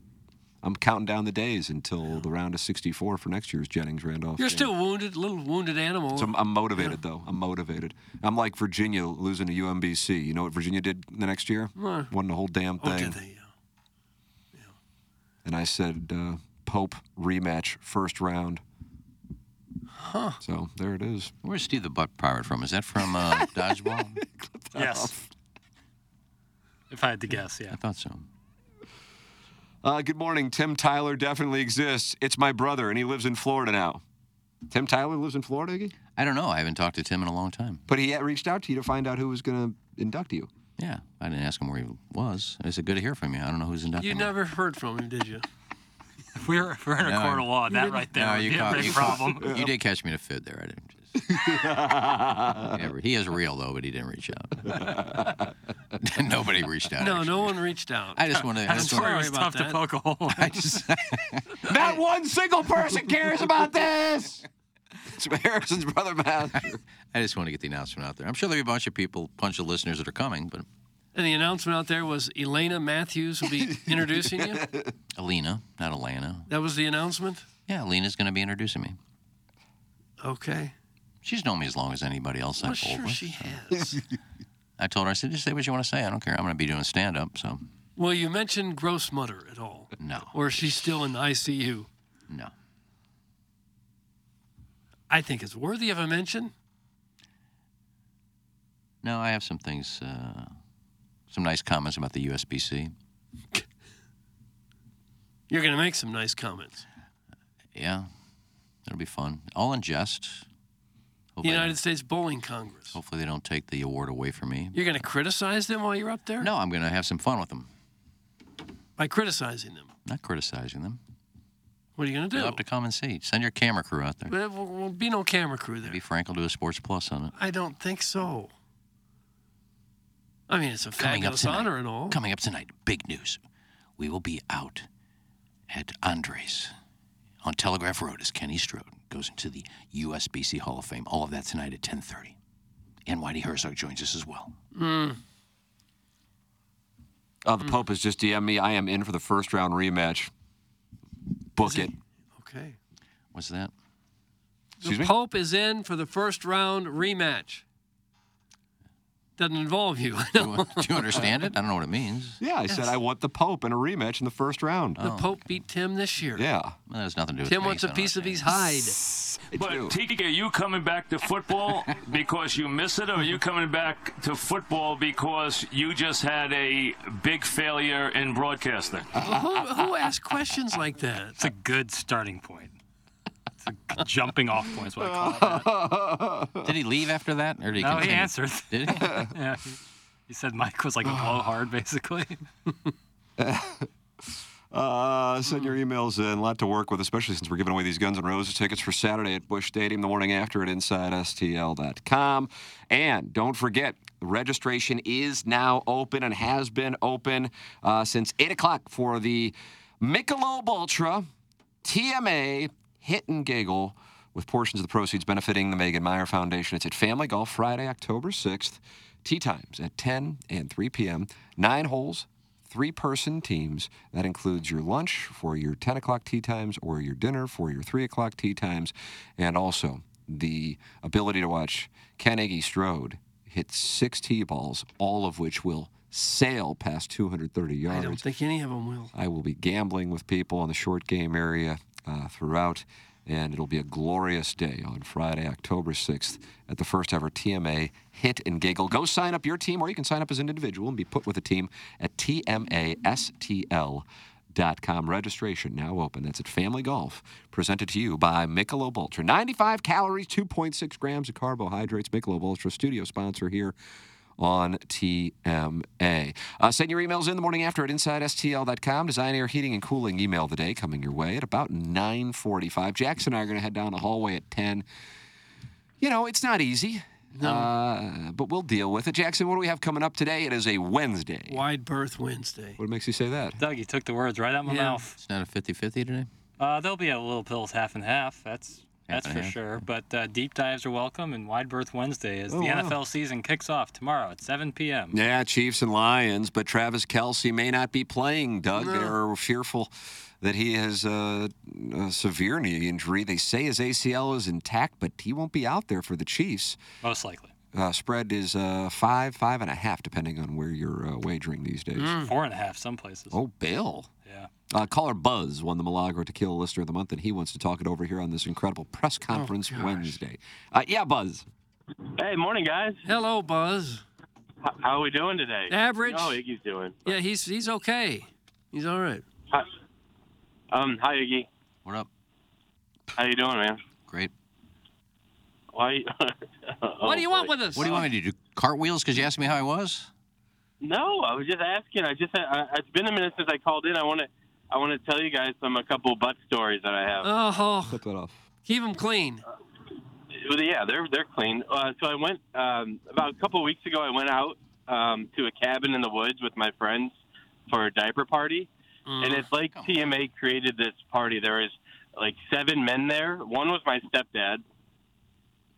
[SPEAKER 3] I'm counting down the days until the round of 64 for next year's Jennings Randolph.
[SPEAKER 4] You're
[SPEAKER 3] game.
[SPEAKER 4] still wounded, little wounded animal.
[SPEAKER 3] So I'm, I'm motivated, though. I'm motivated. I'm like Virginia losing to UMBC. You know what Virginia did the next year?
[SPEAKER 4] What?
[SPEAKER 3] Won the whole damn
[SPEAKER 4] oh,
[SPEAKER 3] thing.
[SPEAKER 4] did they?
[SPEAKER 3] And I said, uh, Pope rematch, first round. Huh. So there it is.
[SPEAKER 5] Where's Steve the Butt Pirate from? Is that from uh, Dodgeball?
[SPEAKER 4] uh,
[SPEAKER 12] Yes. If I had to guess, yeah.
[SPEAKER 5] I thought so.
[SPEAKER 3] Uh, good morning. Tim Tyler definitely exists. It's my brother, and he lives in Florida now. Tim Tyler lives in Florida, Iggy?
[SPEAKER 5] I don't know. I haven't talked to Tim in a long time.
[SPEAKER 3] But he had reached out to you to find out who was going to induct you.
[SPEAKER 5] Yeah, I didn't ask him where he was. I said, "Good to hear from you." I don't know who's inducting.
[SPEAKER 4] You
[SPEAKER 5] me.
[SPEAKER 4] never heard from him, did you?
[SPEAKER 12] If we were, if we were in a
[SPEAKER 5] No,
[SPEAKER 12] court of law, that
[SPEAKER 4] didn't-
[SPEAKER 12] right there
[SPEAKER 5] No,
[SPEAKER 12] would
[SPEAKER 5] you
[SPEAKER 12] be a
[SPEAKER 5] caught,
[SPEAKER 12] big
[SPEAKER 5] you caught-
[SPEAKER 12] problem.
[SPEAKER 5] you did catch me in a fib there. I didn't. Just, Whatever. he is real though, but he didn't reach out. Nobody reached out.
[SPEAKER 4] No,
[SPEAKER 5] actually.
[SPEAKER 4] no one reached out.
[SPEAKER 5] I just want to. I
[SPEAKER 12] I'm
[SPEAKER 5] just
[SPEAKER 12] sorry, it
[SPEAKER 5] wanna,
[SPEAKER 12] was
[SPEAKER 4] about
[SPEAKER 12] tough to
[SPEAKER 4] that.
[SPEAKER 12] poke a hole.
[SPEAKER 5] I just.
[SPEAKER 3] Not one single person cares about this! It's Harrison's brother, Master.
[SPEAKER 5] I just want to get the announcement out there. I'm sure there'll be a bunch of people, bunch of listeners that are coming, but
[SPEAKER 4] And the announcement out there was Elena Matthews will be introducing you.
[SPEAKER 5] Alina, not Alana.
[SPEAKER 4] That was the announcement.
[SPEAKER 5] Yeah, Alina's going to be introducing me.
[SPEAKER 4] Okay.
[SPEAKER 5] She's known me as long as anybody else
[SPEAKER 4] Well,
[SPEAKER 5] I've bowled
[SPEAKER 4] sure
[SPEAKER 5] with.
[SPEAKER 4] she has.
[SPEAKER 5] I told her, I said, just say what you want to say. I don't care. I'm going to be doing stand up, so
[SPEAKER 4] Will you mention Grossmutter at all?
[SPEAKER 5] no,
[SPEAKER 4] Or is she still in ICU?
[SPEAKER 5] no.
[SPEAKER 4] I think it's worthy of a mention.
[SPEAKER 5] No, I have some things, uh, some nice comments about the USBC.
[SPEAKER 4] You're going to make some nice comments.
[SPEAKER 5] Yeah, it'll be fun. All in jest. by now.
[SPEAKER 4] United States Bowling Congress.
[SPEAKER 5] Hopefully, they don't take the award away from me.
[SPEAKER 4] You're going to criticize them while you're up there?
[SPEAKER 5] No, I'm going to have some fun with them.
[SPEAKER 4] By criticizing them.
[SPEAKER 5] Not criticizing them.
[SPEAKER 4] What are you going to do?
[SPEAKER 5] You'll have to come and see. Send your camera crew out there.
[SPEAKER 4] There will will be no camera crew there.
[SPEAKER 5] Maybe Frank will do a Sports Plus on it.
[SPEAKER 4] I don't think so. I mean, it's a
[SPEAKER 5] Coming up
[SPEAKER 4] fabulous
[SPEAKER 5] tonight.
[SPEAKER 4] honor and all.
[SPEAKER 5] Coming up tonight, big news. We will be out at Andres on Telegraph Road as Kenny Strode goes into the USBC Hall of Fame. All of that tonight at 10:30. And Whitey Herzog joins us as well.
[SPEAKER 4] Mm.
[SPEAKER 3] Oh, the Pope has just DM'd me. I am in for the first round rematch. Book it.
[SPEAKER 4] Okay.
[SPEAKER 5] What's that?
[SPEAKER 3] Excuse
[SPEAKER 4] the
[SPEAKER 3] me?
[SPEAKER 4] Pope is in for the first round rematch. Doesn't involve you. do
[SPEAKER 5] you understand it? I don't know what it means.
[SPEAKER 3] Yeah, I said I want the Pope in a rematch in the first round.
[SPEAKER 4] The Pope beat Tim this year.
[SPEAKER 3] Uh, Yeah.
[SPEAKER 5] Well, there's nothing to
[SPEAKER 4] Tim wants a piece of his hide.
[SPEAKER 13] But TK, are you coming back to football because you miss it, or are you coming back to football because you just had a big failure in broadcasting?
[SPEAKER 7] Uh,
[SPEAKER 4] who, who asks questions like that?
[SPEAKER 14] It's a good starting point. It's a jumping off point, is what I call that.
[SPEAKER 5] Did he leave after that? Or did he
[SPEAKER 14] no, he
[SPEAKER 5] continue?
[SPEAKER 14] answered.
[SPEAKER 5] Did he?
[SPEAKER 14] yeah. he- He said Mike was like a blowhard, basically.
[SPEAKER 3] Uh, send your emails in. A lot to work with, especially since we're giving away these Guns N' Roses tickets for Saturday at Bush Stadium the morning after at InsideSTL.com. And don't forget, registration is now open and has been open uh, since 8 o'clock for the Michelob Ultra TMA Hit and Giggle with portions of the proceeds benefiting the Megan Meyer Foundation. It's at Family Golf Friday, October 6th. Tea times at 10 and 3 p.m. Nine holes, three person teams. That includes your lunch for your 10 o'clock tea times or your dinner for your 3 o'clock tea times, and also the ability to watch Ken Eggy Strode hit six tee balls, all of which will sail past 230 yards.
[SPEAKER 4] I don't think any of them will.
[SPEAKER 3] I will be gambling with people in the short game area uh, throughout, and it'll be a glorious day on Friday, October 6th, at the first ever TMA Hit and Giggle. Go sign up your team, or you can sign up as an individual and be put with a team at TMASTL.com. Registration now open. That's at Family Golf, presented to you by Michelob Ultra. 95 calories, 2.6 grams of carbohydrates. Michelob Ultra, studio sponsor here on TMA. Uh, send your emails in the morning after at InsideSTL.com. Design Air Heating and Cooling email of the day coming your way at about 9:45. Jackson and I are going to head down the hallway at 10. You know, it's not easy. Uh, but we'll deal with it. Jackson, what do we have coming up today? It is a Wednesday.
[SPEAKER 4] Wide Berth Wednesday.
[SPEAKER 3] What makes you say that?
[SPEAKER 14] Doug, you took the words right out of my mouth.
[SPEAKER 5] It's not a 50 50 today?
[SPEAKER 14] Uh, there'll be a little pills half and half. That's
[SPEAKER 5] Half
[SPEAKER 14] that's
[SPEAKER 5] and
[SPEAKER 14] for
[SPEAKER 5] half,
[SPEAKER 14] sure. But uh, deep dives are welcome, and Wide Berth Wednesday as
[SPEAKER 3] Oh,
[SPEAKER 14] the
[SPEAKER 3] wow.
[SPEAKER 14] NFL season kicks off tomorrow at 7 p.m.
[SPEAKER 3] Yeah, Chiefs and Lions, but Travis Kelsey may not be playing, Doug. They are fearful that he has uh, a severe knee injury. They say his ACL is intact, but he won't be out there for the Chiefs.
[SPEAKER 14] Most likely.
[SPEAKER 3] Uh, spread is uh, five, five and a half, depending on where you're uh, wagering these days.
[SPEAKER 14] Four and a half, some places.
[SPEAKER 3] Oh, Bill.
[SPEAKER 14] Yeah.
[SPEAKER 3] Uh, caller Buzz won the Milagro Tequila Listener of the Month, and he wants to talk it over here on this incredible press conference Wednesday. Uh, yeah, Buzz.
[SPEAKER 7] Hey, morning, guys.
[SPEAKER 4] Hello, Buzz.
[SPEAKER 7] H- How are we doing today?
[SPEAKER 4] Average.
[SPEAKER 7] How Iggy's doing?
[SPEAKER 4] Yeah, he's he's okay. He's all right.
[SPEAKER 7] Hi. Um, hi, Iggy.
[SPEAKER 5] What up?
[SPEAKER 7] How you doing, man?
[SPEAKER 5] Great.
[SPEAKER 7] Why? Oh,
[SPEAKER 4] What do you want with us?
[SPEAKER 5] What do you want me to do? Cartwheels because you asked me how I was?
[SPEAKER 7] No, I was just asking. I just I, it's been a minute since I called in. I want to I want to tell you guys some a couple butt stories that I have.
[SPEAKER 4] Oh,
[SPEAKER 3] Clip that off.
[SPEAKER 4] keep him clean.
[SPEAKER 7] Well, yeah, they're they're clean. Uh, so I went um, about a couple of weeks ago. I went out um, to a cabin in the woods with my friends for a diaper party, and it's like TMA created this party. There was like seven men there. One was my stepdad.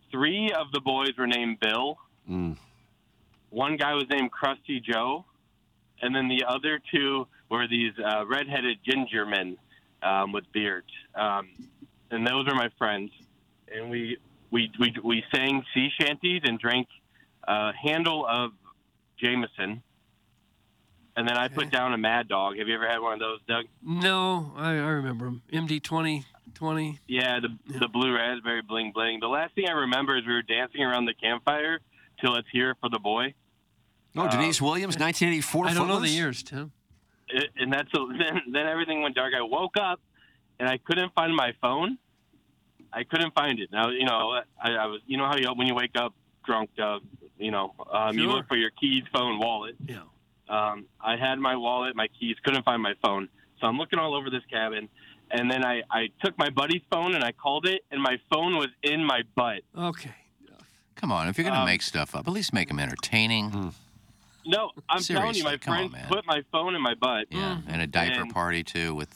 [SPEAKER 7] Three of the boys were named Bill.
[SPEAKER 3] Mm.
[SPEAKER 7] One guy was named Krusty Joe, and then the other two were these uh, redheaded ginger men um, with beards. Um, and those were my friends. And we we we, we sang sea shanties and drank a handle of Jameson. And then I put down a Mad Dog. Have you ever had one of those, Doug?
[SPEAKER 4] No, I, I remember him. MD twenty twenty.
[SPEAKER 7] Yeah, the the blue raspberry bling bling. The last thing I remember is we were dancing around the campfire till it's here for the boy.
[SPEAKER 3] Oh, Denise Williams, 1984.
[SPEAKER 4] I don't know the
[SPEAKER 3] Footloose?
[SPEAKER 4] years, Tim.
[SPEAKER 7] it- and that's a, then then everything went dark. I woke up and I couldn't find my phone,
[SPEAKER 15] I couldn't find it. Now you know I, I was. You know how you when you wake up drunk, uh, you know um, you
[SPEAKER 4] Sure.
[SPEAKER 15] look for your keys, phone, wallet.
[SPEAKER 4] Yeah.
[SPEAKER 15] Um, I had my wallet, my keys, couldn't find my phone, so I'm looking all over this cabin, and then I I took my buddy's phone and I called it, and my phone was in my butt.
[SPEAKER 4] Okay.
[SPEAKER 5] Come on, if you're
[SPEAKER 7] Um,
[SPEAKER 5] gonna make stuff up, at least make them entertaining.
[SPEAKER 7] hmm.
[SPEAKER 15] No, I'm telling you,
[SPEAKER 5] Seriously,
[SPEAKER 15] my
[SPEAKER 5] come on,
[SPEAKER 15] friend
[SPEAKER 5] man.
[SPEAKER 15] put my phone in my butt.
[SPEAKER 5] Yeah,
[SPEAKER 4] Hmm.
[SPEAKER 5] and a diaper party too with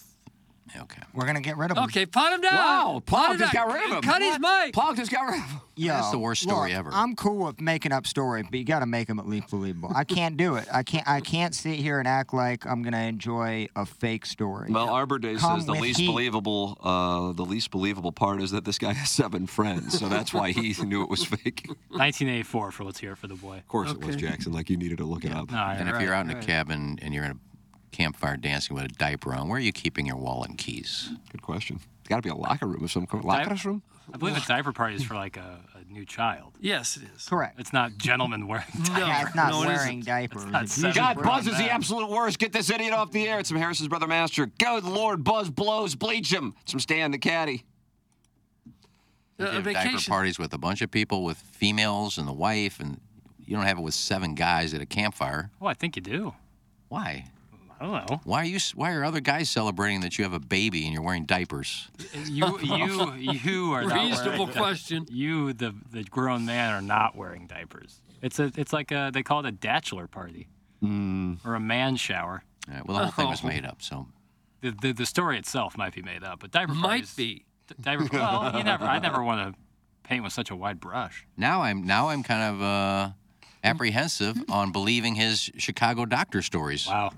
[SPEAKER 7] We're gonna get rid of him.
[SPEAKER 5] Okay,
[SPEAKER 4] pot him down.
[SPEAKER 5] Wow,
[SPEAKER 4] Plog Plog just got rid of him. cut his mic.
[SPEAKER 9] Plog just got rid of him.
[SPEAKER 7] Yo,
[SPEAKER 5] That's the worst story
[SPEAKER 7] look,
[SPEAKER 5] ever.
[SPEAKER 7] I'm cool with making up stories, but you got to make them at least believable. I can't do it. I can't. I can't sit here and act like I'm gonna enjoy a fake story.
[SPEAKER 3] Well, Arbor Day
[SPEAKER 7] Come
[SPEAKER 3] says the
[SPEAKER 7] with
[SPEAKER 3] least
[SPEAKER 7] heat.
[SPEAKER 3] believable, uh, the least believable part is that this guy has seven friends, so that's why he knew it was fake.
[SPEAKER 6] 1984 for Let's Hear It for the Boy.
[SPEAKER 3] Of course, it was Jackson. Like you needed to look it up.
[SPEAKER 5] and if you're out in a cabin and you're in a campfire dancing with a diaper on, where are you keeping your wallet and
[SPEAKER 4] Uh,
[SPEAKER 5] keys?
[SPEAKER 3] Good question. It's got to be a locker room of some kind.
[SPEAKER 6] Di-
[SPEAKER 3] Locker room?
[SPEAKER 6] I believe a diaper party is for like a, a new child.
[SPEAKER 4] Yes, it is.
[SPEAKER 7] Correct.
[SPEAKER 6] It's not gentlemen wearing diapers.
[SPEAKER 7] yeah, it's not wearing diapers.
[SPEAKER 6] It's not
[SPEAKER 9] God,
[SPEAKER 6] seven
[SPEAKER 9] Buzz is
[SPEAKER 6] grand.
[SPEAKER 9] the absolute worst. Get this idiot off the air. It's some Harris's brother master. Good Lord, Buzz blows. Bleach him. It's from Stan the caddy.
[SPEAKER 5] You have diaper parties with a bunch of people, with females and the wife, and you don't have it with seven guys at a campfire.
[SPEAKER 6] Oh, I think you do.
[SPEAKER 5] Why?
[SPEAKER 6] I don't know.
[SPEAKER 5] Why are you? Why are other guys celebrating that you have a baby and you're wearing diapers?
[SPEAKER 6] You, you, you are not wearing
[SPEAKER 4] Reasonable
[SPEAKER 6] diapers.
[SPEAKER 4] question.
[SPEAKER 6] You, the the grown man, are not wearing diapers. It's a, it's like a, they call it a bachelor party or a man shower.
[SPEAKER 5] All right, Uh, well, the whole thing
[SPEAKER 4] Oh.
[SPEAKER 5] was made up, so
[SPEAKER 6] The, the the story itself might be made up, but diaper
[SPEAKER 4] Might
[SPEAKER 6] parties,
[SPEAKER 4] be.
[SPEAKER 6] d- diaper. Well, you never. I never want to paint with such a wide brush.
[SPEAKER 5] now I'm now I'm kind of uh, apprehensive on believing his Chicago doctor stories.
[SPEAKER 6] Wow.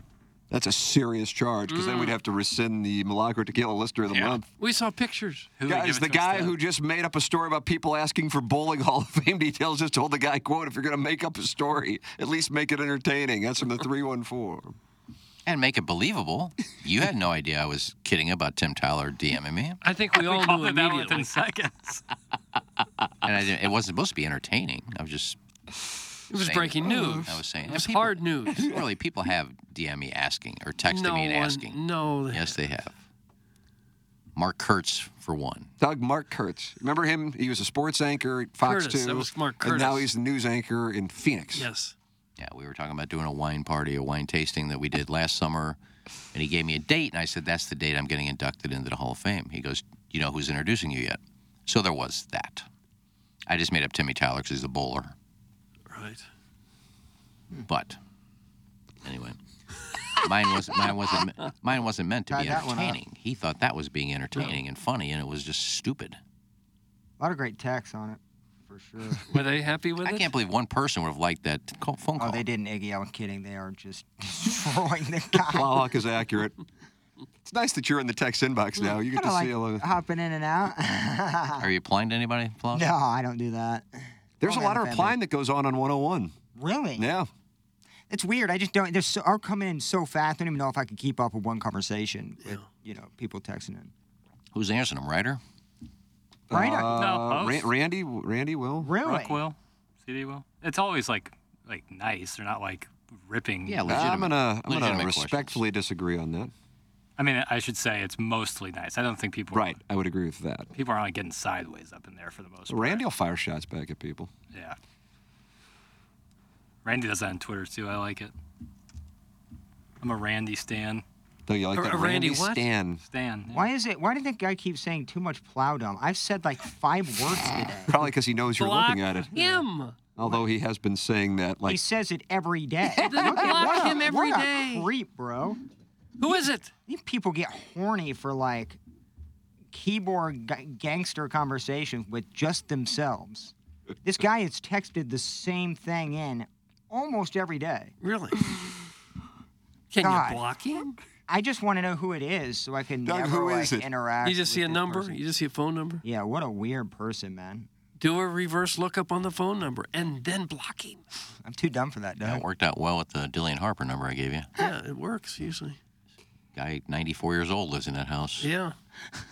[SPEAKER 3] That's a serious charge because
[SPEAKER 6] Mm.
[SPEAKER 3] then we'd have to rescind the Milagro Tequila Lister of the month.
[SPEAKER 4] We saw pictures.
[SPEAKER 3] Guys, the guy who just made up a story about people asking for bowling Hall of Fame details just told the guy, "quote If you're going to make up a story, at least make it entertaining." That's from the three one four.
[SPEAKER 5] And make it believable. You had no idea I was kidding about Tim Tyler DMing me,
[SPEAKER 4] I think we all knew
[SPEAKER 6] it that
[SPEAKER 4] immediately.
[SPEAKER 6] within seconds.
[SPEAKER 5] and I didn't, it wasn't supposed to be entertaining. I was just.
[SPEAKER 4] It was
[SPEAKER 5] saying-
[SPEAKER 4] breaking news.
[SPEAKER 5] I was saying.
[SPEAKER 4] It
[SPEAKER 5] and
[SPEAKER 4] was
[SPEAKER 5] people-
[SPEAKER 4] hard news.
[SPEAKER 5] Really, people have DM me asking or texted
[SPEAKER 4] no
[SPEAKER 5] me and
[SPEAKER 4] one-
[SPEAKER 5] asking.
[SPEAKER 4] No.
[SPEAKER 5] Yes, they have. Mark Kurtz, for one.
[SPEAKER 3] Doug Mark Kurtz. Remember him? He was a sports anchor at Fox
[SPEAKER 4] Curtis,
[SPEAKER 3] 2.
[SPEAKER 4] that was Mark
[SPEAKER 3] And now
[SPEAKER 4] Curtis.
[SPEAKER 3] he's the news anchor in Phoenix.
[SPEAKER 4] Yes.
[SPEAKER 5] Yeah, we were talking about doing a wine party, a wine tasting that we did last summer, and he gave me a date, and I said, "That's the date I'm getting inducted into the Hall of Fame." He goes, "You know who's introducing you yet?" So there was that. I just made up Timmy Tyler because he's a bowler,
[SPEAKER 4] Right.
[SPEAKER 5] but anyway, mine was mine wasn't mine wasn't meant to
[SPEAKER 7] Tie
[SPEAKER 5] be
[SPEAKER 7] that one up.
[SPEAKER 5] entertaining. He thought that was being entertaining and funny, and it was just stupid.
[SPEAKER 7] A lot of great texts on it, for sure.
[SPEAKER 4] Were they happy with
[SPEAKER 5] I
[SPEAKER 4] it?
[SPEAKER 5] can't believe one person would have liked that call, phone call.
[SPEAKER 7] Oh, they didn't, Iggy. I was kidding. They are just destroying the guy.
[SPEAKER 3] Plowhawk is accurate. It's nice that you're in the text inbox now. You get
[SPEAKER 7] Kinda
[SPEAKER 3] to
[SPEAKER 7] like
[SPEAKER 3] see a little.
[SPEAKER 7] hopping in and out.
[SPEAKER 5] Are you applying to anybody, Flo?
[SPEAKER 7] no, I don't do that.
[SPEAKER 3] There's a
[SPEAKER 7] Don't
[SPEAKER 3] lot of
[SPEAKER 7] have offended.
[SPEAKER 3] replying that goes on on 101.
[SPEAKER 7] Really?
[SPEAKER 3] Yeah.
[SPEAKER 7] It's weird. I just don't. There's so, are coming in so fast. I don't even know if I could keep up with one conversation with you know people texting in.
[SPEAKER 5] Who's answering him, Ryder?
[SPEAKER 3] Mm-hmm.
[SPEAKER 7] Right?
[SPEAKER 3] Uh,
[SPEAKER 6] No,
[SPEAKER 3] Ran-
[SPEAKER 6] both.
[SPEAKER 3] Randy, Randy will.
[SPEAKER 7] really?
[SPEAKER 6] Brooke will. CD will. It's always like like nice. They're not like ripping.
[SPEAKER 5] Yeah,
[SPEAKER 3] I'm
[SPEAKER 5] legitimate-
[SPEAKER 3] gonna, I'm
[SPEAKER 5] legitimate
[SPEAKER 3] gonna
[SPEAKER 5] questions.
[SPEAKER 3] respectfully disagree on that.
[SPEAKER 6] I mean, I should say it's mostly nice. I don't think people
[SPEAKER 3] Right, I would agree with that.
[SPEAKER 6] people aren't like getting sideways up in there for the most
[SPEAKER 3] So
[SPEAKER 6] part.
[SPEAKER 3] Randy will fire shots back at people.
[SPEAKER 6] Yeah. Randy does that on Twitter too. I like it. I'm a Randy Stan.
[SPEAKER 3] Don't you like
[SPEAKER 4] A-
[SPEAKER 3] that?
[SPEAKER 4] a Randy what?
[SPEAKER 3] Stan.
[SPEAKER 6] Stan. yeah.
[SPEAKER 7] Why is it? Why did that guy keep saying too much plow dumb? I've said like five words today.
[SPEAKER 3] Probably because he knows you're
[SPEAKER 4] Block
[SPEAKER 3] looking at it.
[SPEAKER 4] him.
[SPEAKER 3] Although he has been saying that
[SPEAKER 7] he
[SPEAKER 3] like
[SPEAKER 7] says it every day.
[SPEAKER 4] Then
[SPEAKER 7] Look at-
[SPEAKER 4] block
[SPEAKER 7] what a-
[SPEAKER 4] him every
[SPEAKER 7] what a
[SPEAKER 4] day.
[SPEAKER 7] creep, bro.
[SPEAKER 4] Who is it?
[SPEAKER 7] These people get horny for like keyboard g- gangster conversations with just themselves. This guy has texted the same thing in almost every day.
[SPEAKER 4] Really? Can
[SPEAKER 7] God.
[SPEAKER 4] you block him?
[SPEAKER 7] I just want to know who it is so I can
[SPEAKER 3] Doug,
[SPEAKER 7] never
[SPEAKER 3] who
[SPEAKER 7] like,
[SPEAKER 3] is it?
[SPEAKER 7] interact.
[SPEAKER 4] You just
[SPEAKER 7] with
[SPEAKER 4] see a
[SPEAKER 7] this
[SPEAKER 4] number?
[SPEAKER 7] person.
[SPEAKER 4] You just see a phone number?
[SPEAKER 7] Yeah, what a weird person, man.
[SPEAKER 4] Do a reverse lookup on the phone number and then block him.
[SPEAKER 7] I'm too dumb for that, Doug.
[SPEAKER 5] That worked out well with the Dillian Harper number I gave you.
[SPEAKER 4] Yeah, it works usually.
[SPEAKER 5] Guy, 94 years old, lives in that house.
[SPEAKER 4] Yeah.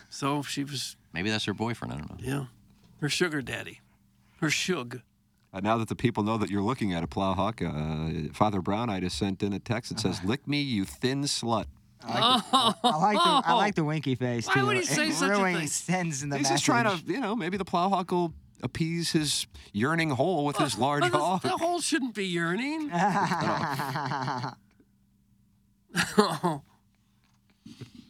[SPEAKER 4] So she was,
[SPEAKER 5] Maybe that's her boyfriend. I don't know.
[SPEAKER 4] yeah, her sugar daddy, her shug.
[SPEAKER 3] Uh, now that the people know that you're
[SPEAKER 4] Uh-huh.
[SPEAKER 3] looking at a Plowhawk, uh, Father Brown, I just sent in a text that says, "Lick me, you thin slut."
[SPEAKER 7] I like, the, I, like the, I like the winky face.
[SPEAKER 3] Why
[SPEAKER 7] too.
[SPEAKER 3] would he say
[SPEAKER 7] it
[SPEAKER 3] such a
[SPEAKER 7] really
[SPEAKER 3] thing?
[SPEAKER 7] Sends in the
[SPEAKER 3] He's just trying to, you know, maybe the plowhawk will appease his yearning hole with his large
[SPEAKER 4] But
[SPEAKER 3] hog.
[SPEAKER 4] the, the hole shouldn't be yearning.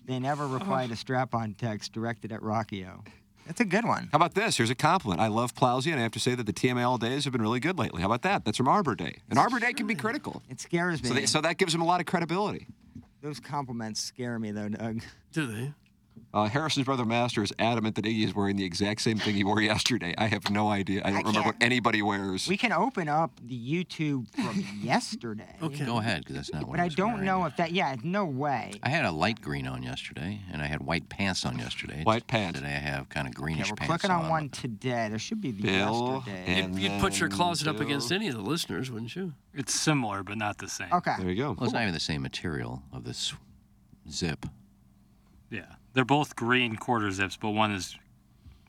[SPEAKER 7] They never reply to strap-on text directed at Rockio. That's a good one.
[SPEAKER 3] How about this? Here's a compliment. I love Plowsy, and I have to say that the TML days have been really good lately. How about that? That's from Arbor Day. And Arbor Day can be critical.
[SPEAKER 7] It scares me.
[SPEAKER 3] So, they, so that gives him a lot of credibility.
[SPEAKER 7] Those compliments scare me though, Doug.
[SPEAKER 4] Do they?
[SPEAKER 3] Uh, Harrison's brother Master is adamant that Iggy is wearing the exact same thing he wore yesterday. I have no idea. I don't remember what anybody wears.
[SPEAKER 7] We can open up the YouTube from yesterday.
[SPEAKER 5] Go ahead, because that's not what
[SPEAKER 7] But I don't know if that. Yeah, no way.
[SPEAKER 5] I had a light green on yesterday, and I had white pants on yesterday. White pants. Today I have kind of greenish
[SPEAKER 7] We're
[SPEAKER 5] pants.
[SPEAKER 7] clicking on one today. There should be the
[SPEAKER 5] Bill
[SPEAKER 7] yesterday.
[SPEAKER 5] and
[SPEAKER 4] You'd put your
[SPEAKER 5] then
[SPEAKER 4] closet up
[SPEAKER 5] Bill.
[SPEAKER 4] against any of the listeners, wouldn't you?
[SPEAKER 6] It's similar, but not the same.
[SPEAKER 7] Okay.
[SPEAKER 3] There you go.
[SPEAKER 5] Well, it's not even the same material of this zip.
[SPEAKER 6] Yeah. They're both green quarter zips, but one is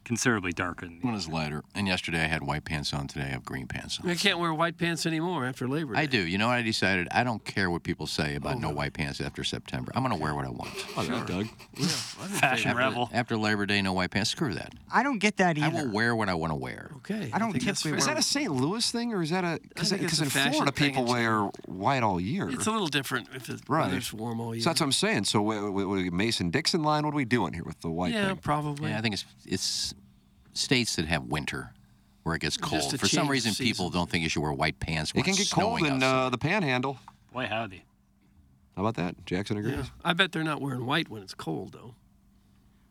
[SPEAKER 6] considerably darker than the
[SPEAKER 5] One is lighter. And yesterday I had white pants on. Today I have green pants on.
[SPEAKER 4] I can't wear white pants anymore after Labor Day.
[SPEAKER 5] I do. You know what I decided? I don't care what people say
[SPEAKER 7] Oh,
[SPEAKER 5] about no white pants after September. I'm going to wear what I want.
[SPEAKER 3] Oh, yeah, Sure. Doug.
[SPEAKER 6] Fashion
[SPEAKER 5] after,
[SPEAKER 6] rebel.
[SPEAKER 5] After Labor Day, no white pants. Screw that.
[SPEAKER 7] I don't get that
[SPEAKER 5] I
[SPEAKER 7] either.
[SPEAKER 5] will wear what I want to wear.
[SPEAKER 4] Okay.
[SPEAKER 7] I don't typically
[SPEAKER 3] Is
[SPEAKER 7] wear.
[SPEAKER 3] that a St. Louis thing, or is that a? Because
[SPEAKER 4] I think it's a
[SPEAKER 3] in
[SPEAKER 4] fashion
[SPEAKER 3] Florida,
[SPEAKER 4] thing.
[SPEAKER 3] people
[SPEAKER 4] It's-
[SPEAKER 3] wear white all year.
[SPEAKER 4] It's a little different if it's
[SPEAKER 3] Right.
[SPEAKER 4] weather's warm all year.
[SPEAKER 3] So that's what I'm saying. So what, what, what, Mason Dixon line. What are we doing here with the white?
[SPEAKER 4] Yeah,
[SPEAKER 3] thing?
[SPEAKER 4] probably.
[SPEAKER 5] Yeah, I think it's it's states that have winter where it gets cold.
[SPEAKER 3] a
[SPEAKER 5] For some
[SPEAKER 3] change
[SPEAKER 5] reason,
[SPEAKER 3] of
[SPEAKER 5] people don't think you should wear white pants. When
[SPEAKER 3] It can get
[SPEAKER 5] it's
[SPEAKER 3] cold
[SPEAKER 5] snowing
[SPEAKER 3] in
[SPEAKER 5] outside.
[SPEAKER 3] uh, the Panhandle.
[SPEAKER 6] Boy, howdy.
[SPEAKER 3] How about that? Jackson agrees.
[SPEAKER 4] Yeah. I bet they're not wearing white when it's cold, though.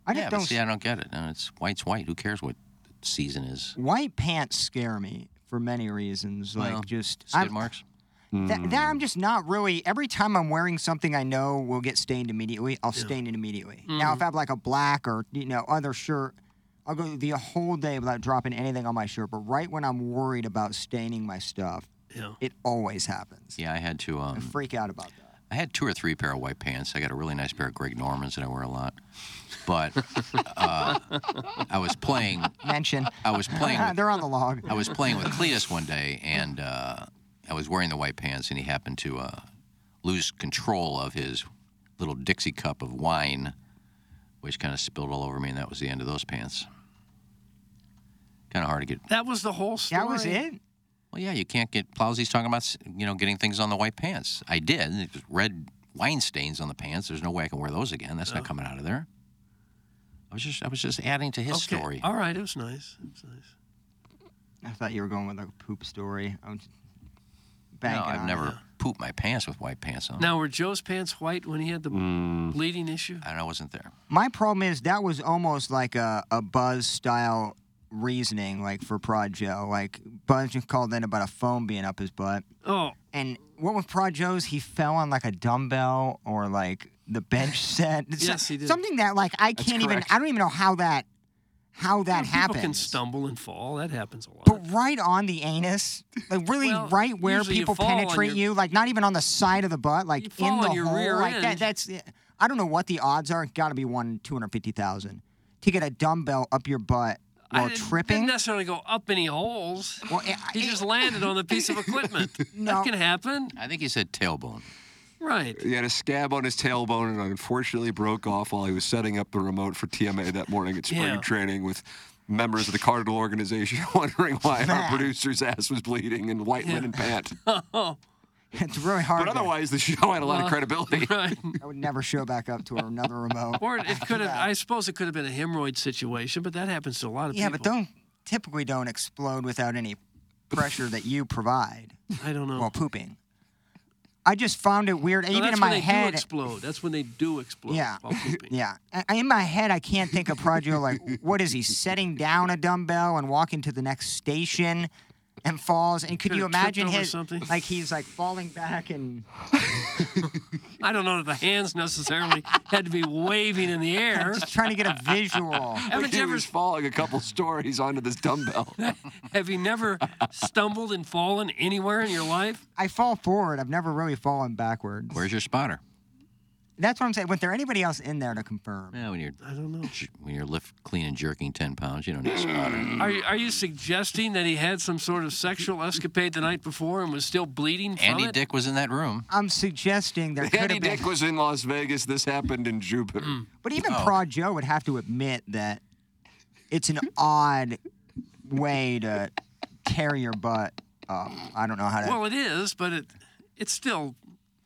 [SPEAKER 7] I just
[SPEAKER 5] yeah,
[SPEAKER 7] don't
[SPEAKER 5] but see, I don't get it. No, it's white's white. Who cares what the season is?
[SPEAKER 7] White pants scare me for many reasons. Like
[SPEAKER 5] Well,
[SPEAKER 7] just
[SPEAKER 5] skid
[SPEAKER 7] I'm-
[SPEAKER 5] marks.
[SPEAKER 7] That,
[SPEAKER 6] Mm.
[SPEAKER 7] that I'm just not really. Every time I'm wearing something I know will get stained immediately, I'll stain it immediately.
[SPEAKER 5] Mm.
[SPEAKER 7] Now, if I have like a black or you know other shirt, I'll go the whole day without dropping anything on my shirt. But right when I'm worried about staining my stuff,
[SPEAKER 4] Yeah.
[SPEAKER 7] it always happens.
[SPEAKER 5] Yeah, I had to.
[SPEAKER 7] I
[SPEAKER 5] Um,
[SPEAKER 7] freak out about that.
[SPEAKER 5] I had two or three pair of white pants. I got a really nice pair of Greg Normans that I wear a lot, but uh, I was playing.
[SPEAKER 7] Mention.
[SPEAKER 5] I was playing. With,
[SPEAKER 7] They're on the log.
[SPEAKER 5] I was playing with Cletus one day, and uh, I was wearing the white pants, and he happened to uh, lose control of his little Dixie cup of wine, which kind of spilled all over me, and that was the end of those pants. Kind of hard to get.
[SPEAKER 4] That was the whole story.
[SPEAKER 7] That was it.
[SPEAKER 5] Well, yeah, you can't get. Plowsy's talking about s- you know getting things on the white pants. I did. and It was red wine stains on the pants. There's no way I can wear those again.
[SPEAKER 7] Oh.
[SPEAKER 5] That's not coming out of there. I was just I was just adding to his
[SPEAKER 4] Okay.
[SPEAKER 5] story.
[SPEAKER 4] All right, it was nice. It was nice.
[SPEAKER 7] I thought you were going with a poop story. I'm just
[SPEAKER 5] No,
[SPEAKER 7] banking
[SPEAKER 5] I've
[SPEAKER 7] on
[SPEAKER 5] never
[SPEAKER 7] it.
[SPEAKER 5] pooped my pants with white pants on.
[SPEAKER 4] Now, were Joe's pants white when he had the bleeding issue?
[SPEAKER 5] I know I wasn't there.
[SPEAKER 7] My problem is that was almost like a, a Buzz style reasoning, like for Prod Joe. Like Buzz just called in about a phone being up his butt.
[SPEAKER 4] Oh,
[SPEAKER 7] And what with Prod Joe's, he fell on like a dumbbell or like the bench set. It's
[SPEAKER 4] Yes, he did.
[SPEAKER 7] Something that like I
[SPEAKER 4] That's
[SPEAKER 7] can't even.
[SPEAKER 4] correct.
[SPEAKER 7] I don't even know how that how that
[SPEAKER 4] you know, people can
[SPEAKER 7] happens.
[SPEAKER 4] stumble and fall. That happens a lot.
[SPEAKER 7] But right on the anus, like really
[SPEAKER 4] Well,
[SPEAKER 7] right where
[SPEAKER 4] usually you
[SPEAKER 7] people
[SPEAKER 4] fall on
[SPEAKER 7] penetrate
[SPEAKER 4] your-
[SPEAKER 7] you, like not even on the side of the butt, like
[SPEAKER 4] fall
[SPEAKER 7] in
[SPEAKER 4] on
[SPEAKER 7] the
[SPEAKER 4] your
[SPEAKER 7] hole,
[SPEAKER 4] rear
[SPEAKER 7] like that.
[SPEAKER 4] end.
[SPEAKER 7] That's eh, I don't know what the odds are. Got to be one in two hundred fifty thousand to get a dumbbell up your butt
[SPEAKER 4] I
[SPEAKER 7] while
[SPEAKER 4] didn't-
[SPEAKER 7] tripping.
[SPEAKER 4] Didn't necessarily go up any holes.
[SPEAKER 7] Well, eh, it-
[SPEAKER 4] he just landed on the piece of equipment.
[SPEAKER 7] No.
[SPEAKER 4] That can happen.
[SPEAKER 5] I think he said tailbone.
[SPEAKER 4] Right.
[SPEAKER 3] He had a scab on his tailbone and unfortunately broke off while he was setting up the remote for TMA that morning at spring
[SPEAKER 4] Yeah.
[SPEAKER 3] training with members of the Cardinal organization wondering why our producer's ass was bleeding in white linen pant.
[SPEAKER 4] Oh,
[SPEAKER 7] it's really hard.
[SPEAKER 3] But otherwise, the show had a lot of credibility.
[SPEAKER 4] right.
[SPEAKER 7] I would never show back up to another remote.
[SPEAKER 4] Or it could have. I suppose it could have been a hemorrhoid situation, but that happens to a lot of
[SPEAKER 7] yeah, but
[SPEAKER 4] people.
[SPEAKER 7] don't typically don't explode without any pressure that you provide
[SPEAKER 4] don't. I don't know.
[SPEAKER 7] while pooping. I just found it weird,
[SPEAKER 4] No,
[SPEAKER 7] even
[SPEAKER 4] that's
[SPEAKER 7] in
[SPEAKER 4] when
[SPEAKER 7] my
[SPEAKER 4] they
[SPEAKER 7] head.
[SPEAKER 4] do explode. That's when they do explode.
[SPEAKER 7] Yeah.
[SPEAKER 4] While pooping.
[SPEAKER 7] Yeah. I- I- In my head, I can't think of Prodio like, what is he, setting down a dumbbell and walking to the next station and falls? And could
[SPEAKER 4] Could've
[SPEAKER 7] you
[SPEAKER 4] tripped
[SPEAKER 7] imagine
[SPEAKER 4] over
[SPEAKER 7] his,
[SPEAKER 4] something.
[SPEAKER 7] like, he's like falling back and
[SPEAKER 4] I don't know that the hands necessarily had to be waving in the air.
[SPEAKER 7] just trying to get a visual?
[SPEAKER 4] Haven't
[SPEAKER 3] he
[SPEAKER 4] you ever?
[SPEAKER 3] was falling a couple stories onto this dumbbell.
[SPEAKER 4] Have you never stumbled and fallen anywhere in your life?
[SPEAKER 7] I fall forward. I've never really fallen backwards.
[SPEAKER 5] Where's your spotter?
[SPEAKER 7] That's what I'm saying. Was there anybody else in there to confirm?
[SPEAKER 5] Yeah, when you're
[SPEAKER 4] I don't know.
[SPEAKER 5] when you're lift clean and jerking ten pounds, you don't need a spotter.
[SPEAKER 7] Mm.
[SPEAKER 4] Are you, are you suggesting that he had some sort of sexual escapade the night before and was still bleeding from
[SPEAKER 5] Andy
[SPEAKER 4] it?
[SPEAKER 5] Dick was in that room.
[SPEAKER 7] I'm suggesting there could
[SPEAKER 3] Andy
[SPEAKER 7] have been.
[SPEAKER 3] Dick was in Las Vegas. This happened in Jupiter.
[SPEAKER 4] Mm.
[SPEAKER 7] But even
[SPEAKER 4] Oh.
[SPEAKER 7] Prod Joe would have to admit that it's an odd way to carry your butt up. I don't know how to.
[SPEAKER 4] Well, it is, but it it's still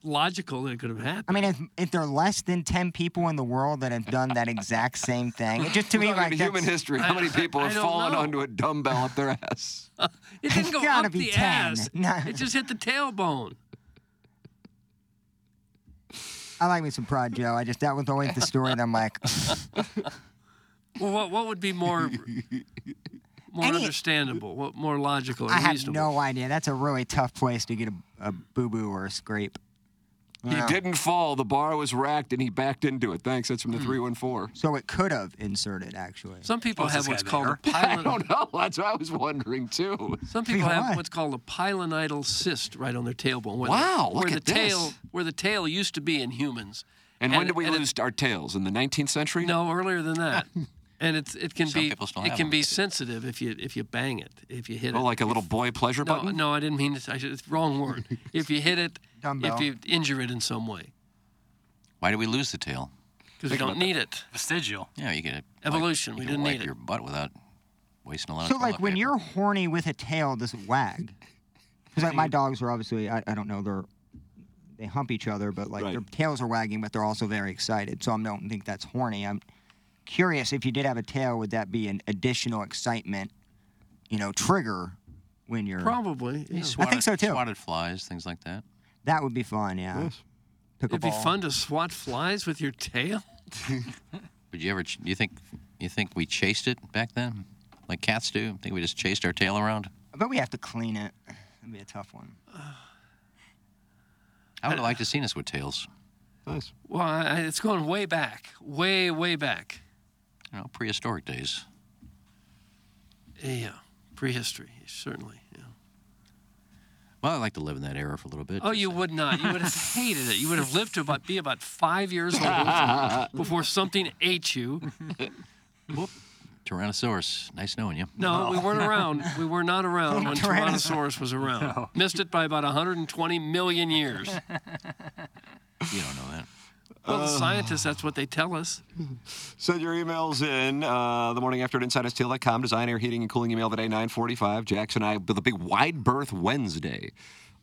[SPEAKER 4] logical that it could have happened.
[SPEAKER 7] I mean, if, if there are less than 10 people in the world that have done that exact same thing, it just to me,
[SPEAKER 3] Look
[SPEAKER 7] like,
[SPEAKER 3] into human
[SPEAKER 7] that's-
[SPEAKER 3] history, how many people have
[SPEAKER 4] I don't
[SPEAKER 3] fallen
[SPEAKER 4] know.
[SPEAKER 3] onto a dumbbell up their ass?
[SPEAKER 4] It didn't go
[SPEAKER 7] gotta
[SPEAKER 4] up
[SPEAKER 7] be
[SPEAKER 4] the
[SPEAKER 7] 10.
[SPEAKER 4] ass.
[SPEAKER 7] No.
[SPEAKER 4] It just hit the tailbone.
[SPEAKER 7] I like me some Prod Joe. I just, that was always the story, and I'm like,
[SPEAKER 4] Well, what what would be more more
[SPEAKER 7] Any-
[SPEAKER 4] understandable? What more logical?
[SPEAKER 7] I
[SPEAKER 4] and
[SPEAKER 7] have
[SPEAKER 4] reasonable?
[SPEAKER 7] no idea. That's a really tough place to get a, a boo boo or a scrape.
[SPEAKER 3] He
[SPEAKER 7] Wow.
[SPEAKER 3] didn't fall. The bar was racked, and he backed into it. Thanks. That's from
[SPEAKER 4] Hmm.
[SPEAKER 3] the three one four.
[SPEAKER 7] So it could have inserted, actually.
[SPEAKER 4] Some people have what's called a
[SPEAKER 3] I
[SPEAKER 4] pilot.
[SPEAKER 3] don't know. That's what I was wondering too.
[SPEAKER 4] Some people
[SPEAKER 7] Why?
[SPEAKER 4] have what's called a pilonidal cyst right on their tailbone. Where
[SPEAKER 3] Wow,
[SPEAKER 4] the,
[SPEAKER 3] look
[SPEAKER 4] where the
[SPEAKER 3] at
[SPEAKER 4] tail
[SPEAKER 3] this.
[SPEAKER 4] where the tail used to be in humans.
[SPEAKER 3] And, when did we
[SPEAKER 4] and it-
[SPEAKER 3] lose our tails? In the 19th century?
[SPEAKER 4] No, earlier than that. and it's it can
[SPEAKER 5] Some
[SPEAKER 4] be
[SPEAKER 5] people still
[SPEAKER 4] it
[SPEAKER 5] have
[SPEAKER 4] can
[SPEAKER 5] them.
[SPEAKER 4] be sensitive if you if you bang it if you hit
[SPEAKER 3] Oh,
[SPEAKER 4] it.
[SPEAKER 3] like a little boy pleasure
[SPEAKER 4] no,
[SPEAKER 3] button?
[SPEAKER 4] no, I didn't mean it. I should, it's wrong word. if you hit it,
[SPEAKER 7] Dumbbell.
[SPEAKER 4] if you injure it in some way,
[SPEAKER 5] Why did we lose the tail?
[SPEAKER 4] because we don't need it.
[SPEAKER 6] Vestigial.
[SPEAKER 5] Yeah, you could
[SPEAKER 4] Evolution,
[SPEAKER 5] You
[SPEAKER 4] we
[SPEAKER 5] could
[SPEAKER 4] didn't
[SPEAKER 5] wipe
[SPEAKER 4] need it.
[SPEAKER 5] your butt without wasting a lot
[SPEAKER 7] So,
[SPEAKER 5] of toilet
[SPEAKER 7] like, when
[SPEAKER 5] paper.
[SPEAKER 7] you're horny with a tail, does it wag? Because, like, my dogs are obviously, I, I don't know, they're, they hump each other, but, like, their
[SPEAKER 3] Right.
[SPEAKER 7] tails are wagging, but they're also very excited. So, I don't think that's horny. I'm curious if you did have a tail, would that be an additional excitement, you know, trigger when you're.
[SPEAKER 4] Probably. yeah.
[SPEAKER 7] I think so,
[SPEAKER 5] Swatted-
[SPEAKER 7] too.
[SPEAKER 5] Swatted flies, things like that.
[SPEAKER 7] That would be fun,
[SPEAKER 4] uh,
[SPEAKER 7] yeah. Pick a
[SPEAKER 4] It'd be
[SPEAKER 7] ball.
[SPEAKER 4] fun to swat flies with your tail.
[SPEAKER 5] Would you ever? ch- You think? You think we chased it back then, like cats do? Think we just chased our tail around?
[SPEAKER 7] But we have to clean it. That'd be a tough one.
[SPEAKER 5] I would have liked to seen us with tails.
[SPEAKER 3] Nice.
[SPEAKER 4] Well, I, I- it's going way back, way way back.
[SPEAKER 5] You know, prehistoric days.
[SPEAKER 4] Yeah, prehistory certainly. Yeah.
[SPEAKER 5] Well, I'd like to live in that era for a little bit.
[SPEAKER 4] Oh,
[SPEAKER 5] just
[SPEAKER 4] you
[SPEAKER 5] saying.
[SPEAKER 4] would not. You would have hated it. You would have lived to about be about five years old before something ate you.
[SPEAKER 5] Tyrannosaurus. Nice knowing you.
[SPEAKER 4] No, we weren't around. We were not around when Tyrannosaurus was around. Missed it by about 120 million years.
[SPEAKER 5] You don't know that.
[SPEAKER 4] Well,
[SPEAKER 5] Uh.
[SPEAKER 4] the scientists, that's what they tell us.
[SPEAKER 3] Send your emails in uh, the morning after at InsideSteel.com. Design, air, heating, and cooling email today, 945. Jackson and I, with a big wide berth Wednesday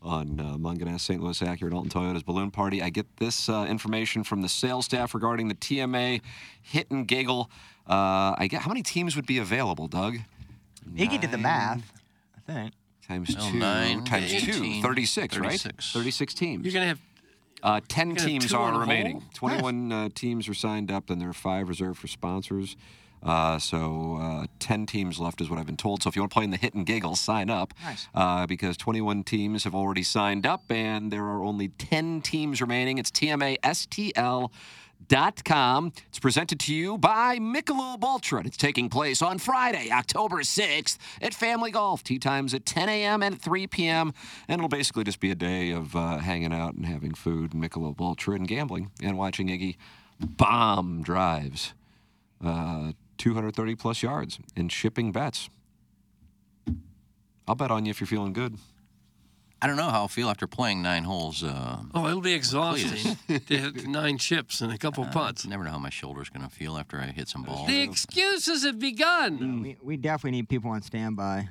[SPEAKER 3] on uh, Munganess, St. Louis Acura, and Alton Toyota's Balloon Party. I get this uh, information from the sales staff regarding the TMA hit and giggle. Uh, I get, how many teams would be available, Doug?
[SPEAKER 7] Iggy did the math, I think.
[SPEAKER 3] Times
[SPEAKER 5] Well,
[SPEAKER 3] two.
[SPEAKER 5] nine,
[SPEAKER 3] times two.
[SPEAKER 5] 18,
[SPEAKER 3] 36, right?
[SPEAKER 5] 36.
[SPEAKER 3] 36 teams.
[SPEAKER 4] You're going to have
[SPEAKER 3] Uh, 10
[SPEAKER 4] gonna have
[SPEAKER 3] teams
[SPEAKER 4] two on
[SPEAKER 3] are
[SPEAKER 4] a
[SPEAKER 3] remaining.
[SPEAKER 4] roll?
[SPEAKER 3] 21 uh, teams are signed up, and there are five reserved for sponsors. Uh, so uh, 10 teams left is what I've been told. So if you want to play in the hit and giggle, sign up.
[SPEAKER 7] Nice.
[SPEAKER 3] Uh, because 21 teams have already signed up, and there are only 10 teams remaining. It's TMASTL.com. It's presented to you by Michelob Ultra. and It's taking place on Friday, October 6th at Family Golf. Tea times at 10 a.m. and 3 p.m. And it'll basically just be a day of uh, hanging out and having food, and Michelob Ultra, and gambling, and watching Iggy bomb drives uh, 230 plus yards and shipping bets. I'll bet on you if you're feeling good.
[SPEAKER 5] I don't know how I'll feel after playing nine holes. Uh,
[SPEAKER 4] Oh, it'll be exhausting to hit nine chips and a couple
[SPEAKER 5] Uh,
[SPEAKER 4] putts.
[SPEAKER 5] never know how my shoulder's going to feel after I hit some balls.
[SPEAKER 4] The excuses have begun.
[SPEAKER 5] Mm.
[SPEAKER 7] We, we definitely need people on standby.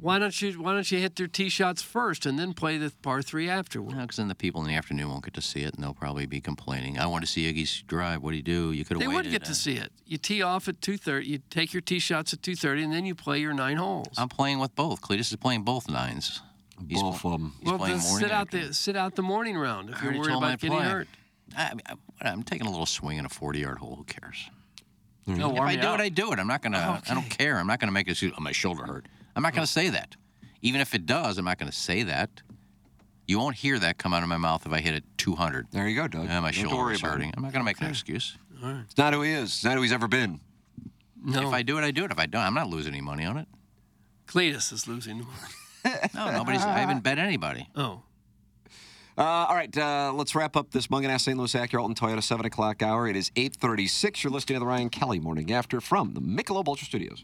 [SPEAKER 4] Why don't you Why don't you hit their tee shots first and then play the par three afterward?
[SPEAKER 5] Because then the people in the afternoon won't get to see it, and they'll probably be complaining. I want to see Iggy's drive. What do you do? You could have
[SPEAKER 4] They
[SPEAKER 5] waited.
[SPEAKER 4] would get
[SPEAKER 5] Uh,
[SPEAKER 4] to see it. You tee off at two thirty. You take your tee shots at two thirty, and then you play your nine holes.
[SPEAKER 5] I'm playing with both. Cletus is playing both nines. He's
[SPEAKER 3] Both
[SPEAKER 5] pl-
[SPEAKER 3] of 'em.
[SPEAKER 5] He's
[SPEAKER 4] well,
[SPEAKER 5] playing
[SPEAKER 4] then
[SPEAKER 5] morning.
[SPEAKER 4] sit out
[SPEAKER 5] afternoon.
[SPEAKER 4] the sit out the morning round if
[SPEAKER 5] I
[SPEAKER 4] you're
[SPEAKER 5] already
[SPEAKER 4] worried
[SPEAKER 5] told him
[SPEAKER 4] about
[SPEAKER 5] I'd
[SPEAKER 4] getting
[SPEAKER 5] play.
[SPEAKER 4] hurt.
[SPEAKER 5] I, I, I'm taking a little swing in a 40 yard hole. Who cares?
[SPEAKER 4] No,
[SPEAKER 5] Mm-hmm. If I do it, I do it. I'm not gonna. I don't
[SPEAKER 4] Okay. Oh.
[SPEAKER 5] care. I'm not gonna make it. Oh, my shoulder hurt. I'm not gonna say that. Even if it does, I'm not gonna say that. You won't hear that come out of my mouth if I hit it 200.
[SPEAKER 3] There you go, Doug.
[SPEAKER 5] Yeah, my
[SPEAKER 3] Don't have to
[SPEAKER 5] shoulder
[SPEAKER 3] worry
[SPEAKER 5] is
[SPEAKER 3] about it.
[SPEAKER 5] hurting. I'm not gonna make an excuse.
[SPEAKER 3] It's not who he is. It's not who he's ever been.
[SPEAKER 4] no,
[SPEAKER 5] If I do it, I do it. If I don't, I'm not losing any money on it.
[SPEAKER 4] Cletus is losing.
[SPEAKER 5] No, nobody's. I haven't bet anybody.
[SPEAKER 4] Oh,
[SPEAKER 16] Uh,
[SPEAKER 3] all right, uh, let's wrap up this Munganass St. Louis Acura Alton Toyota 7 o'clock hour. It is 8.36. You're listening to the Ryan Kelly Morning After from the Michelob Ultra Studios.